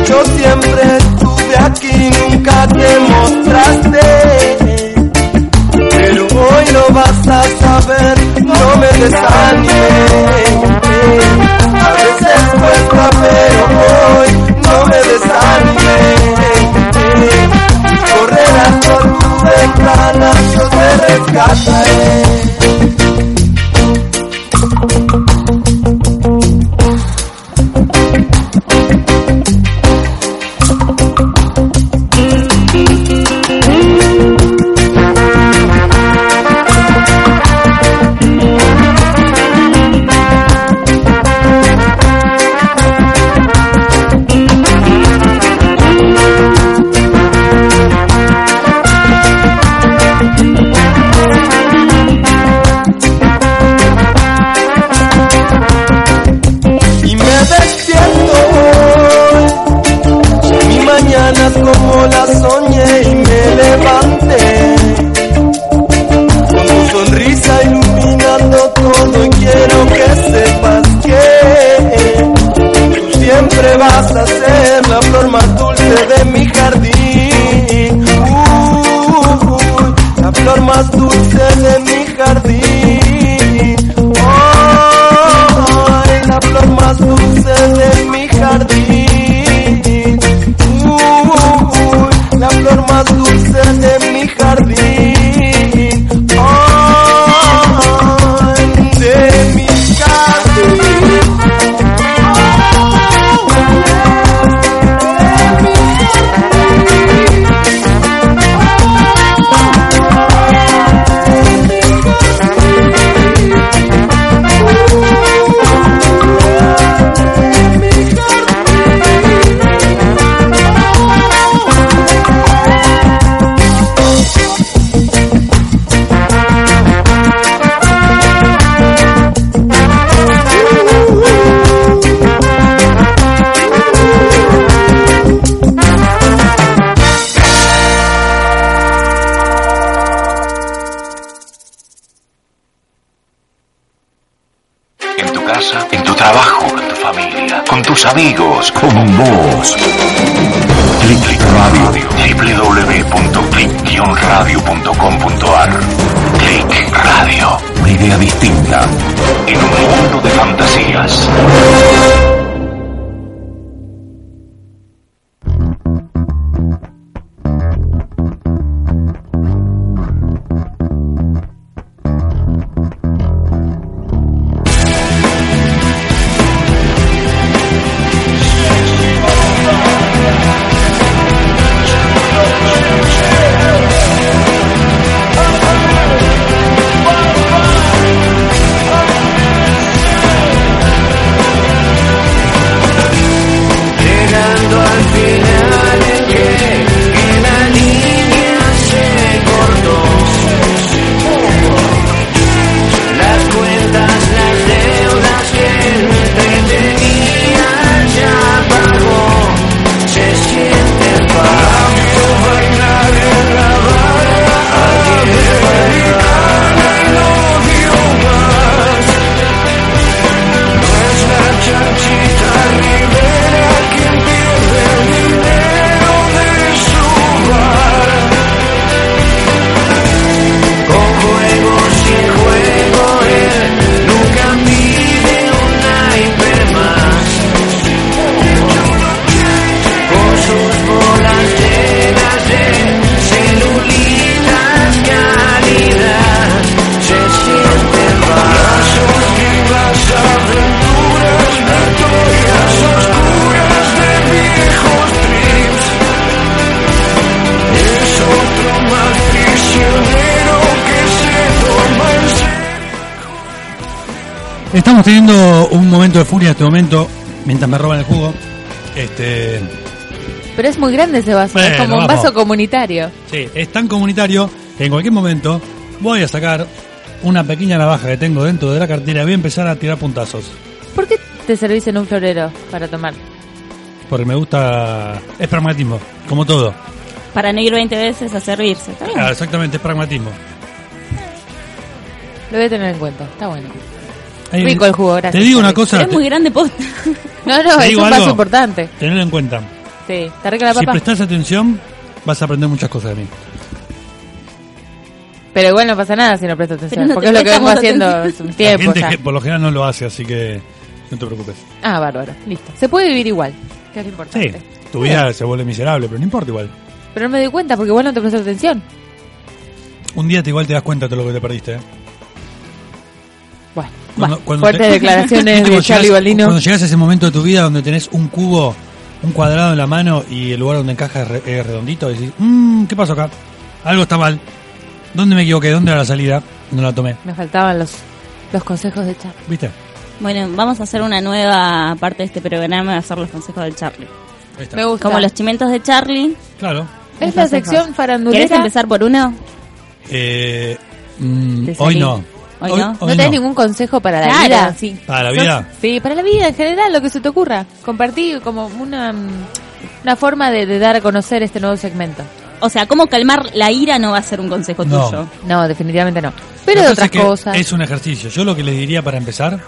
J: yo siempre estuve aquí, nunca te mostraste. Pero hoy lo vas a saber, no me desanimes. A veces cuesta, pero hoy no me desanimes. Correrás por tu ventana, yo te rescataré. y me despierto hoy. Mi mañana es como la soñé y me levanté. Con tu sonrisa iluminando todo y quiero que sepas que tú siempre vas a ser la flor más dulce de mi jardín. Uy, la flor más dulce de mi jardín. Ay, la flor más dulce de mi jardín. Uy, la flor más dulce de mi jardín. Ay, de mi jardín.
I: En tu casa, en tu trabajo, con tu familia, con tus amigos, con vos. Clic Clic Radio. www.clic-radio.com.ar Clic Radio. Una idea distinta en un mundo de fantasías.
C: Estamos teniendo un momento de furia en este momento, mientras me roban el jugo. Este,
D: Pero es muy grande ese vaso, es
C: Bueno,
D: como un
C: vamos.
D: vaso comunitario.
C: sí, es tan comunitario que en cualquier momento voy a sacar una pequeña navaja que tengo dentro de la cartera y voy a empezar a tirar puntazos.
D: ¿Por qué te servís en un florero para tomar?
C: Porque me gusta... Es pragmatismo, como todo.
E: Para no ir 20 veces a servirse.
D: Ah.
E: Está bien.
C: Claro, exactamente, es pragmatismo.
D: Lo voy a tener en cuenta, está bueno.
C: Ahí-
D: Rico el jugo,
C: Te
D: gracias.
C: digo una
D: Rico.
C: cosa,
E: Pero es muy grande post.
D: (laughs) No, no,
C: Te
D: es
C: digo
D: un vaso
C: algo.
D: importante.
C: tener en cuenta.
D: Sí, te arregla la
C: Si
D: papa.
C: prestás atención, vas a aprender muchas cosas de mí.
D: Pero igual no pasa nada si no prestas atención,
E: Pero no
D: porque es
E: te
D: lo que vengo
E: prestamos
D: haciendo hace
E: atención.
D: un
C: La
D: tiempo
C: gente
D: ya.
C: que por lo general no lo hace, así que no te preocupes.
D: Ah, bárbaro, listo. Se puede vivir igual, que es lo
C: Sí,
D: importante.
C: tu vida se vuelve miserable, pero no importa igual.
D: Pero no me doy cuenta porque igual no te prestas atención.
C: Un día te igual te das cuenta de lo que te perdiste. ¿eh?
D: Bueno,
C: Cuando-
D: bueno,
C: cuando
D: fuertes
C: te- (laughs)
D: declaraciones
C: Cuando
D: de
C: llegas-
D: Charlie Baldino.
C: Cuando llegas a ese momento de tu vida donde tenés un cubo, un cuadrado en la mano y el lugar donde encaja es, re- es redondito, decís, mmm, ¿qué pasó acá? Algo está mal. ¿Dónde me equivoqué? ¿Dónde era la salida? No la tomé.
D: Me faltaban los, los consejos de Charlie.
C: ¿Viste?
E: Bueno, vamos a hacer una nueva parte de este programa, va a hacer los consejos del Charlie.
C: Ahí está.
D: Me gusta.
E: Como los chimentos de Charlie.
C: Claro.
D: es la sección
E: ¿Querés
D: farandulera.
E: empezar por uno?
C: Eh, mm,
D: Te salí.
C: hoy no.
E: Hoy no.
D: ¿No tenés ningún consejo para la
E: Claro,
D: vida?
E: sí.
C: Para la vida.
D: Sí, para la vida en general, lo que se te ocurra. Compartí como una, mm, una forma de, de dar a conocer este nuevo segmento.
E: O sea, cómo calmar la ira no va a ser un consejo
C: No.
E: tuyo.
D: No, definitivamente no. Pero de
C: Lo que pasa
D: otras
C: es que
D: cosas.
C: Es un ejercicio. Yo lo que les diría para empezar.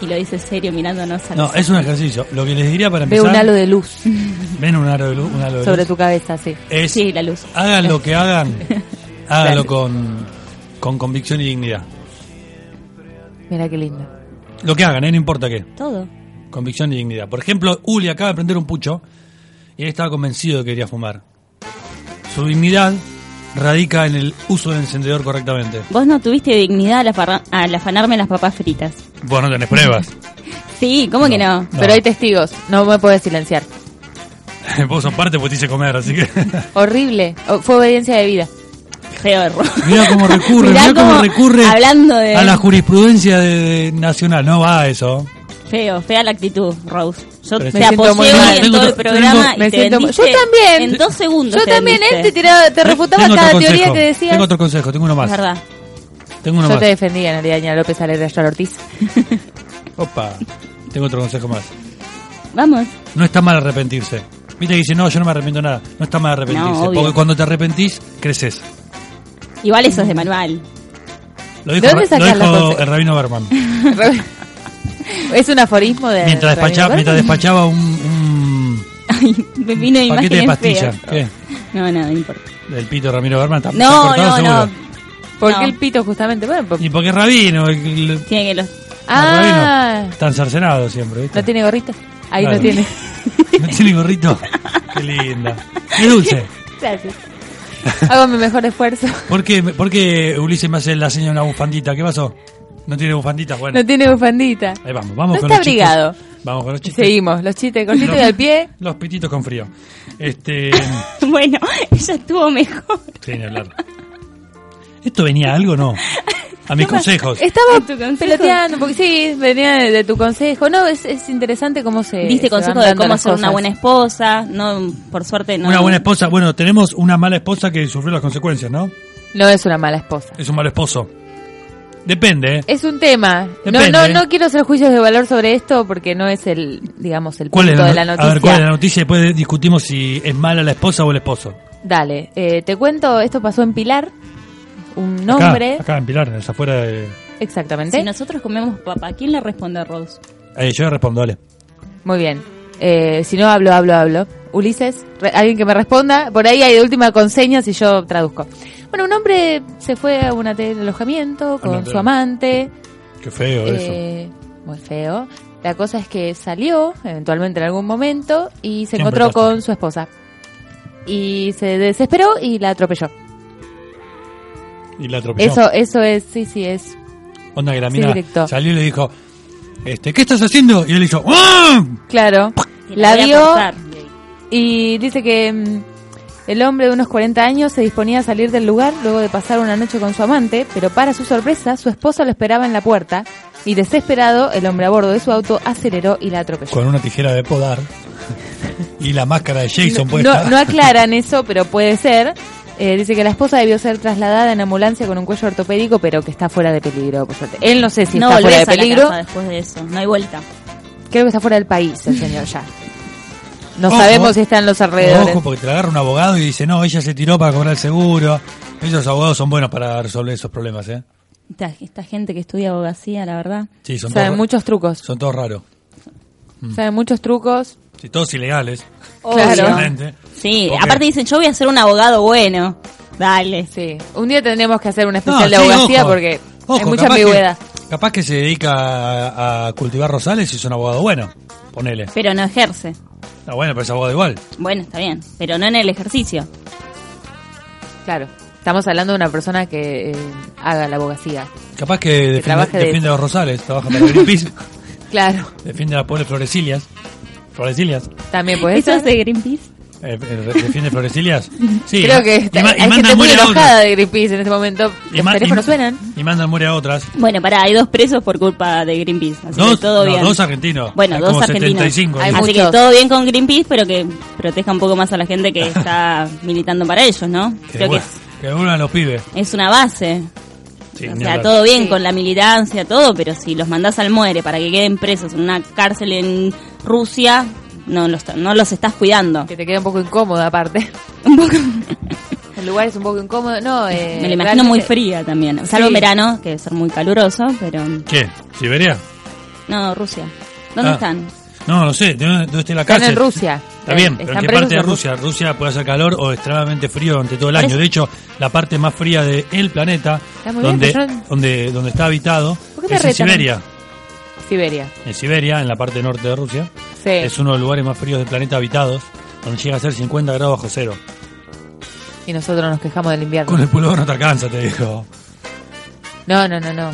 E: Y lo dices serio mirándonos a
C: No,
E: los
C: es un ejercicio. Lo que les diría para
D: Veo
C: empezar.
D: un halo de luz
C: (laughs) Ven un halo de luz. Un halo de
D: sobre
C: luz.
D: tu cabeza, sí.
C: Es,
E: Sí, la luz.
C: Hagan lo que
D: (laughs)
C: hagan, háganlo con, con convicción y dignidad.
D: Mira qué lindo.
C: Lo que hagan, eh, no importa qué.
E: Todo.
C: Convicción y dignidad. Por ejemplo, Uli acaba de prender un pucho y él estaba convencido de que quería fumar. Su dignidad radica en el uso del encendedor correctamente.
E: Vos no tuviste dignidad al, afarra- al afanarme las papas fritas.
C: Vos no tenés pruebas.
E: Sí, ¿cómo que no?
C: No.
D: Pero hay testigos, no me
C: (laughs)
D: puedes silenciar.
C: (laughs) Vos sos parte porque te hice comer, así (laughs) que...
D: Horrible. O- fue obediencia de vida.
E: Feo error.
C: Mira cómo recurre,
E: Mirá
C: mira cómo
E: cómo,
C: recurre
E: hablando de-
D: eh,
C: a la jurisprudencia de- de nacional. No va a eso.
E: Feo, fea la actitud, Rose.
C: Pero
E: Yo te
C: me
D: siento
E: apoyé
D: muy
E: hoy
D: mal.
E: en
C: Tengo
E: todo el
C: otro-
E: programa
C: tengo-
E: y
D: me
E: te
D: siento muy-
E: vendiste
D: Yo también.
E: En dos segundos.
D: Yo
E: te
D: también, este él te,
E: vendiste.
D: tiraba, te refutaba
C: Tengo
D: cada
C: otro
D: teoría
C: consejo.
D: que decías.
C: Tengo otro consejo, tengo uno
E: Es
C: más.
E: verdad.
C: Tengo uno
D: Yo
C: más.
D: te defendía, en realidad, Ña López Alegre
E: (laughs)
D: Ayala Ortiz.
C: Opa, tengo otro consejo más.
E: Vamos.
C: No está mal arrepentirse. Viste que dice, no, yo no me arrepiento de nada. No está mal arrepentirse.
E: No, obvio.
C: porque cuando te arrepentís, creces.
E: Igual eso es de manual.
C: Lo dijo,
D: ¿De
C: Ra-
D: dónde
C: lo
D: sacás Eh,
C: dijo
D: las cosas?
C: el rabino Berman.
D: (laughs) es un aforismo de.
C: mientras, despachaba,
D: Rabino
C: mientras despachaba
D: Bergman. (laughs)
C: un, un
E: Ay, me vino de
C: paquete de
E: imágenes feas.
C: pastillas. ¿Qué?
E: No, no, no importa.
C: Del pito Ramiro Berman. está- está
E: No,
C: cortado
E: no, no.
C: seguro.
D: ¿Por
E: No.
D: qué el pito, justamente? Bueno, pues, por-
C: Y porque es rabino. el- el-
E: Tiene que los.
D: Ah.
C: los rabinos están cercenados siempre, ¿viste?
D: ¿No tiene gorrito? Ahí
C: Claro.
D: no tiene.
C: ¿No tiene
D: (laughs)
C: gorrito. Qué linda. Qué dulce.
E: Gracias.
D: Hago mi mejor
C: (laughs)
D: esfuerzo.
C: ¿Por qué, por qué Ulises me hace la seña de una bufandita? ¿Qué pasó? ¿No tiene bufandita? Bueno,
D: No tiene bufandita.
C: ahí vamos. Vamos
D: No
C: con los
D: está
C: chistes.
D: abrigado.
C: Vamos con los
D: Y
C: chistes.
D: seguimos, los chistes cortitos y
C: Los-
D: al pie.
C: Los pititos con frío.
D: (laughs)
C: Este.
E: (laughs) Bueno, ella estuvo mejor.
C: sí, ni hablar. (laughs) ¿Esto venía algo o no? A mis consejos.
D: Estaba
E: tu consejo.
D: peloteando, porque sí, venía de, de tu consejo. No, es, es interesante cómo se.
E: Diste
D: se van
E: consejo de
D: dando
E: cómo
D: las
E: ser una
D: cosas.
E: buena esposa. No, por suerte no.
C: Una buena esposa. Bueno, tenemos una mala esposa que sufrió las consecuencias, ¿no?
D: No es una mala esposa.
C: Es un mal esposo. Depende, ¿eh?
D: Es un tema. No,
C: Depende. ¿eh?
D: no, no quiero hacer juicios de valor sobre esto porque no es el, digamos, el
C: ¿Cuál
D: punto
C: es la, no-
D: de la noticia.
C: A ver, ¿cuál es la noticia? Después discutimos si es mala la esposa o el esposo.
D: Dale, eh, te cuento, esto pasó en Pilar, un
C: Acá,
D: nombre,
C: Acá en Pilar, es afuera de.
D: exactamente.
E: Si nosotros comemos papa, ¿quién le responde a Rose?
C: Eh, yo le respondo, dale.
D: Muy bien. Eh, si no, hablo, hablo, hablo. Ulises, re- alguien que me responda. Por ahí hay de última conseña si yo traduzco. Bueno, un hombre se fue a un hotel de alojamiento con
C: hotel.
D: su amante.
C: Qué feo eso.
D: eh, muy feo. La cosa es que salió, eventualmente en algún momento, y se
C: Siempre
D: encontró
C: pasa.
D: con su esposa. Y se desesperó y la atropelló.
C: Y la atropelló.
D: Eso, eso es, sí, sí, es.
C: Onda que la
D: Sí,
C: mina
D: directo.
C: salió y le dijo, este, ¿qué estás haciendo? Y él hizo, ¡ah!
D: Claro.
E: Que
D: La
E: voy a
D: vio
E: cortar.
D: Y dice que mm, el hombre de unos 40 años se disponía a salir del lugar luego de pasar una noche con su amante, pero para su sorpresa, su esposa lo esperaba en la puerta y desesperado, el hombre a bordo de su auto aceleró y la atropelló.
C: Con una tijera de podar (laughs) y la máscara de Jason
D: no,
C: puesta.
D: no aclaran eso, pero puede ser. Eh, dice que la esposa debió ser trasladada en ambulancia con un cuello ortopédico, pero que está fuera de peligro. por suerte. Él no sé si
E: no
D: está fuera de
E: volvés a la
D: peligro.
E: casa después de eso. No hay vuelta.
D: Creo que está fuera del país el señor ya.
E: Ah,
D: No
C: Ojo. ¿eh?
D: sabemos si está en los alrededores.
C: Ojo, porque te la agarra un abogado y dice, no, ella se tiró para cobrar el seguro. Esos abogados son buenos para resolver esos problemas, ¿eh?
E: Esta, esta gente que estudia abogacía, la verdad.
C: Sí, son Mm.
D: Saben
C: todos,
D: muchos trucos.
C: son todos raros.
D: Saben muchos trucos.
C: Sí, todos ilegales.
D: Claro.
C: Obviamente.
E: Sí,
C: Porque-
E: aparte dicen, yo voy a ser un abogado bueno. Dale.
D: Sí. Un día tendremos que hacer un
C: No,
D: especial de
C: sí,
D: abogacía
C: ojo.
D: porque hay
C: Ojo,
D: mucha
C: capaz que-
D: ambigüedad.
C: capaz que se dedica a, a cultivar rosales y es un abogado bueno. Ponele.
E: Pero no ejerce.
C: Está bueno, pero es abogado igual.
E: Bueno, está bien. Pero no en el ejercicio.
D: Claro. Estamos hablando de una persona que eh, haga la abogacía.
C: Capaz que, defiende,
D: trabaje de
C: defiende
D: eso.
C: los rosales, trabaja para Greenpeace, (laughs)
D: Claro.
C: defiende a las pobres florecilias. ¿Florecilias?
D: También puede
E: ¿Eso
D: ser.
E: hace Greenpeace?
C: Eh, eh, ¿Defiende
D: (laughs)
C: florecilias? Sí.
D: Creo que
C: Y,
D: está-
C: ma- y
D: hay gente
C: mandan
D: muy
C: muere a
D: enojada
C: otras.
D: de Greenpeace en este momento.
C: Y
D: Los
C: ma- y-
D: teléfonos suenan.
C: Y mandan muere a otras.
E: Bueno, pará, hay dos presos por culpa de Greenpeace. Así
C: Dos,
E: que todo
C: no,
E: bien.
C: dos argentinos.
E: Bueno,
C: Hay
E: dos
C: como
E: argentinos.
C: 75.
D: Hay
E: Así
D: muchos.
E: que todo bien con Greenpeace, pero que proteja un poco más a la
C: (laughs)
E: gente que está militando para ellos, ¿no?
C: que
E: Creo que
C: devuel-
E: es,
C: que devuelvan a los pibes.
E: es una base.
C: Sí,
E: o
C: ni
E: sea,
C: hablar.
E: todo bien con la militancia, todo, pero si los mandás al muere para que queden presos en una cárcel en Rusia, no los, no los estás cuidando.
D: Que te queda un poco incómodo aparte.
E: Un poco-
D: El lugar es un poco incómodo. No, eh,
E: Me lo imagino
D: realmente-
E: muy fría también. Salvo en verano, que debe ser muy caluroso, pero...
C: ¿Qué? ¿Siberia?
E: No, Rusia. ¿Dónde
C: Ah.
E: están?
C: No, no sé, ¿de dónde, dónde está la
D: Están
C: cárcel?
D: en Rusia.
C: Está bien,
D: Eh,
C: pero
D: están
C: ¿qué
D: presos
C: parte de
D: en
C: Rusia? Rusia puede hacer calor o extremadamente frío durante todo el año.
E: Parece-
C: De hecho, la parte más fría del planeta,
D: Está muy bien,
C: donde,
D: pero yo-
C: donde, donde está habitado,
D: ¿Por qué te
C: es en
D: retan?
C: Siberia.
D: Siberia.
C: En Siberia, en la parte norte de Rusia,
D: Sí.
C: es uno de los lugares más fríos del planeta habitados, donde llega a ser 50 grados bajo cero.
D: Y nosotros nos quejamos del invierno.
C: Con el pullover no te alcanza, te digo.
D: No, no, no, no.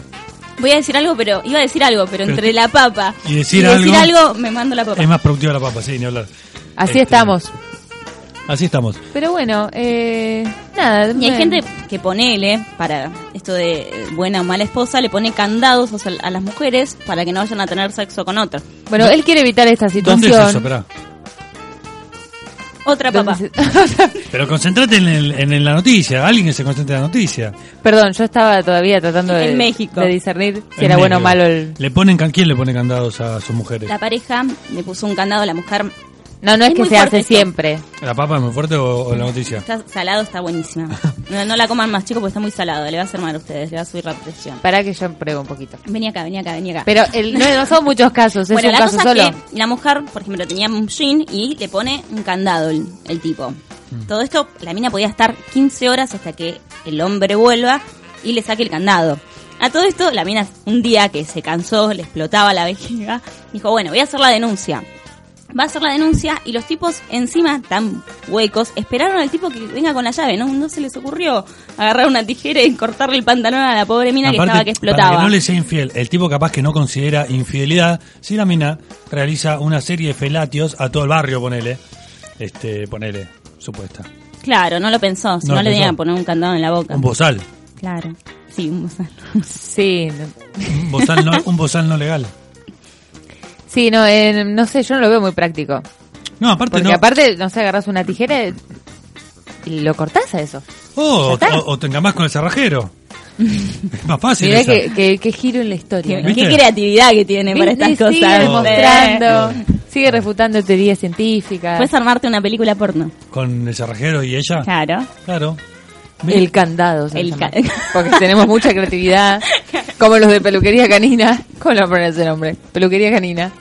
E: Voy a decir algo, pero... Iba a decir algo, pero entre la papa
C: Y decir
E: algo,
C: algo-
E: me mando la papa.
C: Es más productiva la papa, sí, ni hablar.
D: Así
C: Este,
D: estamos.
C: Así estamos.
D: Pero bueno, eh, nada.
E: Y
D: bueno.
E: hay gente que ponele, para esto de eh, buena o mala esposa, le pone candados o sea, a las mujeres para que no vayan a tener sexo con otra.
D: Bueno, él quiere evitar esta
C: ¿Dónde
D: situación.
C: es eso? Esperá.
E: Otra
D: ¿Dónde
E: papá.
D: se- (laughs)
C: Pero concentrate en, el- en- en la noticia, alguien que se concentre en la noticia.
D: Perdón, yo estaba todavía tratando de,
E: En México.
D: de discernir si
C: En
D: era bueno o
C: medio.
D: malo el.
C: ¿Le ponen, can- ¿Quién le pone candados a sus mujeres?
E: La pareja le puso un candado a la mujer.
D: No, no es,
E: Es
D: que
E: muy
D: se hace
E: fuerte esto.
D: siempre.
C: ¿La papa es muy fuerte o, o la noticia?
E: Está salado,
C: (laughs)
E: está buenísima. No, no la coman más, chicos, porque está muy salado. Le va a hacer mal a ustedes, le va a subir la presión.
D: Para que yo pruebe un poquito.
E: Vení acá, vení acá, vení acá.
D: Pero el- no, no son muchos casos, es
E: bueno,
D: un
E: la
D: caso
E: cosa
D: solo.
E: es que la mujer, por ejemplo, tenía un jean y le pone un candado el, el tipo.
C: Mm.
E: Todo esto, la mina podía estar 15 horas hasta que el hombre vuelva y le saque el candado. A todo esto, la mina un día que se cansó, le explotaba la vejiga, dijo, bueno, voy a hacer la denuncia. Va a hacer la denuncia y los tipos encima, tan huecos, esperaron al tipo que venga con la llave. No, no se les ocurrió agarrar una tijera y cortarle el pantalón a la pobre mina que
C: Aparte,
E: estaba que explotaba.
C: Para que no le sea infiel, el tipo capaz que no considera infidelidad, si la mina realiza una serie de felatios a todo el barrio, ponele. Este, ponele, supuesta.
E: Claro, no lo pensó, si
C: No
E: no,
C: lo
E: le
C: pensó.
E: tenían que poner un candado en la boca.
C: Un bozal.
E: Claro, sí, un bozal.
D: Sí, no-
C: Un bozal
D: (laughs)
C: no, un bozal no legal.
D: sí, no, eh, no sé, yo no lo veo muy práctico.
C: No, aparte
D: Porque
C: no.
D: aparte, no sé, agarras una tijera y lo cortás a eso.
C: Oh,
D: Ya
C: o,
D: está.
C: o te encamás con el
D: (laughs)
C: cerrajero. es más fácil
D: Mirá
C: esa.
D: que, que- que giro en la historia.
E: Qué,
D: ¿no?
E: qué
C: ¿Viste?
E: creatividad que tiene para
D: ¿Viste?
E: estas
D: Sigue
E: cosas. ¿eh?
D: demostrando, sigue refutando teorías científicas.
E: Puedes armarte una película porno.
C: Con el cerrajero y ella.
E: Claro.
C: Claro.
D: el candado, se
E: El
D: llama.
E: ca- (laughs)
D: porque tenemos mucha creatividad, como los de peluquería canina. ¿Cómo lo ponen ese nombre? Peluquería canina.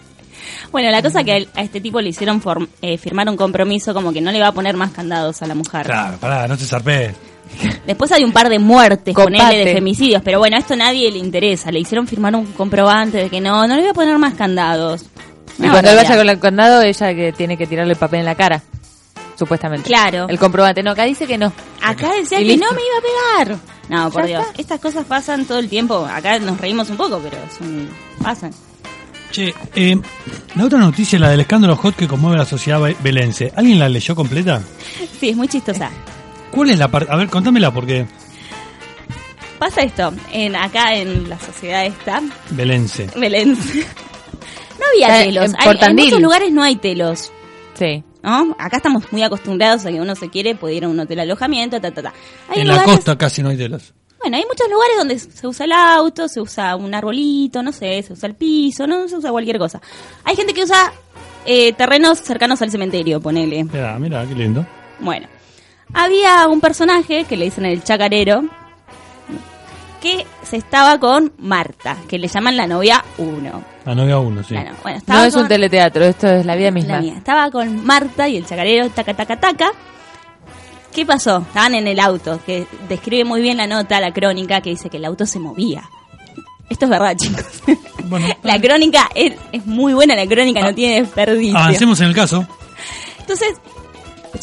E: Bueno, la cosa que a este tipo le hicieron form- eh, firmar un compromiso como que no le va a poner más candados a la mujer.
C: Claro, pará, no te zarpé.
E: Después hay un par de muertes,
D: Copate.
E: ponele, de femicidios, pero bueno, a esto nadie le interesa. Le hicieron firmar un comprobante de que no, no le voy a poner más candados.
D: Y
E: Una
D: cuando él vaya
E: barbaridad.
D: con el candado, ella que tiene que tirarle el papel en la cara, supuestamente.
E: Claro.
D: El comprobante. No, acá dice que no.
E: Acá decía
D: Y
E: que
D: listo.
E: no me iba a pegar. No, por
D: Ya
E: Dios.
D: está.
E: Estas cosas pasan todo el tiempo. Acá nos reímos un poco, pero es un- pasan.
C: Che, eh, la otra noticia, la del escándalo hot que conmueve a la sociedad be- belense. ¿Alguien la leyó completa?
E: Sí, es muy chistosa.
C: ¿Cuál es la parte? A ver, contámela porque
E: Pasa esto, en acá en la sociedad esta,
C: Belense.
E: Belén. No había
D: Está en-
E: telos.
D: Eh, en
E: Hay- en
D: Portandil.
E: muchos lugares no hay telos.
D: Sí.
E: ¿no? Acá estamos muy acostumbrados a que uno se quiere, puede ir a un hotel de alojamiento, ta, ta, ta. Hay
C: en la
E: lugares,
C: costa casi no hay telos.
E: Bueno, hay muchos lugares donde se usa el auto, se usa un arbolito, no sé, se usa el piso, no se usa cualquier cosa. Hay gente que usa eh, terrenos cercanos al cementerio, ponele.
C: Mirá, mirá, qué lindo.
E: Bueno, había un personaje que le dicen el chacarero que se estaba con Marta, que le llaman la novia 1.
C: La novia Ah, uno, sí.
E: Bueno, bueno, estaba
D: No es
E: con-
D: un teleteatro, esto es la vida misma.
E: la mía. Estaba con Marta y el chacarero, taca, taca, taca. ¿Qué pasó? Estaban en el auto, que describe muy bien la nota, la crónica, que dice que el auto se movía. Esto es verdad, chicos.
C: (laughs) Bueno,
E: la crónica es, es muy buena, la crónica
C: Ah,
E: no tiene desperdicio.
C: Avancemos en el caso.
E: Entonces,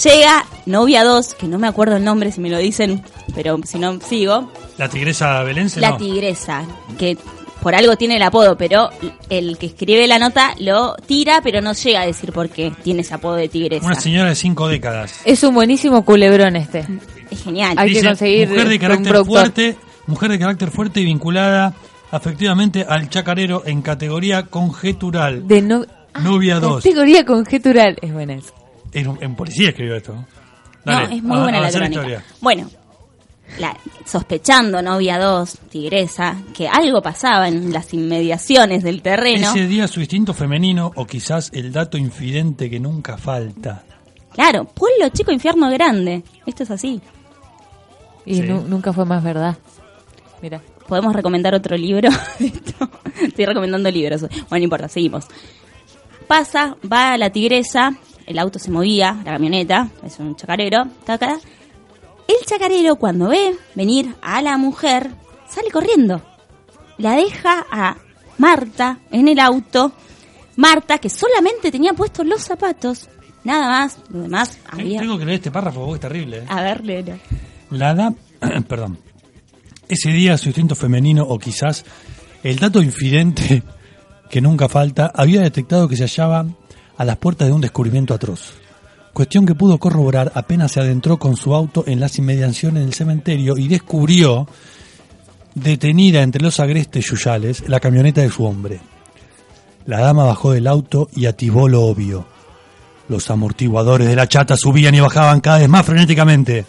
E: llega novia 2, que no me acuerdo el nombre si me lo dicen, pero si no sigo.
C: La tigresa Belense.
E: La
C: no.
E: tigresa, que por algo tiene el apodo, pero el que escribe la nota lo tira, pero no llega a decir por qué tiene ese apodo de tigresa.
C: Una señora de cinco décadas.
D: Es un buenísimo culebrón este.
E: Es genial.
D: Hay que
C: Dice,
D: conseguir
C: mujer de
D: un
C: carácter
D: productor.
C: fuerte, mujer de carácter fuerte y vinculada afectivamente al chacarero en categoría conjetural.
D: De no... Ah,
C: Novia dos.
D: Categoría conjetural. Es buena esa.
C: En, un- en policía escribió esto. ¿no? Dale,
E: no, es muy
C: av-
E: buena la
C: avanza
E: crónica. Bueno, la- sospechando novia 2, tigresa, que algo pasaba en las inmediaciones del terreno.
C: Ese día su instinto femenino, o quizás el dato infidente que nunca falta.
E: Claro, pueblo chico, infierno grande. Esto es así.
D: Y
C: Sí.
D: nu- nunca fue más verdad. Mira.
E: ¿Podemos recomendar otro libro? (laughs) Esto- Estoy recomendando libros. Bueno, no importa, seguimos. Pasa, va la tigresa, el auto se movía, la camioneta, es un chacarero, taca. El chacarero cuando ve venir a la mujer, sale corriendo. La deja a Marta en el auto. Marta, que solamente tenía puestos los zapatos, nada más, lo demás había...
C: Tengo que leer este párrafo, porque es terrible. ¿eh?
E: A ver, léelo.
C: La da, (clears throat) perdón. Ese día su instinto femenino, o quizás el dato infidente (laughs) que nunca falta, había detectado que se hallaba a las puertas de un descubrimiento atroz. Cuestión que pudo corroborar apenas se adentró con su auto en las inmediaciones del cementerio y descubrió, detenida entre los agrestes yuyales, la camioneta de su hombre. La dama bajó del auto y ativó lo obvio. Los amortiguadores de la chata subían y bajaban cada vez más frenéticamente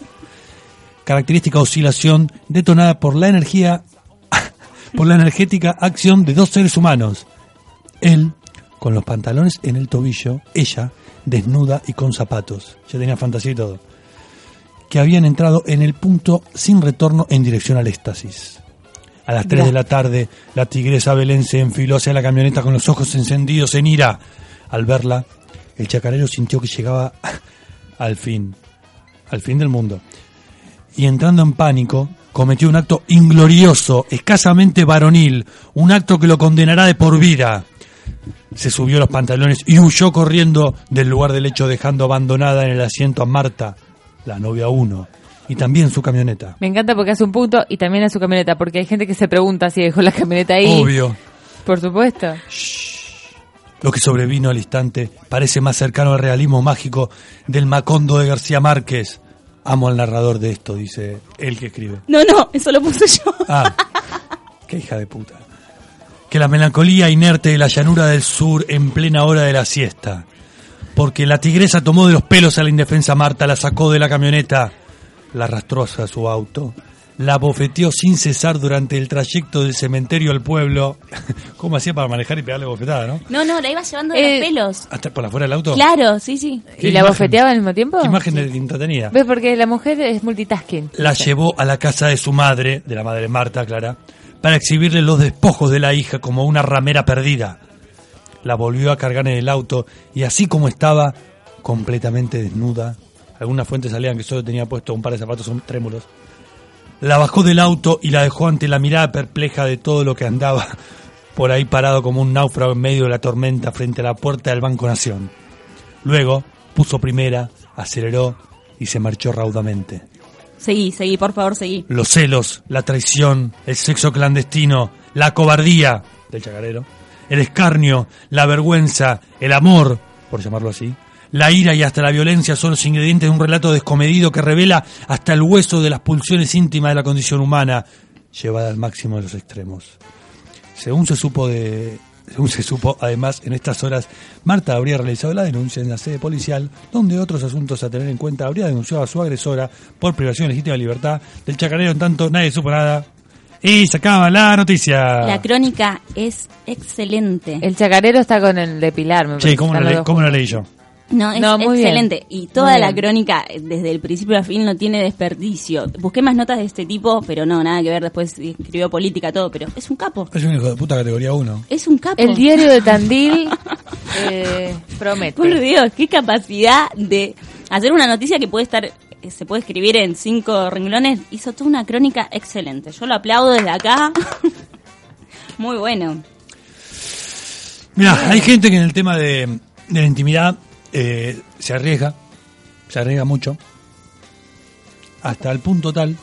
C: característica oscilación detonada por la energía, (laughs) por la energética acción de dos seres humanos. Él con los pantalones en el tobillo, ella desnuda y con zapatos. Ya tenía fantasía y todo. Que habían entrado en el punto sin retorno en dirección al éxtasis. A las 3 de la tarde, la tigresa Belén se enfiló hacia la camioneta con los ojos encendidos en ira. Al verla, el chacarero sintió que llegaba (laughs) al fin, al fin del mundo y entrando en pánico, cometió un acto inglorioso, escasamente varonil, un acto que lo condenará de por vida. Se subió los pantalones y huyó corriendo del lugar del hecho, dejando abandonada en el asiento a Marta, la novia uno, y también su camioneta.
D: Me encanta porque hace un punto y también a su camioneta, porque hay gente que se pregunta si dejó la camioneta ahí.
C: Obvio.
D: Por supuesto.
C: Lo que sobrevino al instante parece más cercano al realismo mágico del Macondo de García Márquez. Amo al narrador de esto, dice el que escribe.
E: No, no, eso lo puse yo.
C: Ah, qué hija de puta. Que la melancolía inerte de la llanura del sur en plena hora de la siesta. Porque la tigresa tomó de los pelos a la indefensa Marta, la sacó de la camioneta, la arrastró hacia su auto, la bofeteó sin cesar durante el trayecto del cementerio al pueblo. (laughs) ¿Cómo hacía para manejar y pegarle bofetada, no?
E: No, no, la iba llevando
D: de
E: de
D: los
E: los pelos.
C: ¿Hasta por afuera del auto?
E: Claro, sí, sí.
C: Qué
D: ¿Y la
C: imagen.
D: bofeteaba al mismo tiempo?
C: Qué imagen de entretenida.
D: ¿Ves? Porque la mujer es multitasking.
C: la llevó a la casa de su madre, de la madre Marta, Clara, para exhibirle los despojos de la hija como una ramera perdida. La volvió a cargar en el auto y así como estaba, completamente desnuda, algunas fuentes salían que solo tenía puesto un par de zapatos trémulos, la bajó del auto y la dejó ante la mirada perpleja de todo lo que andaba (laughs) por ahí parado como un náufrago en medio de la tormenta frente a la puerta del Banco Nación. Luego puso primera, aceleró y se marchó raudamente.
E: Seguí, seguí, por favor, seguí.
C: Los celos, la traición, el sexo clandestino, la cobardía del chacarero, el escarnio, la vergüenza, el amor, por llamarlo así, la ira y hasta la violencia son los ingredientes de un relato descomedido que revela hasta el hueso de las pulsiones íntimas de la condición humana, llevada al máximo de los extremos. Según se supo de según se supo, además, en estas horas, Marta habría realizado la denuncia en la sede policial, donde otros asuntos a tener en cuenta habría denunciado a su agresora por privación legítima de libertad del chacarero, en tanto nadie supo nada. Y se acaba la noticia.
E: La crónica es excelente.
D: El chacarero está con el de Pilar, me
C: Sí,
D: parece,
C: ¿cómo,
D: están
C: no
D: los
C: le-
D: dos
C: cómo no
D: juntos.
C: leí yo?
E: No, es
D: No, muy bien.
E: excelente. Y toda
D: Muy
E: la
D: bien.
E: crónica, eh, desde el principio a fin, no tiene desperdicio. Busqué más notas de este tipo, pero no, nada que ver. Después escribió política, todo, pero es un capo.
C: Es un hijo de puta categoría 1.
E: Es un capo.
D: El diario de Tandil
E: (laughs)
D: eh, promete.
E: Por Dios, qué capacidad de hacer una noticia que puede estar, eh, se puede escribir en cinco renglones. Hizo toda una crónica excelente. Yo lo aplaudo desde acá. (laughs) Muy bueno.
C: Mira, hay gente que en el tema de, de la intimidad eh, se arriesga, se arriesga mucho, hasta el punto tal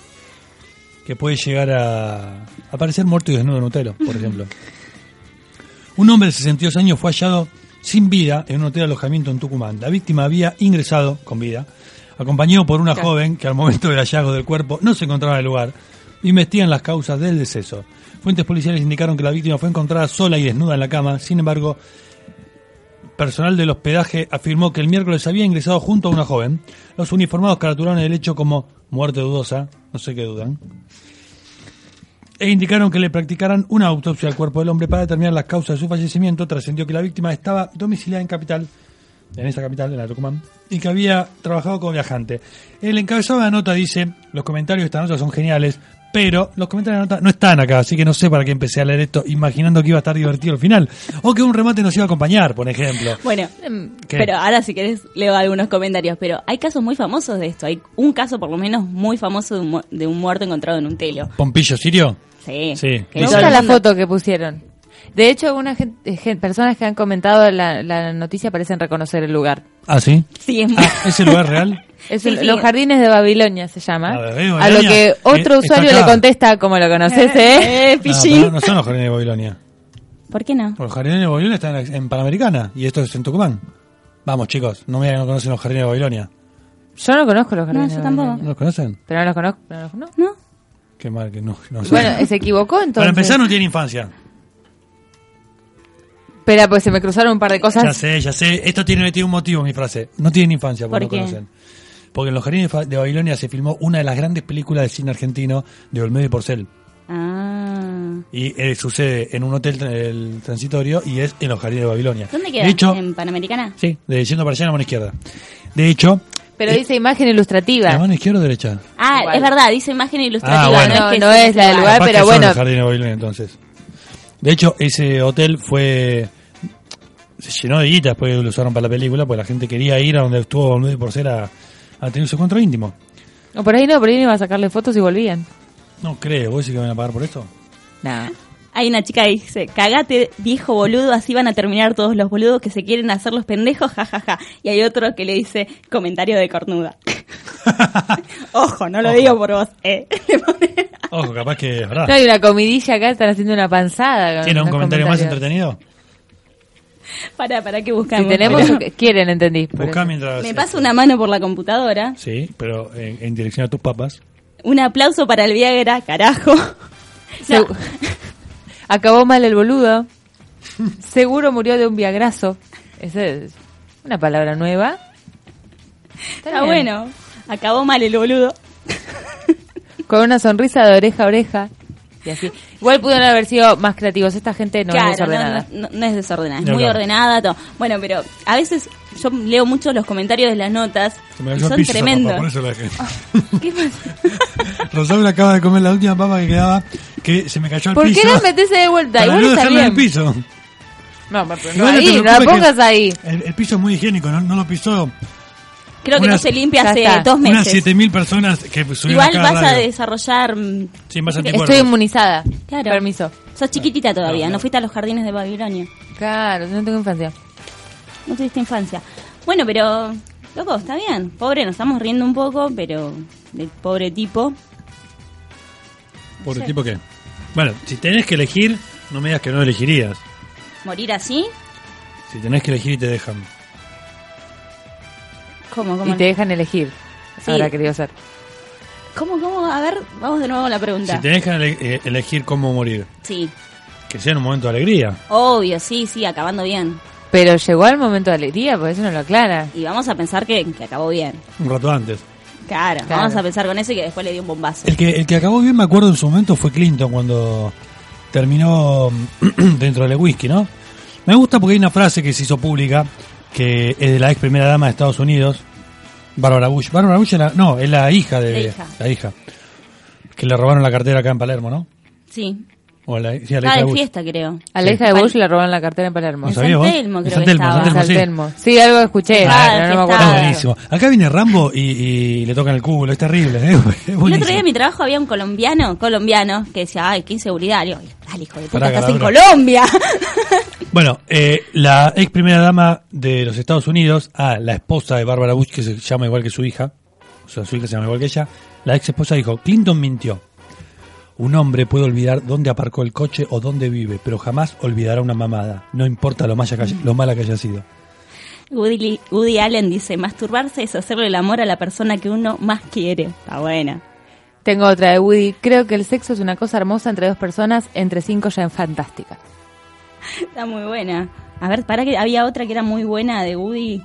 C: que puede llegar a aparecer muerto y desnudo en un hotel, por ejemplo. Un hombre de 62 años fue hallado sin vida en un hotel de alojamiento en Tucumán. La víctima había ingresado con vida, acompañado por una joven que al momento del hallazgo del cuerpo no se encontraba en el lugar. Investigan las causas del deceso. Fuentes policiales indicaron que la víctima fue encontrada sola y desnuda en la cama. Sin embargo, personal del hospedaje afirmó que el miércoles había ingresado junto a una joven. Los uniformados caratularon el hecho como muerte dudosa, no sé qué dudan, e indicaron que le practicaran una autopsia al cuerpo del hombre para determinar las causas de su fallecimiento. Trascendió que la víctima estaba domiciliada en capital, en esa capital, en la Tucumán, y que había trabajado como viajante. El encabezado de la nota dice, los comentarios de esta nota son geniales, pero los comentarios de la nota no están acá, así que no sé para qué empecé a leer esto imaginando que iba a estar divertido al final, o que un remate nos iba a acompañar, por ejemplo.
E: Bueno,
C: ¿Qué?
E: Em, pero ahora si querés leo algunos comentarios, pero hay casos muy famosos de esto. Hay un caso por lo menos muy famoso de un, mu- de un muerto encontrado en un telo.
C: ¿Pompillo Sirio?
E: Sí.
C: Sí.
E: Que todo el
D: Me gusta la
E: mundo-
D: foto que pusieron. De hecho, algunas gen- eh, gen- personas que han comentado la, la noticia parecen reconocer el lugar.
C: ¿Ah, sí?
E: Sí, es muy...
C: Ah, ¿Ese lugar (laughs) real?
D: Es
E: Sí,
D: el-
E: sí.
D: Los jardines de Babilonia se llama.
C: A ver, eh,
D: a lo
C: Babilonia,
D: que otro
C: eh,
D: usuario
C: está
D: le
C: acá.
D: contesta, como lo conoces, ¿eh?
E: Eh,
C: No,
E: Pichín.
C: pero Ah, no son los jardines de Babilonia.
E: ¿Por qué no?
C: Los jardines de Babilonia están en Panamericana y esto es en Tucumán. Vamos, chicos, no me digan que no conocen los jardines de Babilonia.
D: Yo no conozco los jardines.
E: yo
D: de
E: tampoco.
D: Babilonia.
C: ¿No los conocen?
D: Pero no los conozco. no los conozco.
E: ¿No?
C: Qué mal que no. no
D: Bueno,
C: saben.
D: eh, se equivocó entonces.
C: Para empezar, no tienen infancia.
D: Espera, pues se me cruzaron un par de
C: Ya
D: cosas.
C: sé, ya sé. Esto tiene, tiene un motivo, mi frase. No tienen infancia porque
E: ¿Por
C: no
E: qué?
C: conocen. Porque en los jardines de Fa- de Babilonia se filmó una de las grandes películas de cine argentino de Olmedo y Porcel.
E: Ah.
C: Y eh, sucede en un hotel el transitorio y es en los jardines de Babilonia.
E: ¿Dónde queda?
C: De hecho,
E: ¿En Panamericana?
C: Sí, de yendo para allá a la mano izquierda. De hecho,
D: Pero
C: eh,
D: dice imagen ilustrativa.
C: ¿la mano izquierda o derecha?
E: Ah,
D: Igual.
E: es verdad, dice imagen ilustrativa.
C: Ah, bueno.
D: No,
E: que
D: no
E: sea
D: es la del
E: igual.
D: lugar. Ah,
C: Capaz
D: pero
C: que son
D: bueno.
C: los jardines de Babilonia, entonces. De hecho, ese hotel fue. Se llenó de guita después lo usaron para la película, porque la gente quería ir a donde estuvo Olmedo por ser a, a tener su encuentro íntimo.
D: O por ahí no, por ahí iban a sacarle fotos y volvían.
C: No creo, ¿vos decís que van a pagar por esto?
D: Nada.
E: Hay una chica que dice, cagate viejo boludo, así van a terminar todos los boludos que se quieren hacer los pendejos, jajaja. Y hay otro que le dice, comentario de cornuda. (laughs) Ojo, no lo
C: Ojo.
E: digo por vos. eh. Le pone-
C: Ojo, capaz que es
D: No
C: verdad.
D: hay una comidilla acá, están haciendo una panzada. con
C: ¿Tiene Ah. un
D: unos
C: comentario más
D: comentarios.
C: entretenido?
E: para, para que buscamos.
D: Si tenemos,
E: Pero-
D: quieren, entendí. por
C: Buscá
D: eso.
C: mientras.
E: Me pasa una mano por la computadora.
C: Sí, pero en, en dirección a tus papas.
E: Un aplauso para el Viagra, carajo.
D: (laughs) Se- (laughs) Acabó mal el boludo. Seguro murió de un viagrazo. Esa es una palabra nueva. Está
E: Está
D: bien.
E: bueno. Acabó mal el boludo.
D: Con una sonrisa de oreja a oreja. Y así. Igual pudieron haber sido más creativos. Esta gente no es desordenada.
E: No, no- no es desordenada, es
C: No,
E: muy
C: no.
E: ordenada. todo. Bueno, pero a veces yo leo mucho los comentarios de las notas
C: Se me
E: y
C: cayó al
E: son
C: piso esa
E: tremendos.
C: papa, por eso la
D: (laughs)
C: dejé.
E: ¿Qué pasa?
C: (laughs) Rosaura acaba de comer la última papa que quedaba, que se me cayó al
D: ¿Por
C: piso.
D: qué las metes de vuelta?
C: Para
D: Igual
C: no
D: está
C: dejarla en
D: bien.
C: el piso.
D: No, pero no
C: Igual no te
D: ahí, no la
C: preocupes que
D: pongas ahí.
C: El, el piso es muy higiénico, no, no lo pisó
E: Creo que no
C: Unas-
E: se limpia
D: Ya
E: hace
D: está.
E: dos
C: unas
E: meses.
C: 7000 personas que subieron
E: Igual
C: acá
E: vas a
C: radio.
E: desarrollar. mm,
C: Sin más anticuerpos.
D: Estoy inmunizada.
E: Claro.
D: Permiso.
E: Sos chiquitita todavía, no, fuiste a los jardines de Babilonia.
D: Claro, no tengo infancia.
E: No tuviste infancia. Bueno, pero. Loco, está bien. Pobre, nos estamos riendo un poco, pero. Del pobre tipo.
C: ¿Por el tipo qué? Bueno, si tenés que elegir, no me digas que no elegirías.
E: Morir así.
C: Si tenés que elegir y te dejan.
E: ¿Cómo, cómo?
D: Y te dejan elegir.
E: Sí.
D: Ahora querido ser.
E: ¿Cómo, cómo? A ver, vamos de nuevo a la pregunta.
C: Si tenés que ele- eh, elegir cómo morir,
E: Sí,
C: que sea en un momento de alegría.
E: obvio, sí, sí, acabando bien.
D: Pero llegó al momento de alegría, por pues eso no lo aclara.
E: Y vamos a pensar que, que acabó bien.
C: Un rato antes.
E: Claro,
D: Claro.
E: vamos a pensar con eso y que después le dio un bombazo.
C: El que, el que acabó bien, me acuerdo en su momento, fue Clinton cuando terminó mm, (clears throat) dentro del whisky, ¿no? Me gusta porque hay una frase que se hizo pública, que es de la ex primera dama de Estados Unidos, Barbara Bush. Bárbara Bush era- no, es la hija de...
E: La hija.
C: Que le robaron la cartera acá en Palermo, ¿no?
E: Sí.
C: O la, sí, a la
E: Estaba
C: hija de
E: Ah, de
C: Bush.
E: fiesta, creo.
D: A la hija de
E: Vale.
D: Bush le robaron la cartera en Palermo.
C: ¿No
E: En
C: sabías
E: San
C: vos?
E: Telmo
C: En
E: creo
C: San
E: que
C: Telmo, en San
E: estaba.
C: Telmo,
D: San
C: sí.
D: Telmo. Sí, algo escuché,
E: Ah,
D: pero no me
E: que
C: No,
D: acuerdo.
E: estaba.
C: buenísimo. Acá viene Rambo y, y le tocan el culo, es terrible. ¿eh? (laughs) Es
E: El otro día
C: buenísimo.
E: en mi trabajo había un colombiano, colombiano, que decía, ay, qué inseguridad. Le digo, dale, hijo de puta,
C: Pará,
E: estás en
C: caradura.
E: Colombia. (laughs)
C: Bueno, eh, la ex primera dama de los Estados Unidos, ah, la esposa de Barbara Bush, que se llama igual que su hija, o sea, su hija se llama igual que ella, la ex esposa dijo, Clinton mintió. Un hombre puede olvidar dónde aparcó el coche o dónde vive, pero jamás olvidará una mamada, no importa lo, maya que haya- lo mala que haya sido.
E: Woody, Li- Woody Allen dice, masturbarse es hacerle el amor a la persona que uno más quiere. Está buena. (laughs)
D: Tengo otra de Woody. Creo que el sexo es una cosa hermosa entre dos personas, entre cinco ya es fantástica.
E: Está muy buena. A ver, para que había otra que era muy buena de Woody.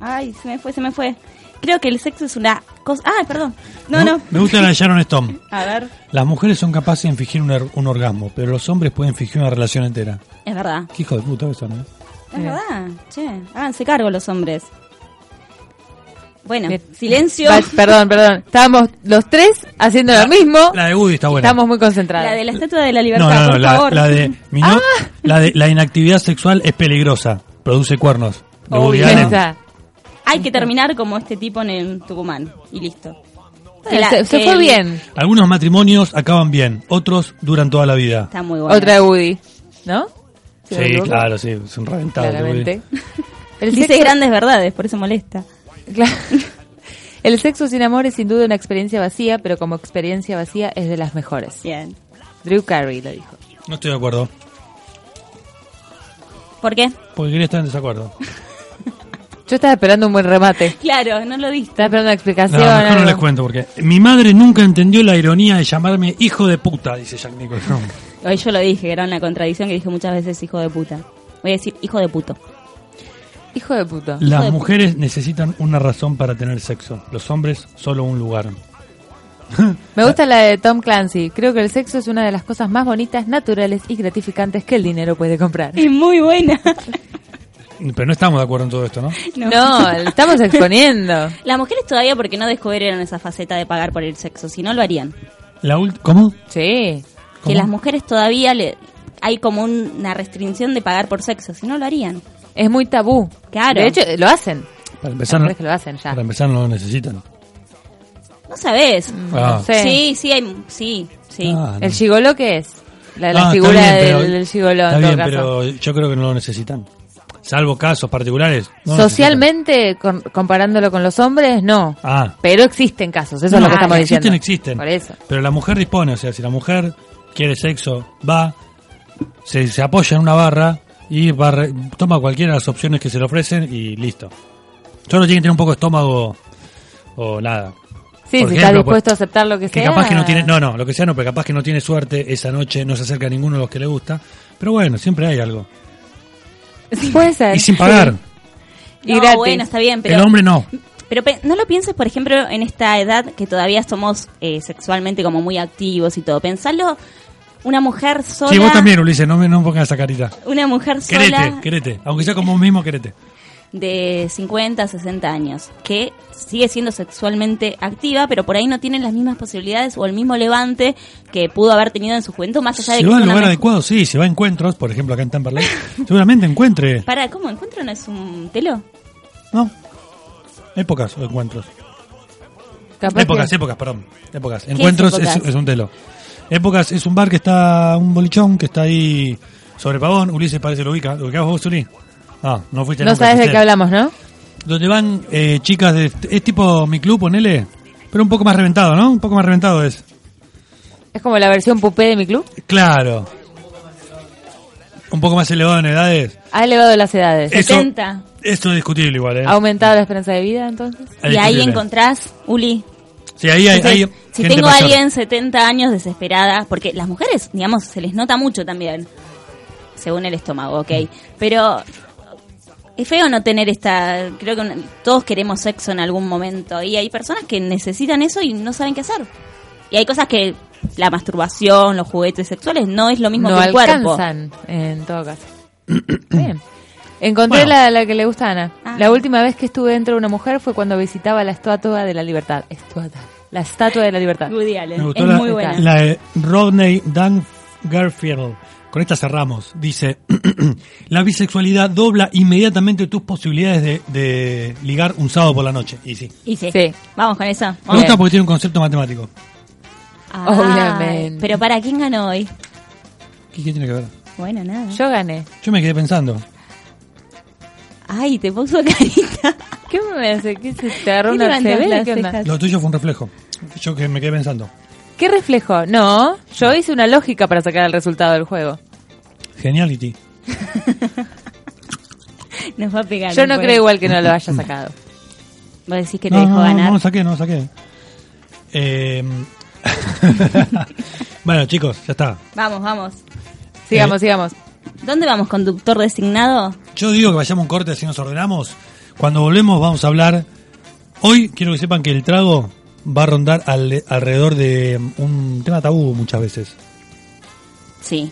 E: Ay, se me fue, se me fue. Creo que el sexo es una cosa... Ah, perdón. No,
C: Me-
E: no.
C: Me gusta la de Sharon Stone.
E: (laughs) A ver,
C: Las mujeres son capaces de fingir un, or- un orgasmo, pero los hombres pueden fingir una relación entera.
E: es verdad.
C: Qué hijo de puta ¿eh? eso, ¿no?
E: Es verdad. Che, háganse cargo los hombres. Bueno,
D: Bien.
E: silencio.
D: Eh, Va- perdón, perdón. Estábamos los tres haciendo lo mismo.
C: La de Woody está buena.
D: Estamos muy concentrados.
E: La (laughs) de la Estatua de la
C: No,
E: Libertad,
C: no, no,
E: por
C: la,
E: favor.
C: la de, mi no-
D: Ah.
C: la de la inactividad sexual es peligrosa, produce cuernos. De
E: Obvio.
C: Woody
D: Ahí
C: Allen.
D: está.
E: Hay que terminar como este tipo en el Tucumán. Y listo.
D: Se-
E: La-
D: se, se
E: que
D: fue
E: el-
D: bien.
C: Algunos matrimonios acaban bien, otros duran toda la vida.
E: Está muy bueno.
D: Otra de Woody. ¿No? Si no me
C: Sí,
D: equivoco.
C: claro, sí, es un reventado. de
D: Claramente.
E: (laughs)
C: Woody.
D: El
E: Dice
D: sexo-
E: grandes verdades, por eso molesta.
D: Claro. (laughs) El sexo sin amor es sin duda una experiencia vacía, pero como experiencia vacía es de las mejores.
E: Bien.
D: Drew Carey lo dijo.
C: No estoy de acuerdo,
E: ¿Por qué?
C: porque quería estar en desacuerdo.
D: Yo estaba esperando un buen remate.
E: Claro, no lo viste.
D: Estaba esperando una
C: No,
D: explicación.
C: mejor no
D: algo.
C: les cuento, porque mi madre nunca entendió la ironía de llamarme hijo de puta, dice Jack Nicholson.
E: Hoy yo lo dije, que era una contradicción que dije muchas veces hijo de puta. Voy a decir hijo de puto.
D: Hijo de puto.
E: Hijo de
C: Las mujeres necesitan una razón para tener sexo, los hombres solo un lugar.
D: Me gusta la de Tom Clancy. Creo que el sexo es una de las cosas más bonitas, naturales y gratificantes que el dinero puede comprar.
E: Es muy buena.
C: Pero no estamos de acuerdo en todo esto, ¿no?
D: No, le estamos exponiendo.
E: (laughs) Las mujeres todavía porque no descubrieron esa faceta de pagar por el sexo, si no lo harían.
C: La ult- ¿Cómo?
D: Sí.
E: Que
C: ¿Cómo?
E: las mujeres todavía le hay como un- una restricción de pagar por sexo, si no lo harían.
D: Es muy tabú.
E: Claro.
D: De hecho, lo hacen.
C: Para empezar,
D: Las mujeres que lo hacen ya.
C: para empezar no lo necesitan.
E: No sabes.
C: Ah.
D: Sí.
E: Sí, sí, hay- sí, sí.
C: Ah, no.
D: ¿El gigoló qué es? La de
C: Ah,
D: la
C: está
D: figura
C: bien,
D: del,
C: pero-
D: del gigoló,
C: Está
D: en todo
C: bien,
D: caso.
C: pero yo creo que no lo necesitan. Salvo casos particulares. no lo
D: Socialmente, con- comparándolo con los hombres, no.
C: necesitan. Ah.
D: Pero existen casos,
C: No,
D: eso es lo que
E: ah,
D: estamos
C: existen,
D: diciendo.
C: existen.
D: Por eso.
C: Pero la mujer dispone, o sea, si la mujer quiere sexo, va, se, se apoya en una barra y va re- toma cualquiera de las opciones que se le ofrecen y listo. Solo tiene que tener un poco de estómago o nada. Por
D: Sí, si
C: ejemplo,
D: estás dispuesto
C: pues,
D: a aceptar lo que,
C: que
D: sea.
C: capaz que no tiene no no lo que sea no pero capaz que no tiene suerte esa noche no se acerca a ninguno de los que le gusta pero bueno siempre hay algo
D: Puede ser.
C: y sin pagar
D: Y
E: No,
D: gratis.
E: bueno, está bien, pero
C: el hombre no
E: pero pe- no lo pienses, por ejemplo, en esta edad que todavía somos eh, sexualmente como muy activos y todo. Pensalo una mujer sola.
C: sí vos también Ulises no me no me pongas esa carita
E: Una mujer sola.
C: querete querete aunque sea como vos mismo querete
E: de 50 a 60 años, que sigue siendo sexualmente activa, pero por ahí no tienen las mismas posibilidades o el mismo levante que pudo haber tenido en su juventud, más allá de
C: si
E: que...
C: va al
E: es una
C: lugar
E: me-
C: adecuado sí si va a encuentros por ejemplo acá en
D: (laughs)
C: Tamperley seguramente encuentre
E: Para, ¿cómo? ¿Encuentro no es un telo?
C: no épocas o encuentros
D: Capaz
C: épocas
D: que-
C: épocas perdón épocas encuentros es,
E: épocas?
C: es un telo épocas es un bar que está un bolichón que está ahí sobre Pavón Ulises parece lo ubica lo ubicás vos Uli Ah, no fuiste
D: No
C: nunca,
D: sabes de
C: fuiste.
D: qué hablamos, ¿no?
C: Donde van eh, chicas de... Es tipo mi club, ponele. Pero un poco más reventado, ¿no? Un poco más reventado es.
D: Es como la versión pupé de mi club.
C: Claro. Un poco más elevado en edades.
D: Ha elevado las edades.
C: Eso-
E: 70.
C: Eso, es discutible igual, ¿eh?
D: ¿Ha aumentado la esperanza de vida entonces?
C: Es
E: Ah, y ahí
C: discutible.
E: encontrás, Uli,
C: Sí, ahí hay,
E: Entonces,
C: hay
E: si
C: gente
E: tengo a
C: mayor.
E: alguien 70 años desesperada, porque las mujeres, digamos, se les nota mucho también, según el estómago,
C: Mm.
E: ok. Pero es feo no tener esta. Creo que un- todos queremos sexo en algún momento y hay personas que necesitan eso y no saben qué hacer. Y hay cosas que la masturbación, los juguetes sexuales, no es lo mismo
D: no
E: que el cuerpo.
D: alcanzan, en
E: (clears throat)
D: todo caso. Bien. Encontré
C: Bueno.
D: la, la que le gusta a Ana.
E: Ah.
D: La última vez que estuve dentro de una mujer fue cuando visitaba la estatua de la libertad. Estatua. La estatua de la libertad.
E: Woody Allen,
C: Me gustó
E: es
C: la,
E: muy buena.
C: la de Rodney Dan Garfield. Con esta cerramos. Dice, (clears throat) la bisexualidad dobla inmediatamente tus posibilidades de, de ligar un sábado por la noche. Y sí.
E: Y sí.
D: Sí.
E: Vamos con eso.
C: Me gusta porque tiene un concepto matemático.
E: Ay,
D: Obviamente.
E: Pero para quién ganó hoy?
C: ¿Qué, qué tiene que ver?
E: Bueno, nada.
D: Yo gané.
C: Yo me quedé pensando.
E: Ay, te puso carita.
D: (laughs) ¿Qué me hace? ¿Qué se te agarró
E: ¿Qué
D: una
E: levantas
D: CB?
E: las
D: ¿Qué onda?
E: cejas?
C: Lo tuyo fue un reflejo. Yo que me quedé pensando.
D: ¿Qué reflejo? No, yo hice una lógica para sacar el resultado del juego.
C: Geniality.
E: Nos va a pegar.
D: Yo no
E: puede.
D: creo igual que no lo haya sacado.
E: Vos decís que te
C: No,
E: dejó
C: no, no,
E: ganar.
C: No, saqué, no saqué. Eh, (laughs) bueno, chicos, ya está.
E: Vamos, vamos. Eh,
D: Sigamos, sigamos.
E: ¿Dónde vamos, conductor designado?
C: Yo digo que vayamos a un corte si nos ordenamos. Cuando volvemos vamos a hablar. Hoy quiero que sepan que el trago va a rondar al- alrededor de um, un tema tabú muchas veces.
E: Sí.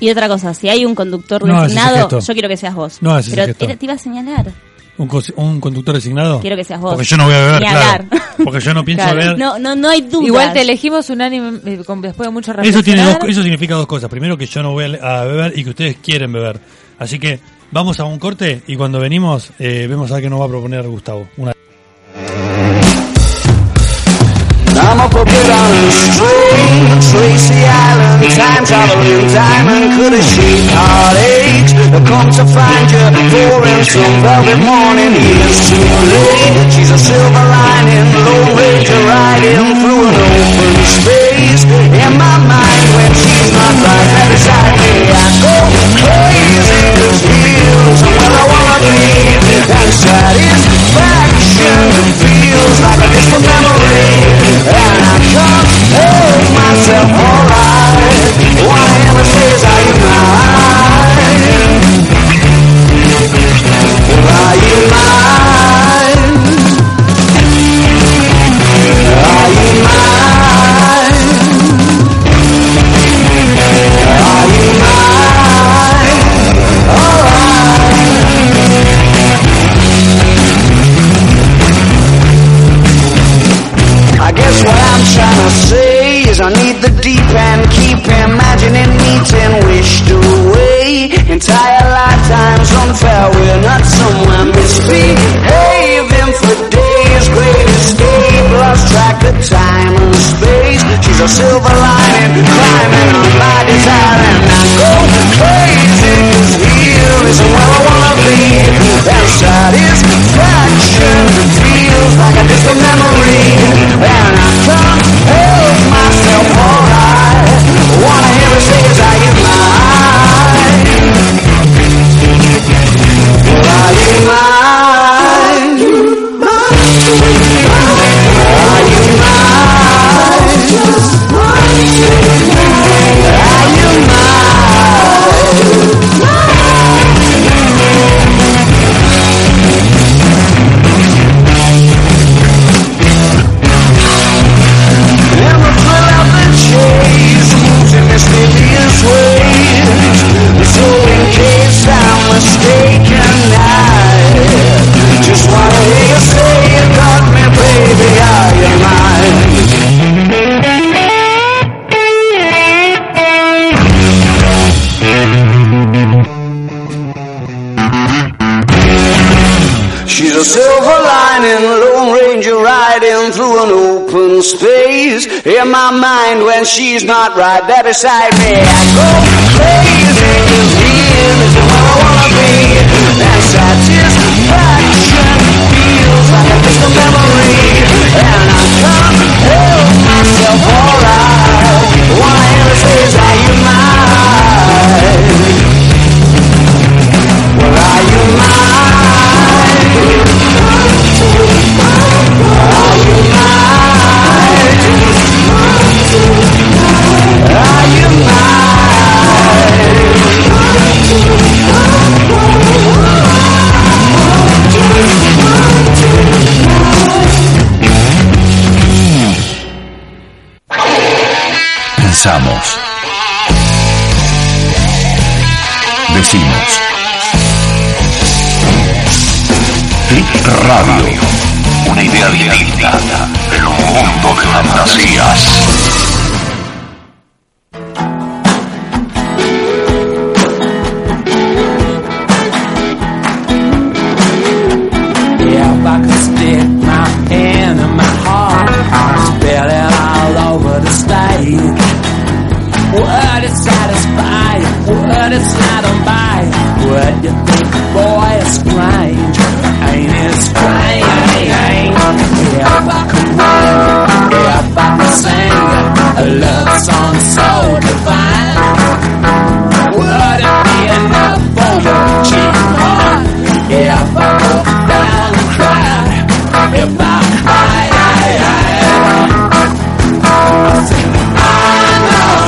E: Y otra cosa, si hay un conductor
C: No, ese es el
E: designado,
C: gesto.
E: yo quiero que seas vos.
C: No, ese es el
E: Pero
C: gesto.
E: era- te iba a señalar.
C: ¿Un, cos- un conductor designado?
E: Quiero que seas vos.
C: Porque yo no voy a beber,
E: Ni
C: claro.
E: hablar.
C: Porque
E: (laughs)
C: yo no pienso
D: Claro.
C: beber.
E: No, no, no hay duda.
D: Igual te elegimos unánime eh, con- después de mucho
C: Eso, tiene dos,
D: reflexionar.
C: eso significa dos cosas. Primero que yo no voy a, a beber y que ustedes quieren beber. Así que vamos a un corte y cuando venimos eh, vemos a ver qué nos va a proponer Gustavo. Una-
G: I'm up a bit on the street, Tracy Island, time's all around time and could have she heartaches. I come to find you, pouring some velvet morning, it's too late. She's a silver lining, lone ranger riding through an open space. In my mind, when she's not right there beside me, I go crazy, cause feels what I wanna be, and satisfaction feels like a distant memory. And I can't hold myself alright When I am as days I unite I unite I unite I unite I guess what I'm trying to say is I need the deep end. Keep imagining meeting wished away. Entire lifetimes unfair. We're not somewhere misbehaving for days. Great escape, lost track of time and space. She's a silver lining, climbing on my desire, and I go crazy. 'cause Here is where I wanna be. That satisfaction feels like a distant memory. And I can't help myself, alright. Wanna hear her say, I am mine. Are you mine? Are you mine? Are you mine? And the thrill of the chase moves in mysterious ways. So in case I'm mistaken, I just wanna hear you say you got me, baby. Are you mine? She's a silver lining, Lone Ranger riding through an open space. In my mind, when she's not right there beside me, I go crazy. 'cause Here is where I wanna be. That satisfaction feels like a distant memory, and I can't help myself. Alright, when I hear her say, "Are you mine?" Well, are you mine? Are you mine?
I: Radio. Una idea distinta en un mundo de fantasías.
G: Yeah, if I could stick my hand in my heart, I'd spill it all over the stage. Would it satisfy? Would it satisfy? Would you think the boy is strange? Ain't it strange? If I could win, if I could sing a love song so divine, would it be enough for your cheap heart? If I could down and cry, if I cry, I sing. I know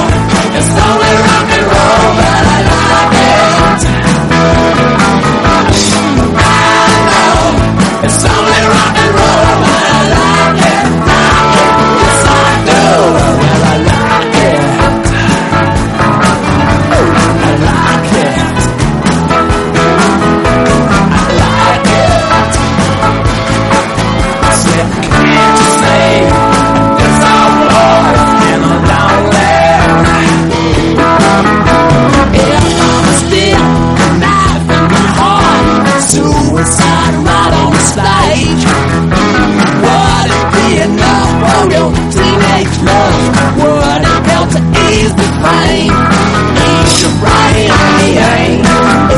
G: it's only rock and roll, but I like it. I know it's only rock and roll, but I like it. Like it. Yes, I do. Well, I like it. I like it. I like it. Said, can't you see? It's our war in a long land. If I was still knife in my heart, suicide right on the stage. Would it be enough for your teenage love? Would it help to ease the pain? Ease your brain.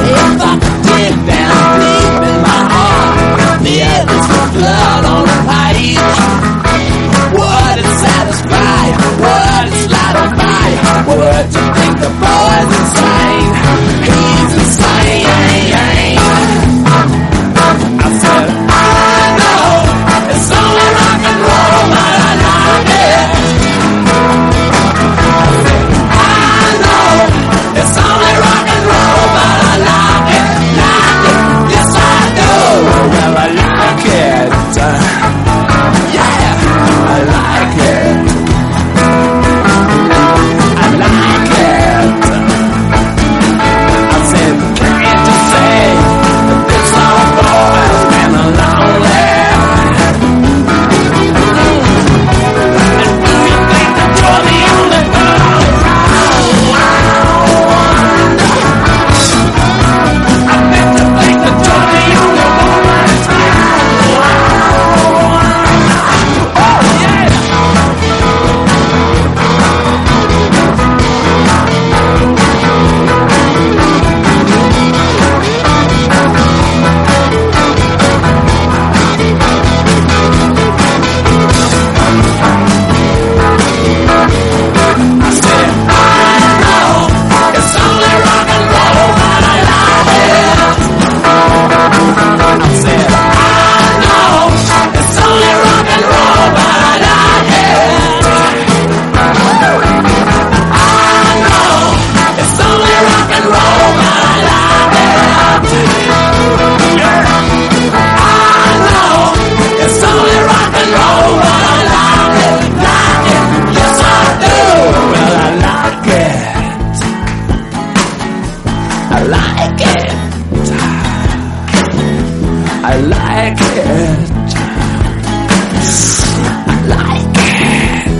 G: If I could dig down deep in my heart, feel this blood on the page. Would it satisfy? Would it satisfy? Would you think the boy's insane? He's insane. I said, I know it's only rock and roll, but I like it. I know it's only rock and roll, but I like it, like it. Yes, I do. Well, I like it. Yeah, I like it. I like it. I said, can't you say that this old boy's been lonely? I like it. I like it.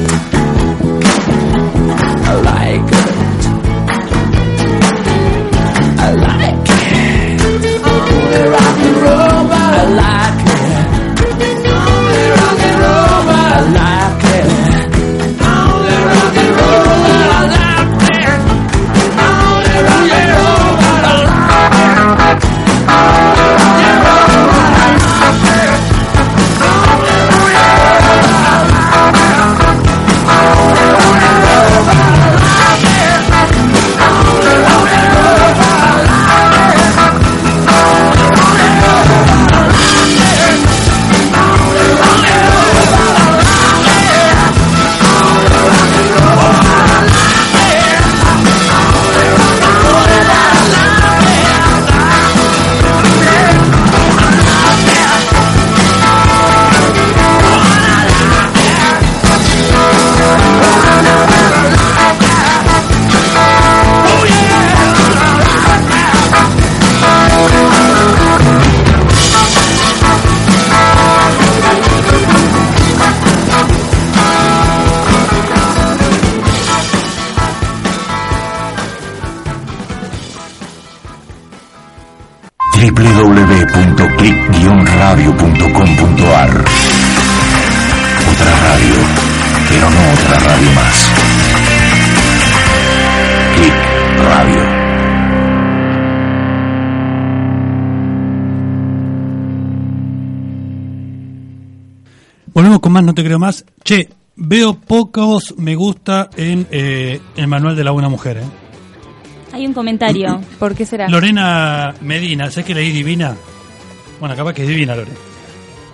G: I like it. I like it. Only rock and roll, but I like it. Only rock and roll, but I like it. Only rock and roll, but I like it. Only rock and roll, but I like it.
I: www.click-radio.com.ar Otra radio, pero no otra radio más. Click Radio.
C: Volvemos con más, no te creo más. Che, veo pocos me gusta en eh, el manual de la buena mujer. ¿eh?
E: Hay un
C: (clears throat)
E: comentario.
D: ¿Por qué será?
C: Lorena Medina, ¿sabes que leí divina? Bueno, capaz que es divina, Lorena.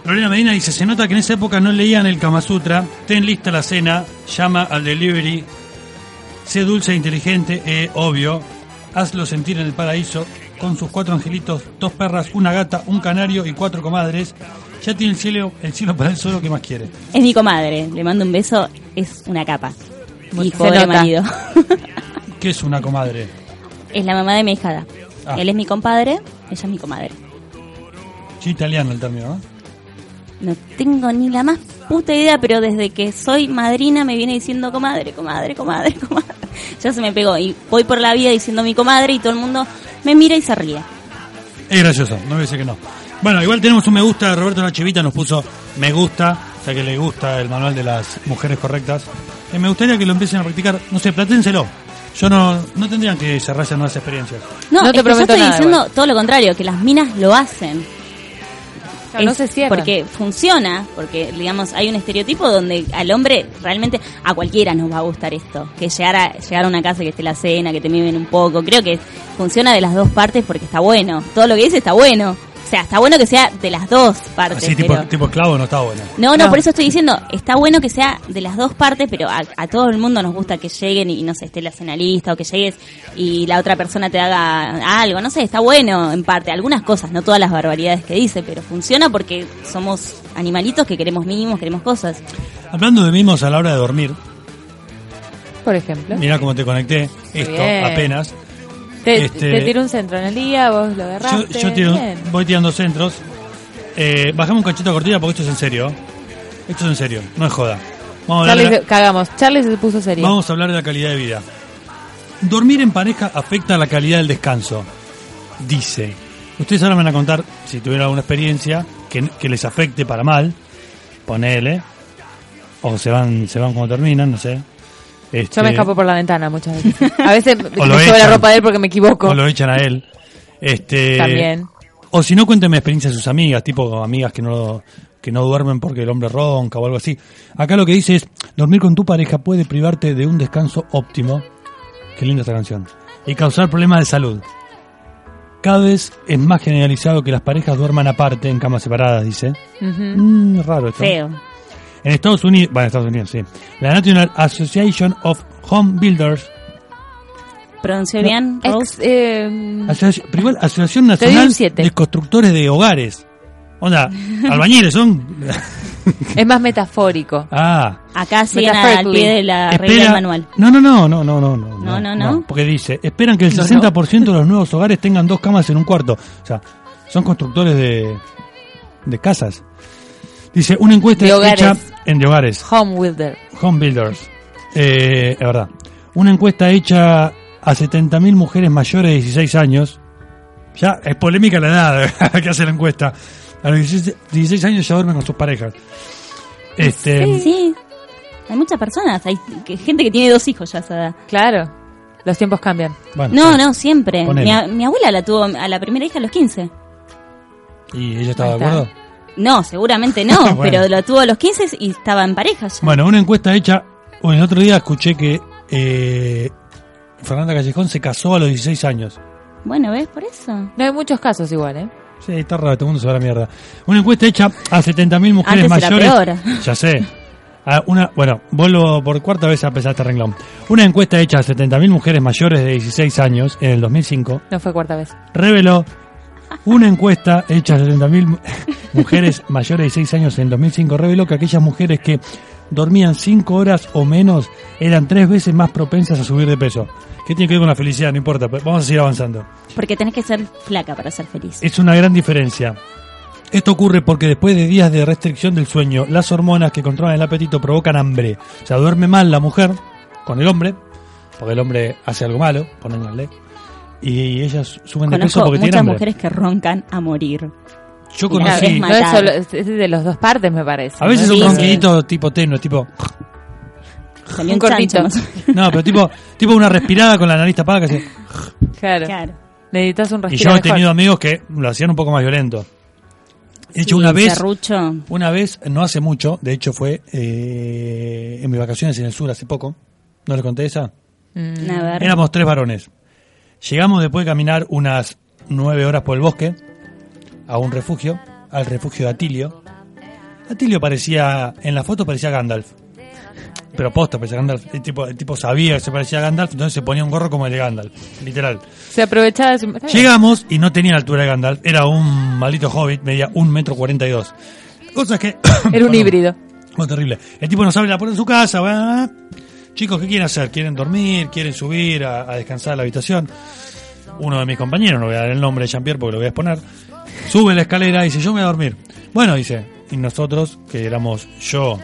C: Lorena Medina dice, se nota que en esa época no leían el Kama Sutra, ten lista la cena, llama al delivery, sé dulce e inteligente, eh, obvio, hazlo sentir en el paraíso, con sus cuatro angelitos, dos perras, una gata, un canario y cuatro comadres, ya tiene el cielo, el cielo para el solo que más quiere.
E: Es mi comadre, le mando un beso, es una capa. Mi
C: Se
E: pobre
C: nota. (laughs)
E: marido.
C: ¿Qué es una comadre?
E: Es la mamá de mi hijada.
C: Ah.
E: Él es mi compadre, ella es mi comadre.
C: Sí, italiano el término, ¿eh? ¿no?
E: No tengo ni la más puta idea, pero desde que soy madrina me viene diciendo comadre, comadre, comadre, (laughs) comadre. Ya se me pegó y voy por la vida diciendo mi comadre y todo el mundo me mira y se ríe.
C: Es gracioso, no voy a decir que no. Bueno, igual tenemos un me gusta, Roberto La Chivita nos puso me gusta, o sea que le gusta el manual de las mujeres correctas. Eh, me gustaría que lo empiecen a practicar, no sé, platénselo. Yo no, no tendrían que cerrarse a nuevas experiencias.
E: No, es que yo estoy
D: nada,
E: diciendo todo lo contrario, que las minas lo hacen.
D: Claro, no se cierran.
E: Porque funciona, porque digamos hay un estereotipo donde al hombre realmente a cualquiera nos va a gustar esto, que llegar a llegar a una casa que esté la cena, que te mimen un poco, creo que funciona de las dos partes porque está bueno. Todo lo que dice está bueno. O sea, está bueno que sea de las dos partes.
C: Así tipo,
E: pero-
C: tipo esclavo no está bueno.
E: No, no, por eso estoy diciendo, está bueno que sea de las dos partes, pero a, a todo el mundo nos gusta que lleguen y no sé, esté la cena lista o que llegues y la otra persona te haga algo, no sé, está bueno en parte, algunas cosas, no todas las barbaridades que dice, pero funciona porque somos animalitos que queremos mimos, queremos cosas.
C: Hablando de mimos a la hora de dormir,
K: Por ejemplo.
C: mira cómo te conecté, esto
K: bien.
C: apenas.
K: Te,
C: Este-
K: te tiró un centro en el día, vos lo
C: Yo,
K: agarraste.
C: yo tiro-
K: bien.
C: voy tirando centros. Eh, bajemos un cachito a cortina porque esto es en serio. Esto es en serio, no es joda. Vamos a hablar
K: Charlie
C: de-
K: se- cagamos. Charlie se puso serio.
C: Vamos a hablar de la calidad de vida. Dormir en pareja afecta la calidad del descanso, dice. Ustedes ahora me van a contar si tuvieron alguna experiencia que, que les afecte para mal, ponele, o se van, se van cuando terminan, no sé.
K: Yo me
C: Este,
K: escapo por la ventana muchas veces. A
C: (laughs)
K: veces me
C: O lo
K: llevo la
C: echan.
K: ropa de él porque me equivoco.
C: O lo echan a él. Este,
K: También.
C: O si no, cuéntenme experiencias de sus amigas, tipo amigas que no, que no duermen porque el hombre ronca o algo así. Acá lo que dice es, dormir con tu pareja puede privarte de un descanso óptimo. Qué linda esta canción. Y causar problemas de salud. Cada vez es más generalizado que las parejas duerman aparte en camas separadas, dice.
K: Ujú.
C: Mm, raro esto.
E: Feo.
C: En Estados Unidos, bueno, Estados Unidos, sí. La National Association of Home Builders,
E: ¿Pronunció bien,
K: Ex-
E: Rose?
K: eh,
C: Asoci- pero igual,
K: Te doy
C: Asociación
K: un
C: Nacional
K: siete.
C: de Constructores de Hogares.
E: (laughs)
C: Onda, albañiles son.
K: es más metafórico.
C: Ah,
E: Acá siguen a- al
K: Metaphorically.
E: pie de la regla del
C: espera-
E: manual.
C: No, no, no, no, no, no, no.
E: No, no, no.
C: Porque dice, esperan que el 60% de los nuevos hogares tengan dos camas en un cuarto. O sea, son constructores de, de casas. Dice, una encuesta
K: De hogares.
C: hecha en de hogares,
K: Home Wilder.
C: home builders. Eh, es verdad. Una encuesta hecha a 70.000 mujeres mayores de 16 años. Ya es polémica la edad (laughs) que hace la encuesta. A los 16, 16 años ya duermen con sus parejas. Este,
E: Sí, hay muchas personas, hay que- gente que tiene dos hijos ya a esa edad.
K: Claro. Los tiempos cambian.
C: bueno,
E: No, no, siempre.
C: Ponele.
E: Mi, a- mi abuela la tuvo a la primera hija a los 15.
C: ¿Y ella estaba de
K: Ahí está.
C: acuerdo?
E: No, seguramente
C: (laughs)
E: no,
C: Bueno.
E: pero lo tuvo a los 15 y estaba en pareja ya.
C: Bueno, una encuesta hecha. Bueno, el otro día escuché que eh, Fernanda Callejón se casó a los 16 años.
E: Bueno, ¿ves? Por eso.
K: No hay muchos casos igual, ¿eh?
C: Sí, está raro, este mundo se va a la mierda. Una encuesta hecha a 70.000 mujeres
E: Antes era
C: mayores.
E: peor.
C: Ya sé. A una, bueno, vuelvo por cuarta vez a pesar este renglón. Una encuesta hecha a 70.000 mujeres mayores de 16 años en el 2005
K: No fue cuarta vez.
C: reveló una encuesta hecha a 70.000 mu- (laughs) mujeres mayores de 6 años en 2005 reveló que aquellas mujeres que dormían 5 horas o menos eran 3 veces más propensas a subir de peso. ¿Qué tiene que ver con la felicidad? No importa, pues vamos a seguir avanzando.
E: Porque tenés que ser flaca para ser feliz.
C: Es una gran diferencia. Esto ocurre porque después de días de restricción del sueño, las hormonas que controlan el apetito provocan hambre. O sea, duerme mal la mujer con el hombre, porque el hombre hace algo malo, ponénganle. Y ellas suben de peso
E: Conozco
C: porque tienen
E: muchas
C: hambre.
E: mujeres que roncan a morir.
C: Yo
E: Y las
C: conocí-
E: ves
C: No,
K: No, es,
E: matar.
K: solo- es de las dos partes, me parece.
C: A veces
K: ¿no?
C: un
K: Sí,
C: ronquidito tipo tenue, tipo...
E: Salió
K: Un
E: chancho,
K: cortito.
E: más o
C: No, pero tipo, tipo una respirada con la nariz tapada que hace-
K: sí. Claro.
E: menos. Claro.
K: Necesitas
E: Pues
K: un
C: Y
K: respiro
C: yo he
K: mejor.
C: tenido amigos que lo hacían un poco más violento. De hecho,
E: Sí,
C: una vez...
E: Serrucho.
C: Una vez, no hace mucho, de hecho fue eh, en mis vacaciones en el sur hace poco. ¿No les conté esa?
E: Mm. A ver.
C: Éramos tres varones. Llegamos después de caminar unas nueve horas por el bosque a un refugio, al refugio de Atilio. Atilio parecía, en la foto parecía Gandalf. Pero posta, parecía Gandalf. El tipo, el tipo sabía que se parecía a Gandalf, entonces se ponía un gorro como el de Gandalf, literal.
K: Se aprovechaba de su... Está bien.
C: Llegamos y no tenía la altura de Gandalf, era un maldito hobbit, medía un metro cuarenta y dos. Cosa que... (coughs)
K: Era un
C: Perdón.
K: híbrido.
C: Fue terrible. El tipo nos abre la puerta de su casa. va. Chicos, ¿qué quieren hacer? ¿Quieren dormir? ¿Quieren subir a, a descansar a la habitación? Uno de mis compañeros, no voy a dar el nombre de Jean-Pierre porque lo voy a exponer, sube la escalera y dice, yo me voy a dormir. Bueno, dice, y nosotros, que éramos yo,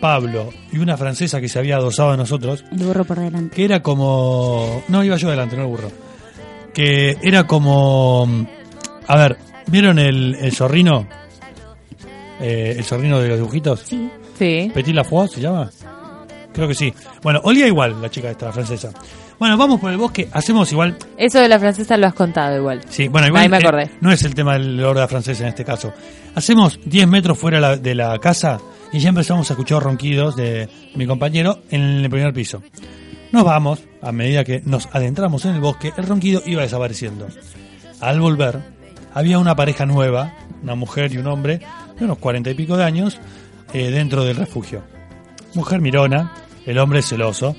C: Pablo y una francesa que se había adosado a nosotros,
E: El burro por delante.
C: que era como... No, iba yo adelante, no el burro. Que era como... A ver, ¿vieron el, el zorrino? Eh, el zorrino de los dibujitos.
K: Sí.
C: Petit Lafoy se llama. Creo que sí. Bueno, olía igual la chica esta, la francesa. Bueno, vamos por el bosque, hacemos igual.
K: Eso de la francesa lo has contado igual.
C: Sí, bueno, igual.
K: Ahí me
C: eh,
K: acordé.
C: no es el tema del olor de la francesa en este caso. Hacemos 10 metros fuera la- de la casa y ya empezamos a escuchar ronquidos de mi compañero en el primer piso. Nos vamos, a medida que nos adentramos en el bosque, el ronquido iba desapareciendo. Al volver, había una pareja nueva, una mujer y un hombre, de unos cuarenta y pico de años, eh, dentro del refugio. Mujer mirona, el hombre celoso.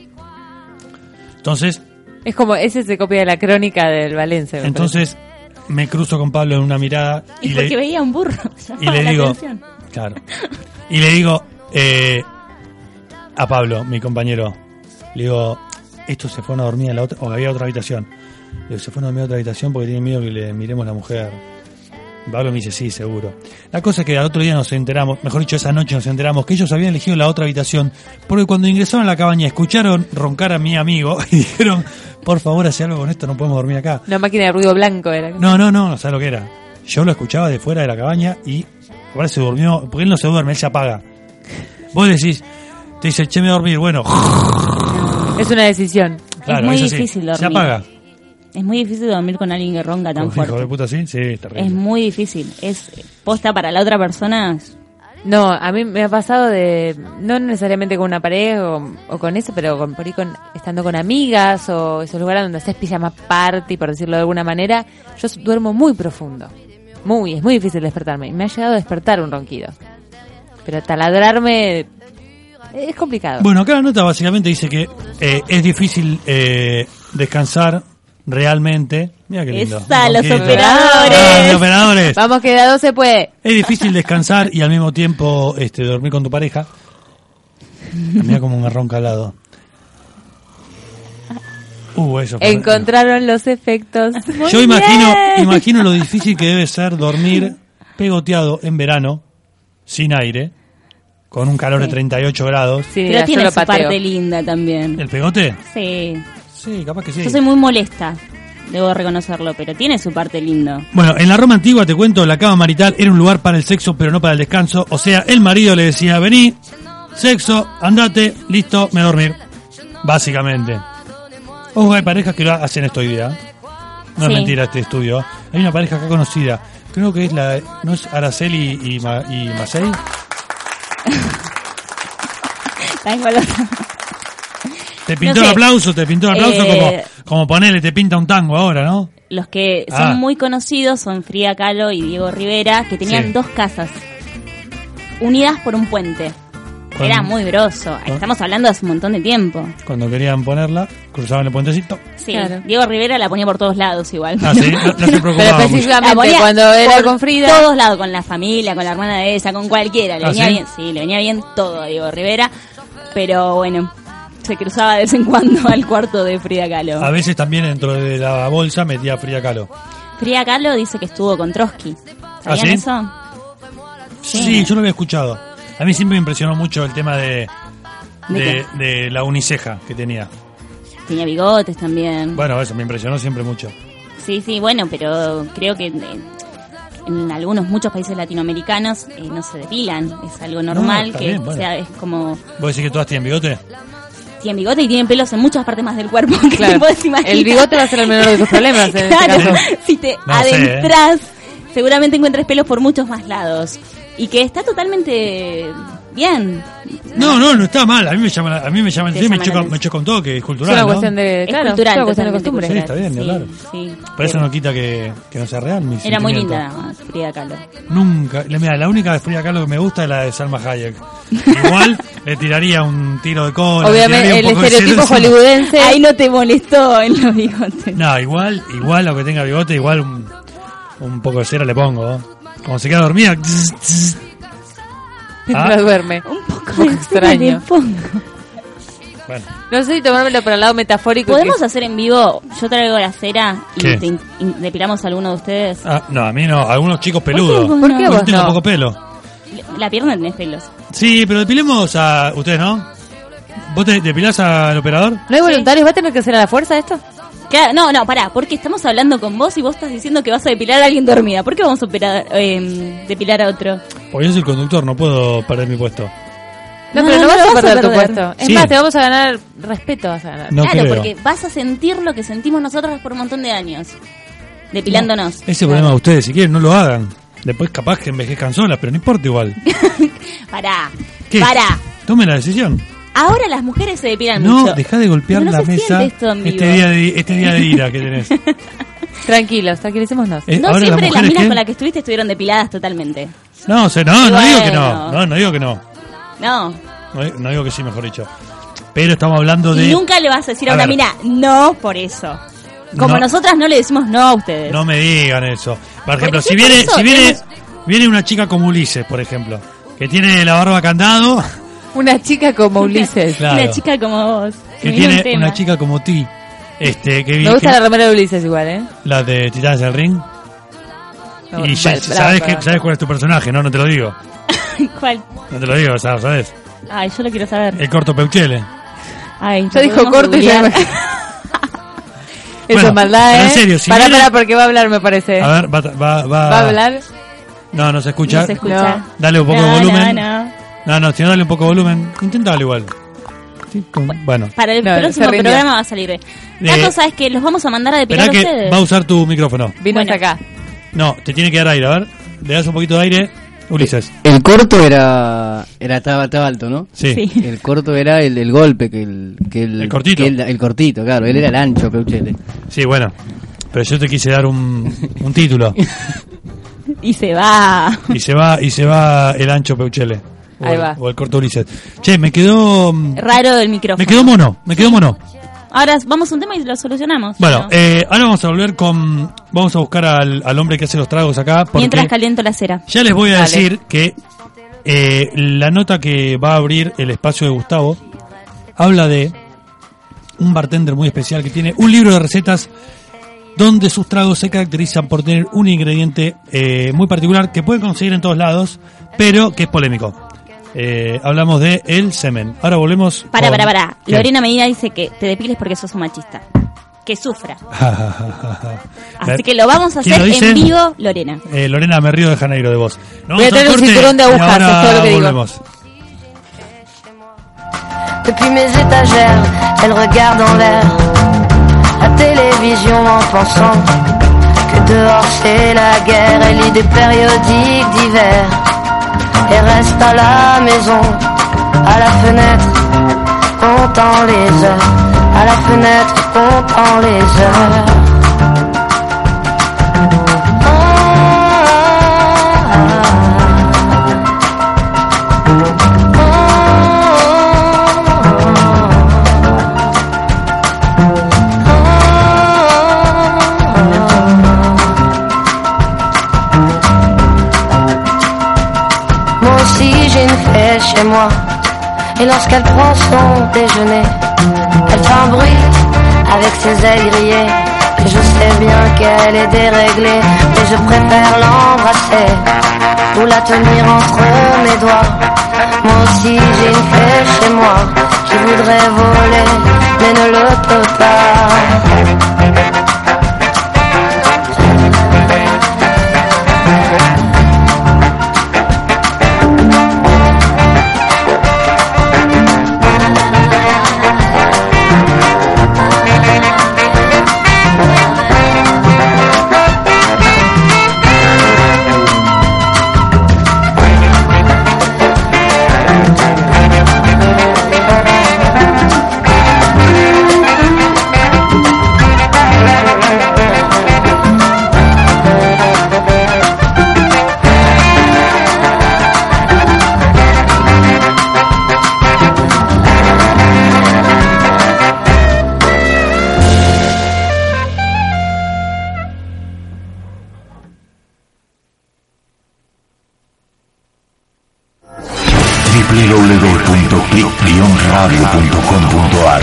C: Entonces,
K: Es como, ese se copia de la crónica del Valencia. me
C: entonces me cruzo con Pablo en una mirada y,
E: Y
C: le,
E: porque veía un burro. (laughs)
C: y le
E: la
C: digo,
E: atención.
C: claro, y le digo eh, a Pablo, mi compañero, le digo, estos se fueron a dormir a la otra, o había otra habitación. Le digo, se fueron a dormir a otra habitación porque tienen miedo que le miremos la mujer. Pablo me dice, sí, seguro. La cosa es que al otro día nos enteramos, mejor dicho, esa noche nos enteramos que ellos habían elegido la otra habitación porque cuando ingresaron a la cabaña escucharon roncar a mi amigo (laughs) y dijeron, por favor, hace algo con esto, no podemos dormir acá.
K: parece. Una máquina de ruido blanco era.
C: No, no, no, no sabes lo que era. Yo lo escuchaba de fuera de la cabaña y ahora se durmió, porque él no se duerme, él se apaga. Vos decís, te dice, che, me voy a dormir, bueno,
K: Es una decisión.
C: claro,
E: muy
C: así,
E: difícil
C: Se
E: dormir.
C: apaga.
E: Es muy difícil dormir con alguien que ronca tan
C: Como (laughs) hijo de
E: fuerte.
C: puta, sí, sí, es terrible.
E: Es muy difícil. Es posta para la otra persona.
K: No, a mí me ha pasado de, no necesariamente con una pareja o, o con eso, pero con, por ahí con, estando con amigas o esos lugares donde haces pijama party, por decirlo de alguna manera, yo s- duermo muy profundo. Muy, es muy difícil despertarme. Y Me ha llegado a despertar un ronquido. Pero taladrarme es complicado.
C: Bueno, acá la nota básicamente dice que eh, es difícil eh, descansar realmente. Mira qué lindo.
E: Esa,
C: Un
E: los
C: poquito.
E: operadores.
C: Ah, los operadores.
K: Vamos que de a 12 puede.
C: Es difícil descansar y al mismo tiempo este, dormir con tu pareja. Mira como un ronca al lado. Uh, eso. fue-
K: Encontraron los efectos. Muy
C: Yo imagino,
K: bien.
D: (laughs)
C: imagino
E: (laughs)
C: lo difícil que debe ser dormir pegoteado en verano, sin aire, con un calor de 38 grados.
K: Sí, mira,
E: pero
K: yo
E: tiene
K: lo
E: su
K: pateo.
E: parte linda también.
C: ¿El pegote?
E: Sí.
C: Sí, capaz que sí.
E: Yo soy muy molesta. Debo reconocerlo, pero tiene su parte lindo.
C: Bueno, en la Roma antigua, te cuento, la cama marital era un lugar para el sexo, pero no para el descanso. O sea, el marido le decía, vení, sexo, andate, listo, me voy a dormir. Básicamente. Ojo, hay parejas que lo hacen esto hoy día. No
E: Sí.
C: es mentira este estudio. Hay una pareja acá conocida. Creo que es la... ¿No es Araceli y, Ma- y Macei?
K: (laughs)
E: Está igual otra.
C: Te pintó
E: No sé.
C: el aplauso, te pintó el aplauso
E: Eh.
C: como, como ponele, te pinta un tango ahora, ¿no?
E: Los que son
C: Ah.
E: muy conocidos son Frida Kahlo y Diego Rivera, que tenían
C: Sí.
E: dos casas unidas por un puente.
C: Con-
E: Era muy grosso. Estamos hablando de hace un montón de tiempo.
C: Cuando querían ponerla, cruzaban el puentecito.
E: Sí.
K: Claro.
E: Diego Rivera la ponía por todos lados igual.
C: Ah, sí, no, no se
K: Pero
C: preocupaba mucho.
E: La
K: específicamente
E: ponía
K: cuando era
E: por
K: con Frida.
E: todos lados, con la familia, con la hermana de ella, con cualquiera. Le
C: ¿Ah,
E: venía
C: sí?
E: bien, sí, le venía bien todo a Diego Rivera. Pero bueno, se cruzaba de vez en cuando al cuarto de Frida Kahlo.
C: A veces también dentro de la bolsa metía Frida Kahlo.
E: Frida Kahlo dice que estuvo con Trotsky.
C: ¿Ah,
E: ¿Sabían
C: sí?
E: eso?
C: Sí, yo lo había escuchado. A mí siempre me impresionó mucho el tema de de, de la uniceja que tenía.
E: tenía bigotes también.
C: Bueno, eso me impresionó siempre mucho.
E: Sí, sí, bueno, pero creo que eh, en algunos, muchos países latinoamericanos eh, no se depilan. Es algo normal
C: Ah, está
E: que
C: bien, bueno.
E: sea, es como
C: ¿Vos decís que todas tienen bigote?
E: tienen bigote y tienen pelos en muchas partes más del cuerpo (laughs) que
D: Claro.
E: te podés imaginar.
D: El bigote va a ser el menor de tus problemas en este
E: claro,
D: caso.
E: (laughs) si te
C: No sé, ¿eh?
E: adentras, seguramente encuentres pelos por muchos más lados. Y que está totalmente bien.
C: No, no, no está mal. A mí me llama, la- a mí me llama,
E: Te
C: sí, me
E: llama la
C: choca,
E: atención.
C: me choca un toque, es
D: Es
C: cultural.
D: una
C: ¿no?
D: cuestión de,
E: Es
D: claro, es
E: cultural,
D: una cuestión de
E: totalmente
D: costumbre.
C: Sí, está bien, ni
E: Sí,
C: hablar.
E: sí.
C: Pero eso no quita que, que no sea real. mi
E: Era muy
C: sentimiento.
E: linda la Frida Kahlo.
C: Nunca. La- Mira, la única de Frida Kahlo que me gusta es la de Salma Hayek. Igual le tiraría un tiro de cola. le
D: Obviamente,
C: tiraría un
D: el
C: poco de
D: estereotipo
C: celo encima.
D: hollywoodense.
E: Ahí no te molestó en los bigotes.
C: No, igual, igual aunque tenga bigote, igual un, un poco de cera le pongo. ¿no? Como se queda dormida. tss, tss. Ah,
D: No duerme.
E: Un poco,
D: poco
E: de
D: extraño.
E: extraño.
C: bueno.
D: No sé si tomármelo por el lado metafórico.
E: ¿Podemos hacer en vivo? Yo traigo la cera y,
C: ¿Qué?
E: te in- in- depilamos a alguno de ustedes.
C: Ah, no, a mí no. Algunos chicos peludos.
E: vos
D: ¿Por qué
C: Yo
D: vos
C: tengo
D: no?
C: poco pelo.
E: La pierna tenés pelos.
C: Sí, pero depilemos a... ¿Ustedes no? ¿Vos te depilás al operador?
D: ¿No hay voluntarios? ¿Va a tener que hacer a la fuerza esto?
E: Claro, no, no, pará, porque estamos hablando con vos y vos estás diciendo que vas a depilar a alguien dormida. ¿Por qué vamos a operar, eh, depilar a otro?
C: Porque yo soy el conductor, no puedo perder mi puesto.
D: No,
E: No,
D: pero no,
E: no
D: vas,
E: lo
D: a perder tu puesto. Es
C: Sí.
D: más, te vamos a ganar respeto. Vas a ganar.
C: No
E: claro,
C: creo.
E: porque vas a sentir lo que sentimos nosotros por un montón de años, depilándonos.
C: Ese problema de ustedes, si quieren, no lo hagan. Después capaz que envejezcan solas, pero no importa
E: (laughs)
C: igual.
E: Pará,
C: ¿Qué?
E: pará.
C: Tomen la decisión.
E: Ahora las mujeres se depilan
C: No,
E: mucho.
C: deja de golpear
E: Pero no
C: la
E: se
C: mesa
E: siente esto en vivo.
C: este día de este día
E: (laughs)
C: de ira que tenés.
D: Tranquilos, tranquilicémonos.
C: Eh,
E: no
C: ahora
E: siempre las,
C: mujeres
E: minas
C: qué?
E: con las que estuviste estuvieron depiladas totalmente.
C: No, o sea, no, no digo que no.
E: Bueno.
C: No, no digo que no.
E: No.
C: No, di- no digo que sí, mejor dicho. Pero estamos hablando de
E: Y nunca le vas a decir a,
C: A
E: una
C: ver.
E: mina, no por eso. Como
C: No.
E: nosotras no le decimos no a ustedes.
C: no me digan eso. Por ejemplo,
E: Porque
C: si
E: sí, por
C: viene
E: eso
C: si viene
E: tenemos-
C: viene una chica como Ulises, por ejemplo, que tiene la barba
E: (laughs)
C: candado,
D: Una chica como Ulises.
C: claro,
E: Una chica como vos.
C: que
E: mismo
C: tiene
E: tema.
C: una chica como ti, este que,
D: Me gusta
C: que-
D: la remera de Ulises igual, ¿eh?
C: la de Titanes del Ring.
D: No,
C: y ya,
D: bueno,
C: sabes,
D: brava.
C: que, sabes cuál es tu personaje, no, no te lo digo.
E: (laughs) ¿Cuál?
C: No te lo digo, sabes, sabes.
E: Ay, yo lo quiero saber.
C: El corto Peuchele.
E: Ay,
D: Yo dijo corto y ya...
K: (laughs)
D: Eso
C: Bueno,
D: es maldad,
C: pero
D: ¿eh?
C: en serio, si
D: pará,
C: viene-
D: pará, porque va a hablar, me parece.
C: A ver, va, va, va,
D: ¿Va a hablar?
C: No, no se escucha.
E: No se escucha.
D: No.
C: Dale un poco de
E: No,
C: volumen.
E: no, no.
C: No, no, si no dale un poco de volumen. Intentalo igual. Sí, con- Bueno.
E: Para el
D: No,
E: próximo
D: se rindió.
E: programa va a salir. La
C: Eh,
E: cosa es que los vamos a mandar a depilar
C: Esperá
E: a
C: que
E: ustedes.
C: va a usar tu micrófono.
D: Vino
E: Bueno.
D: hasta acá.
C: No, te tiene que dar aire, a ver. Le das un poquito de aire, Ulises.
L: El corto era era estaba estaba alto, ¿no?
C: Sí.
L: (laughs)
E: Sí.
L: El corto era el, el golpe que el que el,
C: El cortito.
L: que el, el cortito, claro, él era el ancho, Peuchele.
C: Sí, bueno. Pero yo te quise dar un, un
D: (laughs)
C: título.
E: Y se va.
C: Y se va, y se va el ancho Peuchele. O
D: Ahí
C: el-
D: va.
C: O el corto Ulises. Che, me quedó. mm,
E: Raro el micrófono.
C: Me quedó mono, me quedó mono.
E: Ahora vamos a un tema y lo solucionamos.
C: Bueno,
E: ¿no?
C: eh, ahora vamos a volver con. Vamos a buscar al, al hombre que hace los tragos acá. Porque
E: Mientras caliento la cera.
C: Ya les voy a
D: Dale.
C: decir que eh, la nota que va a abrir el espacio de Gustavo habla de un bartender muy especial que tiene un libro de recetas donde sus tragos se caracterizan por tener un ingrediente eh, muy particular que pueden conseguir en todos lados, pero que es polémico. Eh, hablamos de el semen. Ahora volvemos.
E: Para,
C: con-
E: para, para.
C: ¿Qué?
E: Lorena
C: (laughs)
E: Medina dice que te depiles porque sos un machista. Que sufra. Así que lo vamos a
C: ¿Quién
E: hacer
C: lo dice?
E: en vivo, Lorena.
C: Eh, Lorena, me río de Janeiro de vos. No,
D: Voy a tener un cinturón de agujas, es todo lo que digo.
C: volvemos.
M: Depuis mes étagères, elle regarde en l'air la télévision en pensant que dehors c'est la guerre. Elle lit des périodiques d'hiver et reste à la maison, à la fenêtre, comptant les heures. À la fenêtre, comptant les heures. Ah, ah, ah. Ah, ah, ah. Moi aussi j'ai une fête chez moi Et lorsqu'elle prend son déjeuner Elle fait un bruit avec ses ailes grillées Et je sais bien qu'elle est déréglée Mais je préfère l'embrasser Ou la tenir entre mes doigts Moi aussi j'ai une fée chez moi qui voudrait voler mais ne le peut pas.
I: www.click-radio.com.ar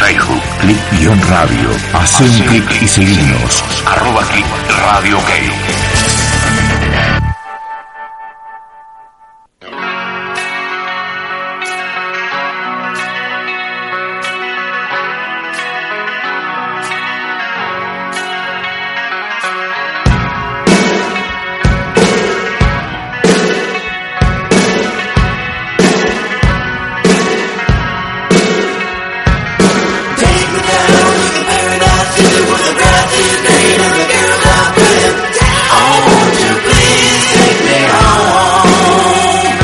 I: Facebook Click-Radio Hacé un clic y seguimos Arroba Click Radio OK
G: Take me down to the paradise city with the brightest night and the girls are brilliant. Oh, won't you please take me home?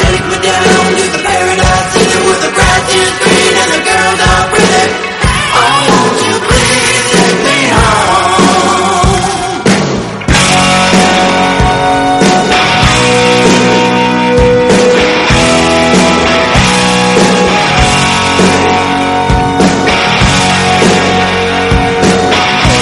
G: Take me down to the paradise city with the brightest night and the girls are brilliant. Oh, won't you please take me home? Take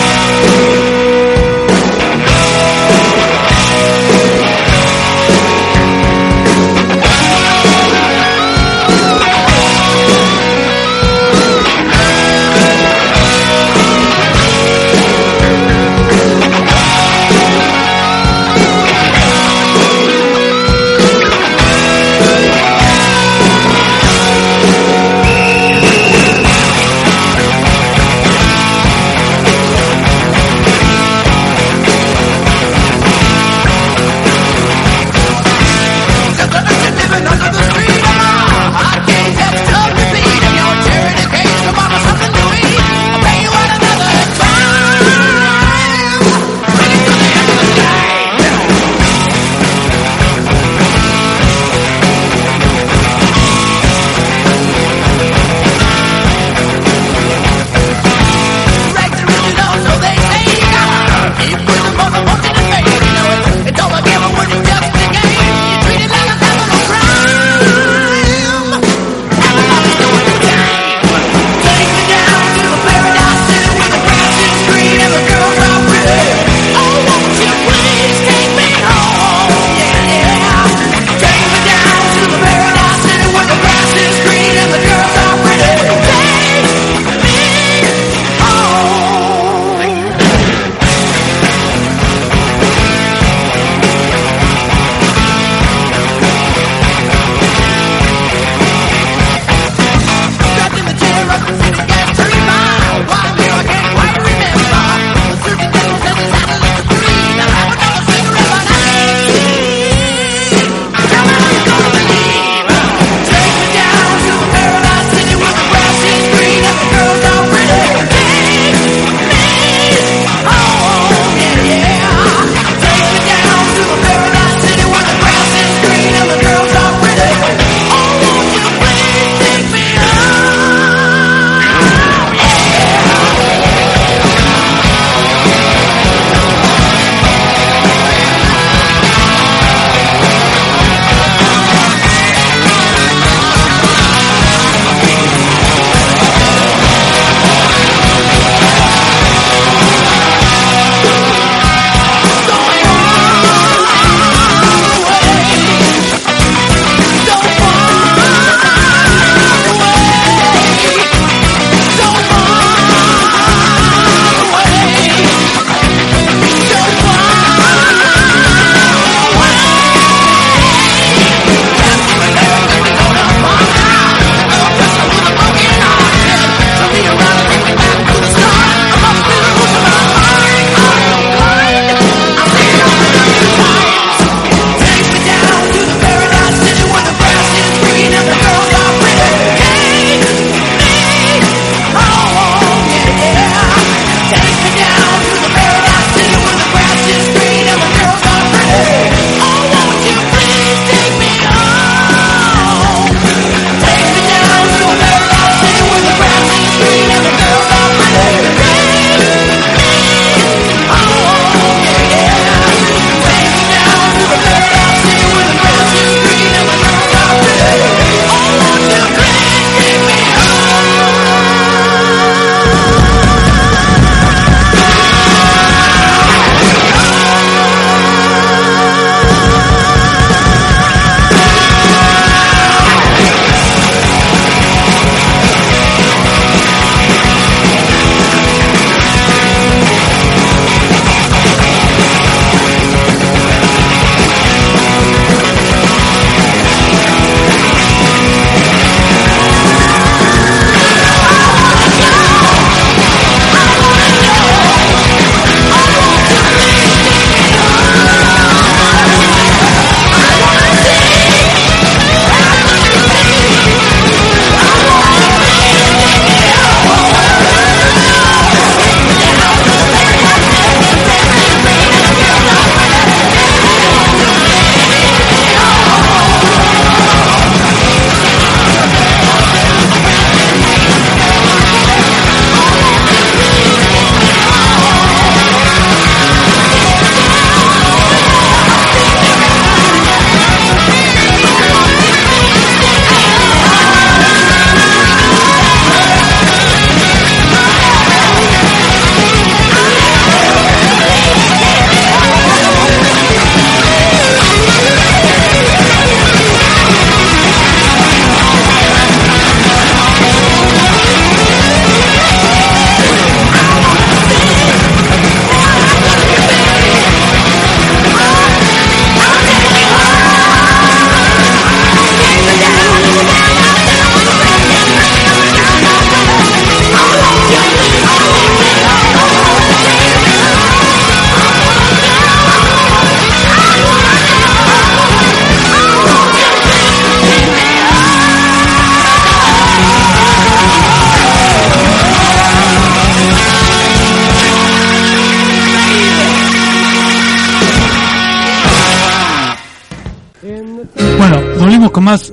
C: volvemos con más.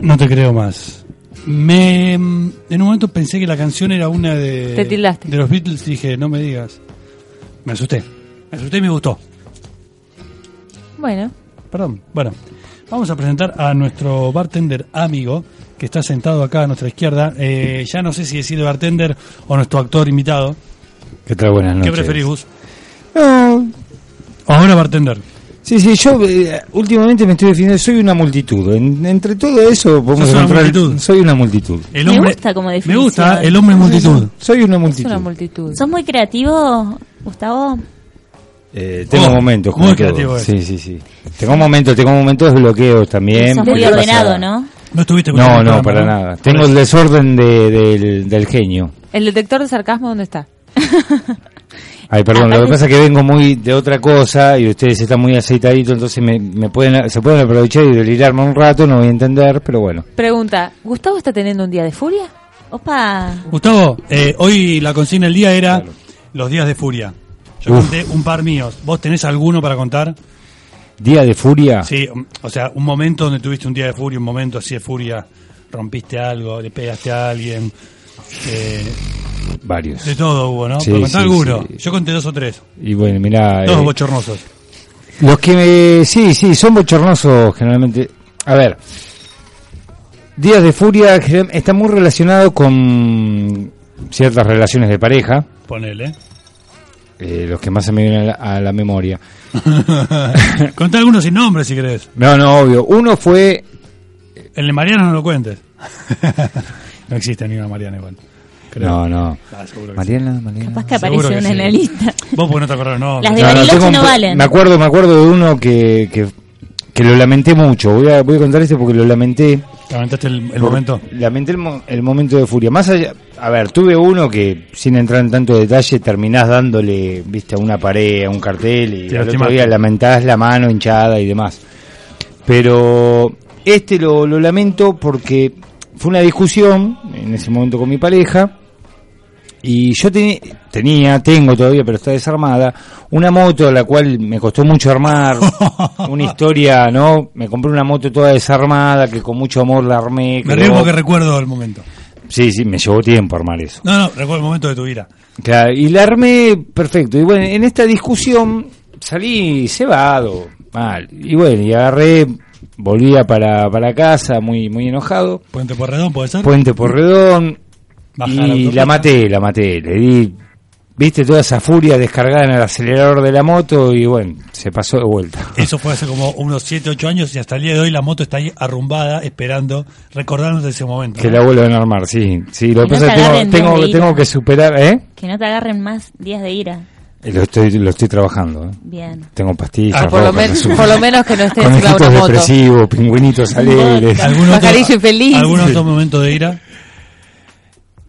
C: No te creo más. Me, mm, en un momento pensé que la canción era una de,
K: Te tildaste.
C: de los Beatles y dije, no me digas. Me asusté. Me asusté y me gustó.
K: Bueno,
C: Perdón. Bueno, vamos a presentar a nuestro bartender amigo que está sentado acá a nuestra izquierda. Eh, ya no sé si decir bartender o nuestro actor invitado.
J: ¿Qué tal? Buenas
C: ¿Qué
J: noches.
C: preferís, Gus?
L: No,
C: Ahora bartender.
L: Sí, sí, yo eh, últimamente me estoy definiendo, soy una multitud. En- entre todo eso podemos
C: Sos una
L: encontrar-
C: multitud.
L: Soy una multitud.
C: El
E: me
C: hombre-
E: gusta como
C: Me
E: definición.
C: gusta, el hombre multitud.
L: Soy una
E: Es
L: multitud.
E: una multitud. ¿Sos muy creativo, Gustavo?
L: Eh, tengo
J: Oh,
L: momentos,
J: muy
L: como
J: creativo
L: todo.
J: es.
L: Sí, sí, sí. Tengo momentos, tengo momentos de bloqueos también.
E: Sos muy
L: Me
E: ordenado,
L: pasa-
E: ¿no?
C: No estuviste
L: No, no, para nada. Tengo el desorden de- del, del genio.
K: ¿el detector de sarcasmo dónde está?
L: Ay, perdón, lo
K: Aparte-
L: que pasa es que vengo muy de otra cosa y ustedes están muy aceitaditos, entonces me, me pueden, se pueden aprovechar y delirarme un rato, no voy a entender, pero bueno.
K: Pregunta, ¿Gustavo está teniendo un día de furia?
E: Opa.
C: Gustavo, eh, hoy la consigna del día era los días de furia. Yo
L: Uf.
C: conté un par míos. ¿Vos tenés alguno para contar?
L: Día de furia.
C: Sí, um, o sea, un momento donde tuviste un día de furia, un momento así de furia, rompiste algo, le pegaste a alguien. eh,
L: Varios.
C: de todo hubo, ¿no?
L: Sí,
C: Pero contá
L: sí,
C: alguno.
L: sí.
C: Yo conté dos o tres.
L: Y bueno, mirá.
C: Todos
L: eh,
C: bochornosos.
L: Los que me- sí, sí, son bochornosos generalmente. A ver, Días de Furia general- está muy relacionado con ciertas relaciones de pareja,
C: Ponele. (laughs)
L: eh, los que más se me vienen a la, a la
C: (laughs)
L: memoria.
C: Contá alguno sin nombre si querés.
L: No, no, obvio. Uno fue,
C: El de Mariana no lo cuentes. (laughs) no existe ni una Mariana igual.
L: No, no.
C: Ah, seguro que
L: Mariana, Mariana.
E: Capaz que
C: Seguro
E: aparece
C: que
E: una
C: sí.
E: en la lista.
C: Vos porque no te acordás, no.
E: Las de
L: No, no,
E: Bariloche
L: tengo
E: no
L: un-
E: valen.
L: Me acuerdo, me acuerdo de uno que, que, que lo lamenté mucho. Voy a, voy a contar este porque lo lamenté.
C: ¿Lamentaste este el, el
L: Por-
C: momento?
L: Lamenté el, mo- el momento de furia. Más allá, a ver, tuve uno que, sin entrar en tanto detalle, terminás dándole, viste, a una pared, a un cartel, y
C: Te
L: al otro
C: lastimaste.
L: día lamentás la mano hinchada y demás. Pero este lo, lo lamento porque fue una discusión en ese momento con mi pareja. Y yo teni- tenía, tengo todavía, pero está desarmada, una moto a la cual me costó mucho
C: (laughs)
L: armar, una historia, ¿no? Me compré una moto toda desarmada, que con mucho amor la armé.
C: Me
L: quedó-
C: río porque recuerdo el momento.
L: Sí, sí, me llevó tiempo armar eso.
C: No, no, recuerdo el momento de tu ira.
L: Claro, y la armé perfecto. Y bueno, en esta discusión salí cebado, mal. Y bueno, y agarré, volvía para, para casa muy, muy enojado.
C: Puente Porredón, ¿puede ser?
L: Puente Porredón.
C: Baja la
L: Y
C: autopista.
L: la maté, la maté. Le di, viste, toda esa furia descargada en el acelerador de la moto y bueno, se pasó de vuelta.
C: Eso fue hace como unos 7, 8 años y hasta el día de hoy la moto está ahí arrumbada, esperando, recordándonos de ese momento.
L: Que la vuelvan a armar, sí. Sí, lo
E: Y
L: que
E: no
L: pasa
E: te
L: es que tengo,
E: agarren días
L: tengo,
E: de
L: tengo
E: ira.
L: que superar, ¿eh?
E: Que no te agarren más días de ira.
L: Lo estoy, lo estoy trabajando, ¿eh?
E: Bien.
L: Tengo pastillas.
K: Ah, por, lo
L: rocas,
K: men-
L: azúcar.
K: por lo menos que no esté encima de
L: Conejitos
K: una moto.
L: depresivos, pingüinitos alegres.
C: ¿Algún otro,
K: Pajarillo infeliz.
C: ¿Algún
L: Sí.
C: otro momento de ira?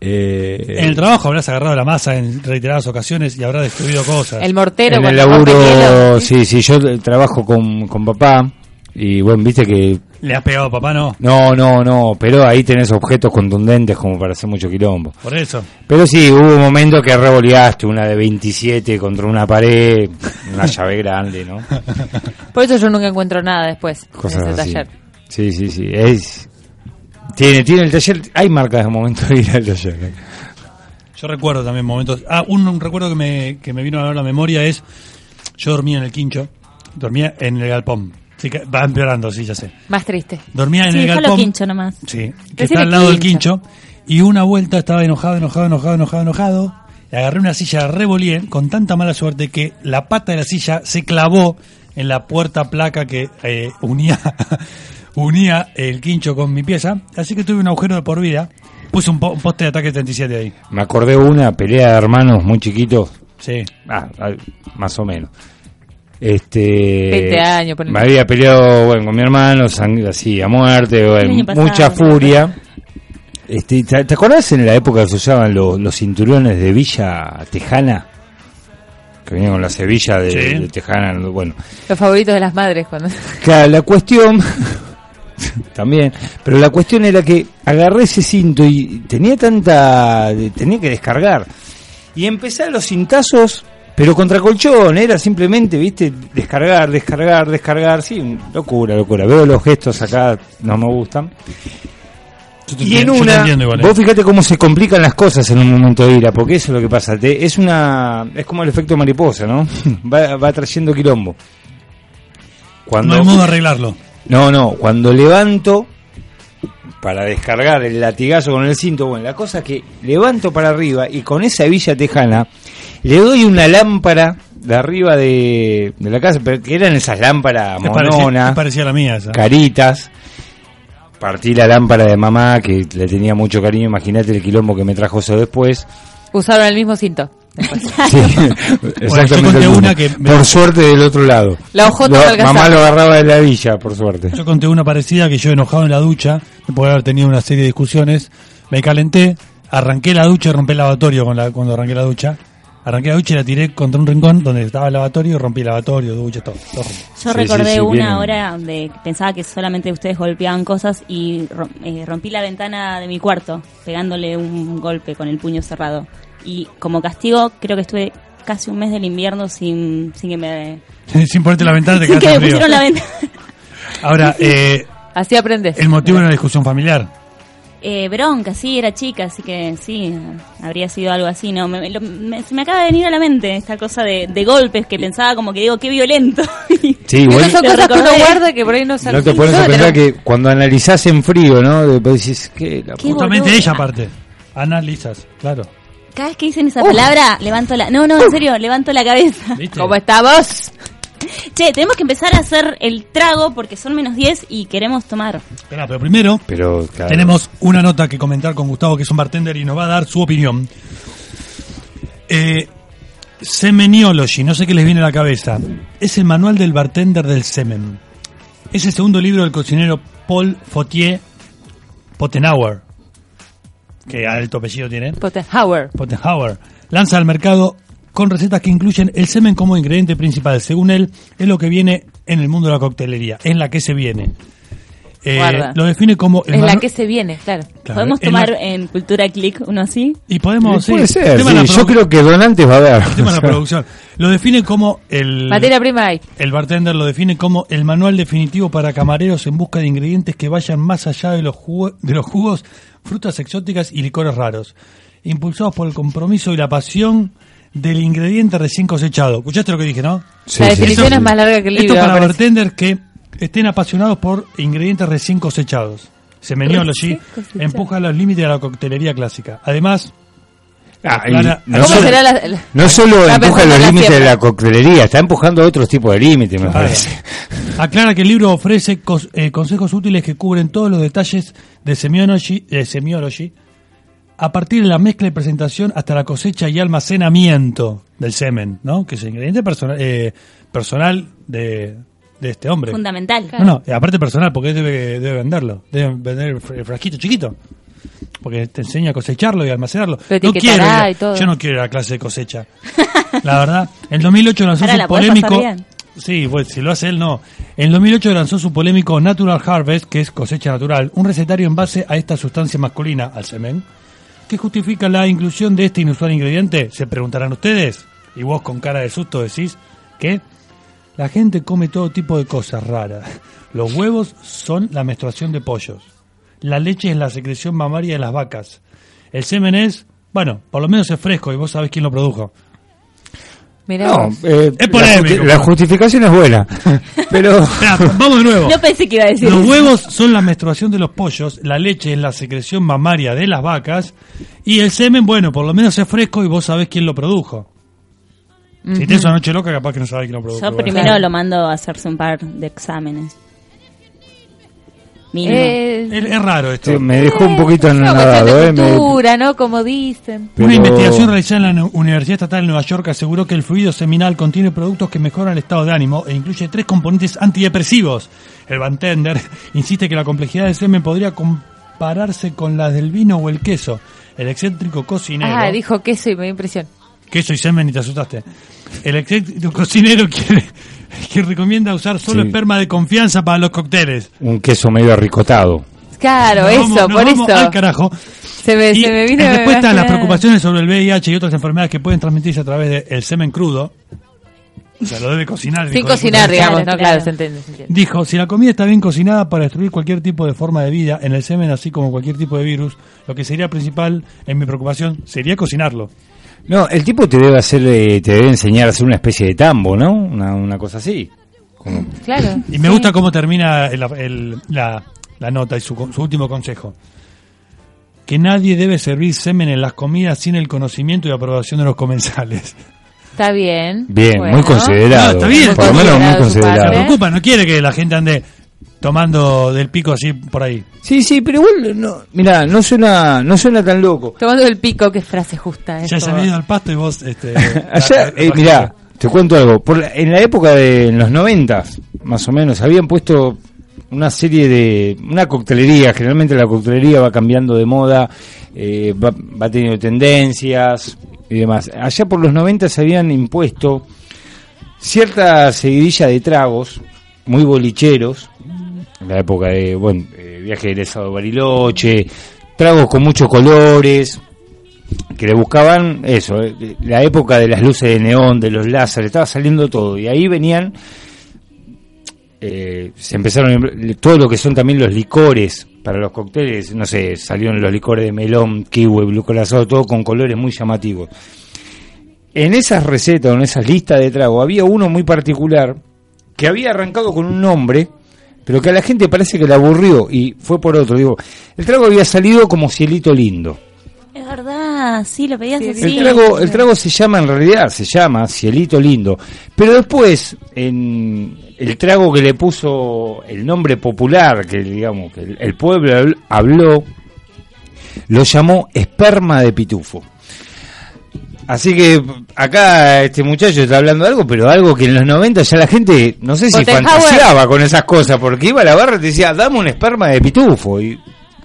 L: Eh,
C: En el trabajo habrás agarrado la masa en reiteradas ocasiones y habrás destruido cosas.
K: El mortero
L: en el
K: cuando corta hielo.
L: laburo, sí, sí, yo eh, trabajo con, con papá y bueno, viste que
C: Le has pegado, papá, no.
L: no, no, no, pero ahí tenés objetos contundentes como para hacer mucho quilombo.
C: Por eso.
L: Pero sí, hubo un momento que revoleaste una de 27 contra una pared, una llave grande,
C: (laughs)
L: ¿no?
K: Por eso yo nunca encuentro nada después en
L: Cosas
K: ese
L: así.
K: taller.
L: Sí, sí, sí, es tiene tiene el taller, hay marcas de momento de ir al taller. ¿eh?
C: Yo recuerdo también momentos. Ah, un, un recuerdo que me, que me vino a la memoria es. Yo dormía en el quincho, dormía en el galpón. Así que va empeorando, sí, ya sé.
K: Más triste.
C: Dormía en
E: Sí,
C: el
E: déjalo
C: galpón.
E: quincho nomás.
C: Sí,
K: Decile
C: que está al lado del
K: quincho.
C: quincho. Y una vuelta estaba enojado, enojado, enojado, enojado, enojado. Le agarré una silla, revolé con tanta mala suerte que la pata de la silla se clavó en la puerta placa que eh, unía, (laughs) unía el quincho con mi pieza. Así que tuve un agujero de por vida. Puse un, po- un poste de ataque 37 ahí.
L: Me acordé una pelea de hermanos muy chiquitos.
C: Sí.
L: Ah, ah, más o menos. Este,
K: 20 años, ponele.
L: Me había peleado bueno, con mi hermano, sang- así, a muerte, bueno,
E: El año pasado,
L: mucha
E: sí.
L: furia. Este, ¿te, te acordás en la época que se usaban lo- los cinturones de Villa Tejana? Que venían con la cebilla de,
C: Sí.
L: de Tejana, bueno.
K: Los favoritos de las madres cuando... (laughs)
L: Claro, la cuestión. (laughs) también. Pero la cuestión era que agarré ese cinto y tenía tanta. tenía que descargar. Y empecé a los cintazos, Pero contra colchón era simplemente, viste, descargar, descargar, descargar. Sí, un- locura, locura. Veo los gestos acá, no me gustan.
C: te
L: Y en
C: entiendo, yo te
L: una,
C: entiendo igual, eh.
L: vos fíjate cómo se complican las cosas en un momento de ira, porque eso es lo que pasa. Te- es una, es como el efecto mariposa, ¿no? (laughs) va, va trayendo quilombo. Cuando,
C: No hay modo de arreglarlo.
L: no, no, cuando levanto para descargar el latigazo con el cinto, bueno, la cosa es que levanto para arriba y con esa villa tejana le doy una lámpara de arriba de, de la casa, pero que eran esas lámparas
C: Es parecida,
L: mononas,
C: es parecida a la mía esa.
L: caritas. Partí la lámpara de mamá, que le tenía mucho cariño, imagínate el quilombo que me trajo eso después. (laughs)
K: Usaron el mismo cinto.
C: (laughs)
L: Sí, exactamente
C: conté
L: el mismo.
C: una que me-
L: Por suerte del otro lado.
K: La ojota
L: Lo-
K: no alcanzaba.
L: mamá lo agarraba de la villa, por suerte.
C: Yo conté una parecida que yo enojado en la ducha, después de haber tenido una serie de discusiones, me calenté, arranqué la ducha y rompí el lavatorio con la- cuando arranqué la ducha. Arranqué la ducha y la tiré contra un rincón donde estaba el lavatorio, rompí el lavatorio, ducha, todo. todo junto.
E: Yo recordé una
C: (laughs)
E: hora donde pensaba que solamente ustedes golpeaban cosas y rom- eh, rompí la ventana de mi cuarto pegándole un golpe con el puño cerrado. Y como castigo creo que estuve casi un mes del invierno sin, sin que me...
C: Sin ponerte la ventana te
E: sin (laughs) que
C: quedaste
E: me
C: frío.
E: pusieron la ventana. (laughs)
C: Ahora, eh,
K: Así aprendes.
C: el motivo era una discusión familiar.
E: Eh, bronca, sí, era chica, así que sí, habría sido algo así, ¿no? Me, lo- me- se me acaba de venir a la mente esta cosa de, de golpes que pensaba como que digo, qué violento.
L: Sí,
E: (laughs)
L: igual-
K: Esas son
E: Lo
K: cosas que uno
E: recordé.
K: guarda que por ahí no se
L: No te pones a pensar que cuando analizás en frío, ¿no? Después decís, que la puta
C: Justamente
E: boludo.
C: ella aparte. Analizas, claro.
E: Cada vez que dicen esa palabra, levanto la... No, no, en serio, levanto la cabeza.
C: ¿Viste?
K: ¿Cómo estamos?
E: Che, tenemos que empezar a hacer el trago porque son menos 10 y queremos tomar.
C: Esperá, pero primero
L: Pero, claro.
C: tenemos una nota que comentar con Gustavo, que es un bartender, y nos va a dar su opinión. Eh, Semeniology, no sé qué les viene a la cabeza. Es el manual del bartender del semen. Es el segundo libro del cocinero Paul Fautier Pottenhauer, que alto apellido tiene.
K: Pottenhauer.
C: Pottenhauer lanza al mercado con recetas que incluyen el semen como ingrediente principal. Según él, es lo que viene en el mundo de la coctelería, es la que se viene. Eh,
K: Guarda.
C: lo define como el
K: Es la
C: manu-
K: que se viene, claro.
C: Claro,
E: ¿Podemos
C: es
E: tomar
C: la-
E: en Cultura Click uno así?
C: y podemos
L: Puede
C: sí,
L: ser,
C: el tema de
L: sí,
C: la
L: yo
C: produ-
L: creo que donantes va a haber.
C: el tema
L: (laughs)
C: de la producción. Lo define como el
K: Materia prima hay.
C: el bartender lo define como el manual definitivo para camareros en busca de ingredientes que vayan más allá de los, jugo- de los jugos, frutas exóticas y licores raros, impulsados por el compromiso y la pasión del ingrediente recién cosechado. ¿Escuchaste lo que dije, no?
L: Sí,
K: la
L: sí,
K: definición
L: sí.
K: es más larga que el libro.
C: Esto para
K: me parece.
C: bartenders que estén apasionados por ingredientes recién cosechados. Semeniology
K: Recién cosechados.
C: empuja los límites de la coctelería clásica. Además,
L: Ah, y
C: Clara,
L: no,
K: ¿Cómo
L: solo,
K: será la, la-
L: no solo
K: la
L: empuja
K: persona
L: los
K: la
L: límites de
K: siembra?
L: la coctelería, está empujando otros tipos de límites,
C: Ah,
L: me parece.
C: Aclara que el libro ofrece cos- eh, consejos útiles que cubren todos los detalles de semiology, de semiology, a partir de la mezcla y presentación hasta la cosecha y almacenamiento del semen, ¿no? Que es el ingrediente persona- eh, personal de, de este hombre.
E: Fundamental.
C: No, no, eh, aparte personal, porque debe, debe venderlo. Debe vender el fr- el frasquito chiquito. Porque te enseña a cosecharlo y almacenarlo.
K: Lo
C: no quiero,
K: etiquetará
C: ir a-
K: y todo.
C: yo no quiero ir a la clase de cosecha. (laughs) La verdad, en 2008 lanzó
E: Ahora
C: su
E: la podés
C: polémico...
E: pasar bien.
C: Sí, pues si lo hace él, no. En 2008 lanzó su polémico Natural Harvest, que es cosecha natural, un recetario en base a esta sustancia masculina, al semen, que justifica la inclusión de este inusual ingrediente. Se preguntarán ustedes, y vos con cara de susto decís, que la gente come todo tipo de cosas raras. Los huevos son la menstruación de pollos. La leche es la secreción mamaria de las vacas. El semen es, bueno, por lo menos es fresco y vos sabés quién lo produjo.
K: Mirá
L: No,
K: vos.
L: eh,
C: Es
L: la justi-
C: polémico.
L: La, justificación es
C: (laughs)
L: buena, pero
C: Esperá, vamos de
E: (laughs)
C: nuevo.
E: Yo pensé que iba a decir
C: Los
E: eso.
C: huevos son la menstruación de los pollos, la leche es la secreción mamaria de las vacas y el semen, bueno, por lo menos es fresco y vos sabés quién lo produjo. Si tenés una noche loca, capaz que no sabés quién lo produjo.
E: Yo
C: Bueno.
E: primero lo mando a hacerse un par de exámenes. Mínimo.
K: Eh,
C: Es, es raro esto.
L: sí, me dejó un poquito
K: es una cuestión
L: anonadado. eh,
K: de
L: me-
K: cultura, ¿no? Como dicen.
L: pero-
C: Una investigación realizada en la Universidad Estatal de Nueva York aseguró que el fluido seminal contiene productos que mejoran el estado de ánimo e incluye tres componentes antidepresivos. El bartender (laughs) insiste que la complejidad del semen podría compararse con la del vino o el queso. El excéntrico cocinero...
K: Ah, dijo queso y me dio impresión.
C: Queso y semen y te asustaste. El excéntrico cocinero (laughs) quiere, que recomienda usar solo
L: Sí.
C: esperma de confianza para los cócteles.
L: Un queso medio ricotado.
K: Claro,
C: Nos
K: eso,
C: vamos- nos
K: por
C: vamos
K: eso.
C: Al carajo.
K: Se me,
C: Y
K: se me vino.
C: en respuesta a las
K: imaginar.
C: preocupaciones sobre el VIH y otras enfermedades que pueden transmitirse a través del semen crudo, o sea, lo debe cocinar. el
K: Sin
C: hijo de puta.
K: cocinar, digamos, no, claro, se entiende. se entiende.
C: Dijo, si la comida está bien cocinada para destruir cualquier tipo de forma de vida en el semen, así como cualquier tipo de virus, lo que sería principal en mi preocupación sería cocinarlo.
L: No, el tipo te debe hacer, eh, te debe enseñar a hacer una especie de tambo, ¿no? Una, una cosa así. Como-
K: Claro.
C: (laughs) Y me gusta cómo termina el- el- la, la nota y su, con- su último consejo. Que nadie debe servir semen en las comidas sin el conocimiento y aprobación de los comensales.
K: Está bien.
L: Bien, muy
C: No,
L: considerado.
C: está bien.
L: Por lo menos muy
C: Se
L: considerado.
C: preocupa, no quiere que la gente ande tomando del pico así por ahí.
L: Sí, sí, pero igual no, mira, no suena, no suena tan loco.
K: Tomando el pico, qué frase justa.
C: Ya
K: esto.
C: se han ido al pasto y vos... Este,
L: Ayer, eh, mirá, te cuento algo. Por la- en la época de en los noventas, más o menos, habían puesto una serie de. una coctelería. Generalmente la coctelería va cambiando de moda, eh, va, va teniendo tendencias y demás. Allá por los noventas se habían impuesto cierta seguidilla de tragos muy bolicheros. En la época de, bueno, eh, viaje de egresado a Bariloche, tragos con muchos colores, que le buscaban eso, eh, la época de las luces de neón, de los láser, estaba saliendo todo. Y ahí venían, (laughs) eh, se empezaron, eh, todo lo que son también los licores para los cócteles, no sé, salieron los licores de melón, kiwi, blue colazado, todo con colores muy llamativos. En esas recetas, en esas listas de trago, había uno muy particular que había arrancado con un nombre, pero que a la gente parece que le aburrió y fue por otro. Digo, el trago había salido como cielito lindo.
E: Es verdad, sí, lo pedías así.
L: El trago, el trago se llama en realidad, se llama Cielito Lindo. Pero después, en el trago que le puso el nombre popular, que digamos que el, el pueblo habl- habló, lo llamó esperma de pitufo. Así que acá este muchacho está hablando de algo, pero algo que en los 90 ya la gente, no sé si
K: Schopenhauer.
L: fantaseaba con esas cosas, porque iba a la barra y te decía, dame un esperma de pitufo. Y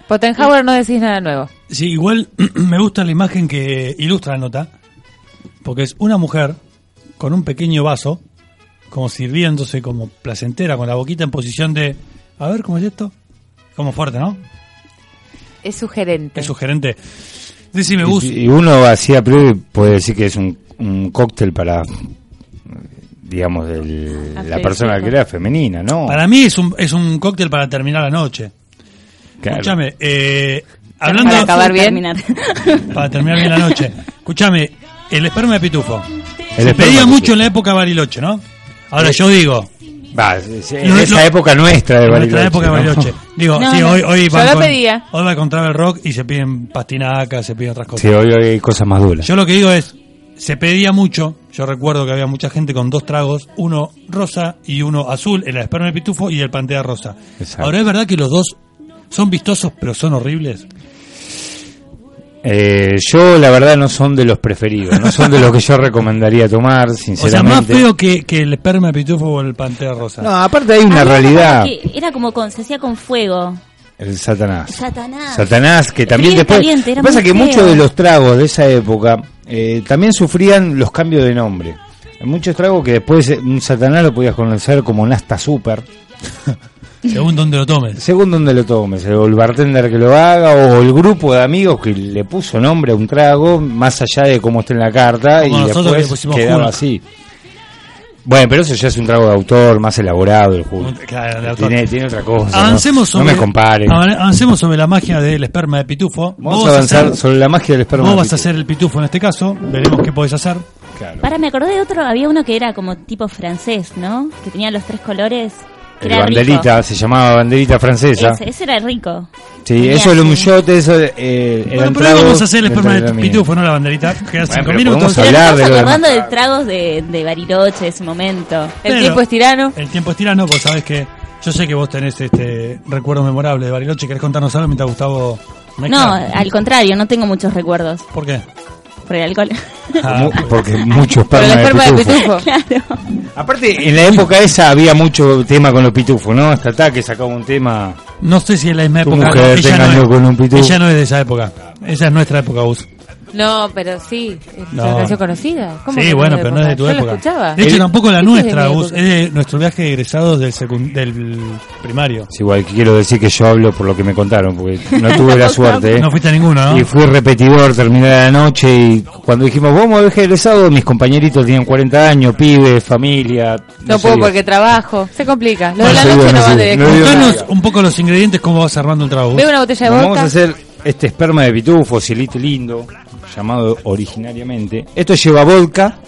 K: Pottenhauer no decís nada nuevo.
C: Sí, igual (clears throat) me gusta la imagen que ilustra la nota, porque es una mujer con un pequeño vaso, como sirviéndose como placentera, con la boquita en posición de... A ver, ¿cómo es esto? Como fuerte, ¿no?
K: Es sugerente.
C: Es sugerente. Decime,
L: Y-
C: Gus,
L: Y uno así a priori puede decir que es un, un cóctel para, digamos, el- la
C: Afectivo.
L: persona que era femenina, ¿no?
C: para mí es un, es un cóctel para terminar la noche.
L: Claro.
C: Escúchame, eh, hablando...
E: Para acabar bien. Terminar.
C: Para terminar bien la noche. Escúchame, el esperma de pitufo.
L: El
C: Se
L: esperma
C: pedía
L: de
C: mucho en la época de Bariloche, ¿no? Ahora yo digo...
L: Va, es- en
C: Lo-
L: esa
C: lo-
L: época nuestra de
C: en
L: Bariloche.
C: nuestra época de
L: ¿no?
C: Bariloche. Digo,
K: No,
C: sí,
K: no.
C: hoy, hoy
K: Yo
C: van
K: lo
C: con-
K: pedía.
C: Hoy va contra el rock y se piden pastinacas, se piden otras cosas.
L: Sí, hoy hoy hay cosas más duras.
C: Yo lo que digo es, se pedía mucho. Yo recuerdo que había mucha gente con dos tragos, uno rosa y uno azul, el esperma del pitufo y el pantea rosa.
L: Exacto.
C: Ahora es verdad que los dos son vistosos, pero son horribles.
L: (laughs) Eh, yo, la verdad, no son de los preferidos, no son de los que yo recomendaría tomar,
C: (laughs) O sea, más
L: sinceramente.
C: feo que, que el esperma del pitufo o el pantea rosa.
L: No, aparte hay una
E: (laughs)
L: realidad,
E: Que Era como con, se hacía con fuego.
L: el
C: Ah.
L: Satanás.
E: Satanás.
L: Satanás, que también
E: Frío y
L: después...
E: caliente, era
L: Lo que pasa
E: muy
L: que
E: feo.
L: muchos de los tragos de esa época eh, también sufrían los cambios de nombre. Hay muchos tragos que después eh, un Satanás lo podías conocer como Nasta Super.
C: Según donde lo tomes.
L: Según donde lo tomes, o el bartender que lo haga, o el grupo de amigos que le puso nombre a un trago, más allá de cómo está en la carta,
C: Como
L: y
C: nosotros que le
L: después
C: pusimos
L: quedaba
C: Hulk.
L: así. Bueno, pero eso ya es un trago de autor, más elaborado el jugo.
C: Claro, la-
L: Tiene, tiene otra cosa. ¿no?
C: Avancemos
L: ¿no?
C: sobre,
L: me comparen.
C: avan- avancemos sobre la magia del esperma de pitufo.
L: Vamos
C: Vos
L: a
C: vas
L: avanzar
C: hacer-
L: sobre la magia del esperma.
C: Vos vas a hacer el pitufo en este caso, veremos qué podés hacer.
E: Para, me acordé de otro, había uno que era como tipo francés, ¿no? Que tenía los tres colores. que
L: El
E: era
L: banderita, se llamaba banderita
E: rico.
L: francesa.
E: Ese, ese era rico.
L: Sí, eso el un shot, eso eh,
C: Bueno,
L: eran
C: pero hoy vamos
L: tragos
C: a hacer el
L: dentro
C: esperma
L: de la
C: de
L: mía.
C: pitufo, no la banderita. Quedan
L: Bueno,
C: cinco
L: pero
C: minutos.
L: podemos hablar
E: Estamos
L: de lo demás.
E: hablando de tragos de, de Bariloche de ese momento.
C: Pero-
K: tirano.
C: El tiempo es tirano, vos sabés que yo sé que vos tenés este recuerdo memorable de Bariloche. ¿Querés contarnos algo mientras Gustavo
E: No,
C: mezcla?
E: al contrario, no tengo muchos recuerdos.
C: ¿Por qué?
E: Por el alcohol. (laughs)
C: Ah,
L: Mu- Porque mucho esperma, de pitufo.
E: claro.
L: Aparte, en la época esa había mucho tema con los pitufos, ¿no? Hasta Taque sacaba un tema.
C: No sé si es la misma
L: Tu
C: época.
L: mujer
C: no,
L: te
C: ella, no
L: engañó
C: es,
L: con un pitufo.
C: ella no es de esa época. Esa es nuestra época, Gus.
K: No, pero sí, es
C: No.
K: una canción conocida. ¿Cómo que
C: sí, bueno, pero no es de tu
K: Yo la
C: época.
K: escuchaba.
C: De hecho, tampoco la
K: Sí, sí, es de
C: nuestra,
K: mi
C: Gus,
K: época.
C: es de nuestro viaje de egresados del, secun- del primario.
L: Es igual, quiero decir que yo hablo por lo que me contaron, porque no tuve (laughs) la suerte. ¿eh?
C: No fuiste a ninguno, ¿no?
L: Y fui repetidor, terminé la noche y cuando dijimos, vamos a viaje egresado, mis compañeritos tenían 40 años, pibes, familia.
K: No
L: sé,
K: puedo
L: digo,
K: porque trabajo. Se complica. Lo de
L: Bueno,
K: la
L: sí,
K: noche
L: bueno,
K: no van
L: sí.
K: de
L: No digo
K: descanso.
C: Contanos un poco los ingredientes, cómo vas armando el trago. Gus.
K: Veo una botella de
L: Nos
K: vodka.
L: Vamos a hacer este esperma de pitufo, cielito lindo, llamado originariamente. Esto lleva vodka.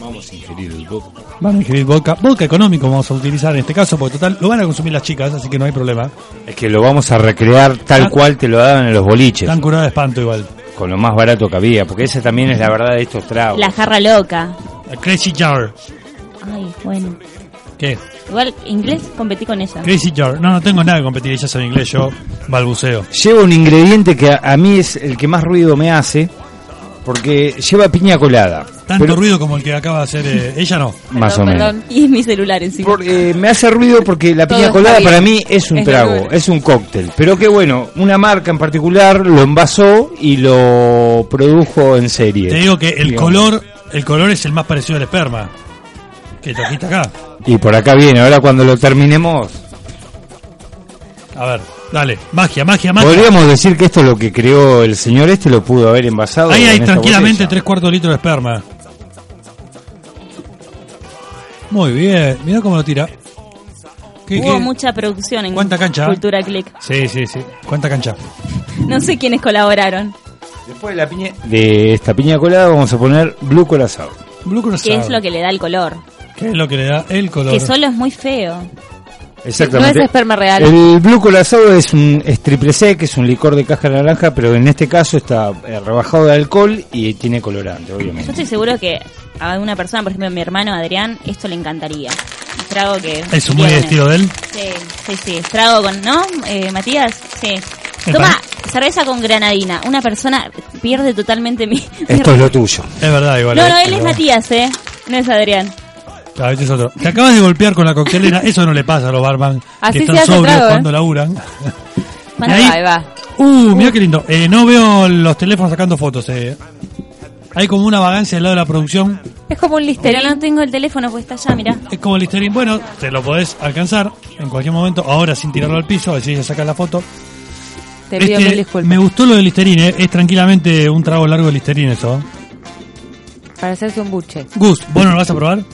L: Vamos a ingerir el vodka.
C: Van a ingerir vodka. Vodka económico vamos a utilizar en este caso, porque total, lo van a consumir las chicas, así que no hay problema.
L: Es que lo vamos a recrear tal cual te lo daban en los boliches.
C: Están curadas de espanto igual.
L: Con lo más barato que había, porque esa también es la verdad de estos tragos.
E: La jarra loca.
C: La Crazy Jar.
E: Ay, bueno.
C: ¿Qué?
E: Igual, inglés competí con ella.
C: Crazy Jar. No, no tengo nada que competir, ellas en inglés, yo balbuceo.
L: Lleva un ingrediente que a, a mí es el que más ruido me hace, porque lleva piña colada.
C: Tanto
L: Pero-
C: ruido como el que acaba de hacer eh, ella no.
L: Más o menos.
E: Y es mi celular encima.
C: eh,
L: me hace ruido porque la
E: Todo
L: piña
E: está
L: colada
E: bien.
L: para mí es un
E: Es
L: trago,
E: verdura.
L: es un cóctel. Pero qué bueno, una marca en particular lo envasó y lo produjo en serie.
C: Te digo que el
L: Digamos.
C: color, el color es el más parecido al esperma. Que trajiste acá.
L: Y por acá viene, ahora cuando lo terminemos,
C: A ver, dale. Magia, magia, magia.
L: podríamos decir que esto es lo que creó el señor este, lo pudo haber envasado.
C: Ahí hay
L: en esta
C: tranquilamente tres cuartos de litro de esperma. Muy bien, mira cómo lo tira. ¿Qué-
E: Hubo
C: qué?
E: mucha producción en
C: ¿Cuánta cancha?
E: Cultura Click.
C: Sí, sí, sí. ¿Cuánta cancha?
E: No sé quiénes colaboraron.
L: Después de la piña. botella. De esta piña colada vamos a poner blue colazado.
C: Blue Crusade.
E: Que es lo que le da el color.
C: ¿Qué es lo que le da el color?
E: Que solo es muy feo.
L: Exactamente.
E: No es esperma real.
L: El blue colazado es un es triple sec, es un licor de caja naranja, pero en este caso está eh, rebajado de alcohol y tiene colorante,
E: Yo
L: obviamente.
E: estoy seguro que a una persona, por ejemplo, a mi hermano Adrián, esto le encantaría. Un trago que.
C: ¿Es muy de
E: tiene.
C: estilo de él?
E: Sí, sí, sí. es Trago con. ¿No, eh, Matías? Sí.
C: Me
E: Toma cerveza con granadina. Una persona pierde totalmente mi.
L: Esto es lo tuyo.
C: Es verdad, igual.
E: no,
C: eh,
E: no, él es
C: pero-
E: Matías, ¿eh? No es Adrián.
C: A veces Ah, otro. Te acabas de golpear con la coctelera. Eso no le pasa a los barman
E: Así
C: que
E: se
C: están
E: hace el
C: sobrios
E: trago, ¿eh?
C: cuando laburan.
E: Bueno,
C: ahí-
E: ahí va.
C: Uh, mira qué lindo. Eh, no veo los teléfonos sacando fotos. eh. Hay como una vagancia del lado de la producción.
E: Es como un listerín. Pero no tengo el teléfono, pues está allá, mirá.
C: Es como el Listerine. Bueno, te lo podés alcanzar en cualquier momento. Ahora sin tirarlo al piso, así ya sacas la foto.
K: Te pido
C: Este,
K: mil disculpas.
C: me gustó lo del Listerine. eh. Es tranquilamente un trago largo de Listerine eso.
K: Para hacerse un buche.
C: Gus, ¿vos no lo vas a probar?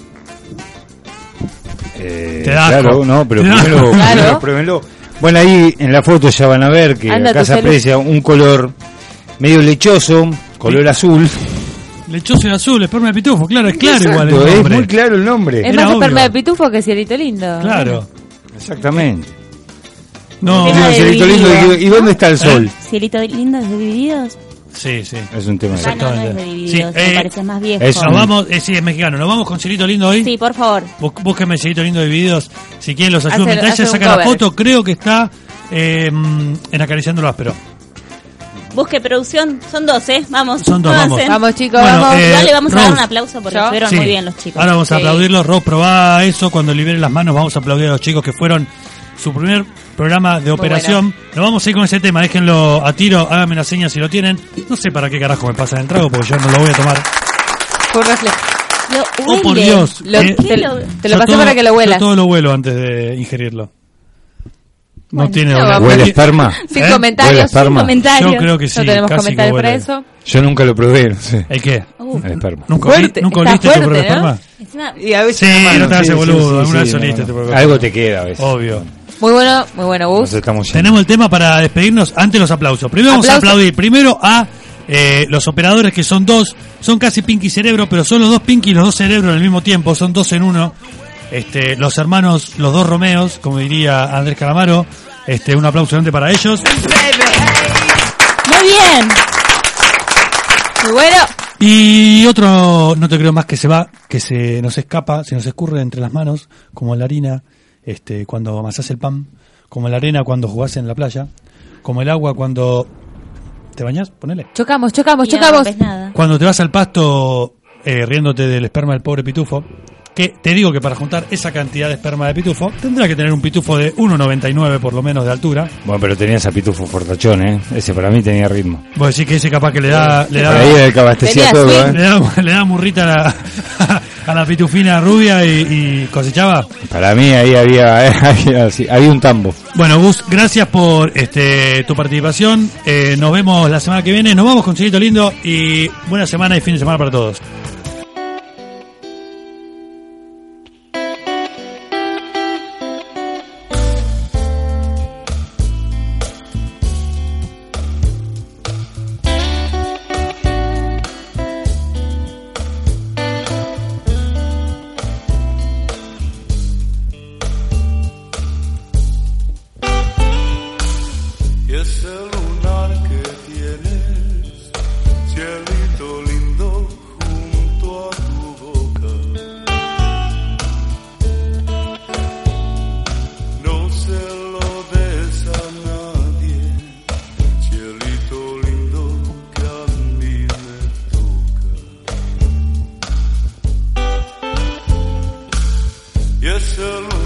L: Eh,
C: Te da
L: claro,
C: asco.
L: no, pero
C: Te da
L: primero,
C: asco.
L: primero
C: Claro.
L: pruébenlo. Bueno, ahí en la foto ya van a ver que
C: Anda,
L: acá
C: tu
L: se
C: celu.
L: aprecia un color medio lechoso, color azul.
C: Lechoso y azul, esperma de pitufo. Claro, (laughs) es claro
L: Exacto,
C: igual
L: (laughs)
C: el
L: es
C: nombre.
L: muy claro el nombre.
K: Es más esperma de pitufo que cielito lindo.
C: Claro.
L: Exactamente.
C: No.
L: Digo,
C: de
L: Cielito Lindo,
C: Divididos.
L: ¿y dónde está el sol?
E: Cielito lindo es de divididos.
C: Sí, eh, sí.
L: Es un tema.
E: Ah, no, no es de divididos. me parece más viejo.
C: Nos vamos, eh, sí, es mexicano. Nos vamos con Cirito Lindo hoy.
E: Sí, por favor.
C: Bú- Búsquenme Cirito Lindo Divididos. Si quieren, los ayudo.
E: Hacer-
C: Mientras
E: hacer
C: ella
E: un
C: saca la
E: cover.
C: foto, creo que está eh, en Acariciando lo Áspero.
E: Busque producción. Son dos, ¿eh? Vamos.
C: Son dos, vamos.
E: avancen.
C: Vamos, chicos, Bueno, vamos. eh,
E: Igual le vamos a dar
C: Rose.
E: un aplauso porque
K: Yo.
E: estuvieron
C: Sí.
E: muy bien los chicos.
C: Ahora vamos a
E: Sí.
C: aplaudirlos. Rob, probá eso. Cuando liberen las manos, vamos a aplaudir a los chicos que fueron su primer programa de operación. Nos vamos a ir con ese tema. Déjenlo a tiro. Háganme la seña si lo tienen. No sé para qué carajo me pasan el trago porque yo no lo voy a tomar.
K: Por reflejo.
C: Oh, por Dios.
K: Lo-
C: Eh,
K: te, lo- te lo
C: yo
K: pasé
C: todo-
K: para que lo
C: Yo
K: huelas.
C: todo lo vuelo antes de ingerirlo. No tiene
K: no,
C: olor.
K: vamos. ¿Huele
L: esperma?
K: (laughs) Sin comentarios,
L: ¿Huele a
K: sin
L: esperma?
K: comentarios.
C: ¿Eh? Yo creo que sí,
K: No tenemos
C: casi que
K: comentarios para
C: huele.
K: eso.
L: Yo nunca lo probé, no sé.
C: ¿El qué?
L: El esperma.
C: ¿Nunca,
K: Fuerte,
C: oli- nunca
K: está
C: oliste tu propio
K: fuerte, ¿no?
C: esperma?
K: Y a
C: Sí, no te hagas el boludo.
L: sí,
C: alguna
L: sí,
C: vez
L: no,
C: oliste
L: no.
C: tu propio
L: Algo
C: esperma.
L: te queda a veces.
C: Obvio.
K: Muy bueno, muy bueno, Gus.
L: Nos estamos yendo.
C: Tenemos el tema para despedirnos. Antes los aplausos. Primero vamos
K: Aplausos.
C: a aplaudir. Primero a eh, los operadores que son dos. Son casi Pinky y Cerebro, pero son los dos Pinky y los dos Cerebro en el mismo tiempo. Son dos en uno. Este, los hermanos, los dos Romeos, como diría Andrés Calamaro. Este, un aplauso grande para ellos.
E: Muy bien.
K: Muy bueno.
C: Y otro, no te creo más que se va, que se nos escapa, se nos escurre entre las manos, como la harina este, cuando amasás el pan, como la arena cuando jugás en la playa, como el agua cuando te bañás, ponele.
K: Chocamos, chocamos,
E: Y no
K: chocamos.
E: rompes nada.
C: Cuando te vas al pasto eh, riéndote del esperma del pobre pitufo, que te digo que para juntar esa cantidad de esperma de pitufo tendrá que tener un pitufo de 1,99 por lo menos de altura.
L: Bueno, pero tenías a Pitufo Fortachón, ¿eh? Ese para mí tenía ritmo.
C: Vos decís que ese capaz que le da... Le da
L: Por ahí el que abastecía Tenía todo, swing. ¿eh?
C: Le da, (laughs) le da murrita a la, (laughs) a la pitufina rubia y, y cosechaba.
L: Para mí ahí había, (laughs) había, sí, había un tambo.
C: Bueno, Gus, gracias por este, tu participación. Eh, nos vemos la semana que viene. Nos vamos con Chiquito Lindo y buena semana y fin de semana para todos.
J: Y ese lunar que tienes, cielito lindo junto a tu boca. No se lo des a nadie, cielito lindo que a mí me toca. Y ese lunar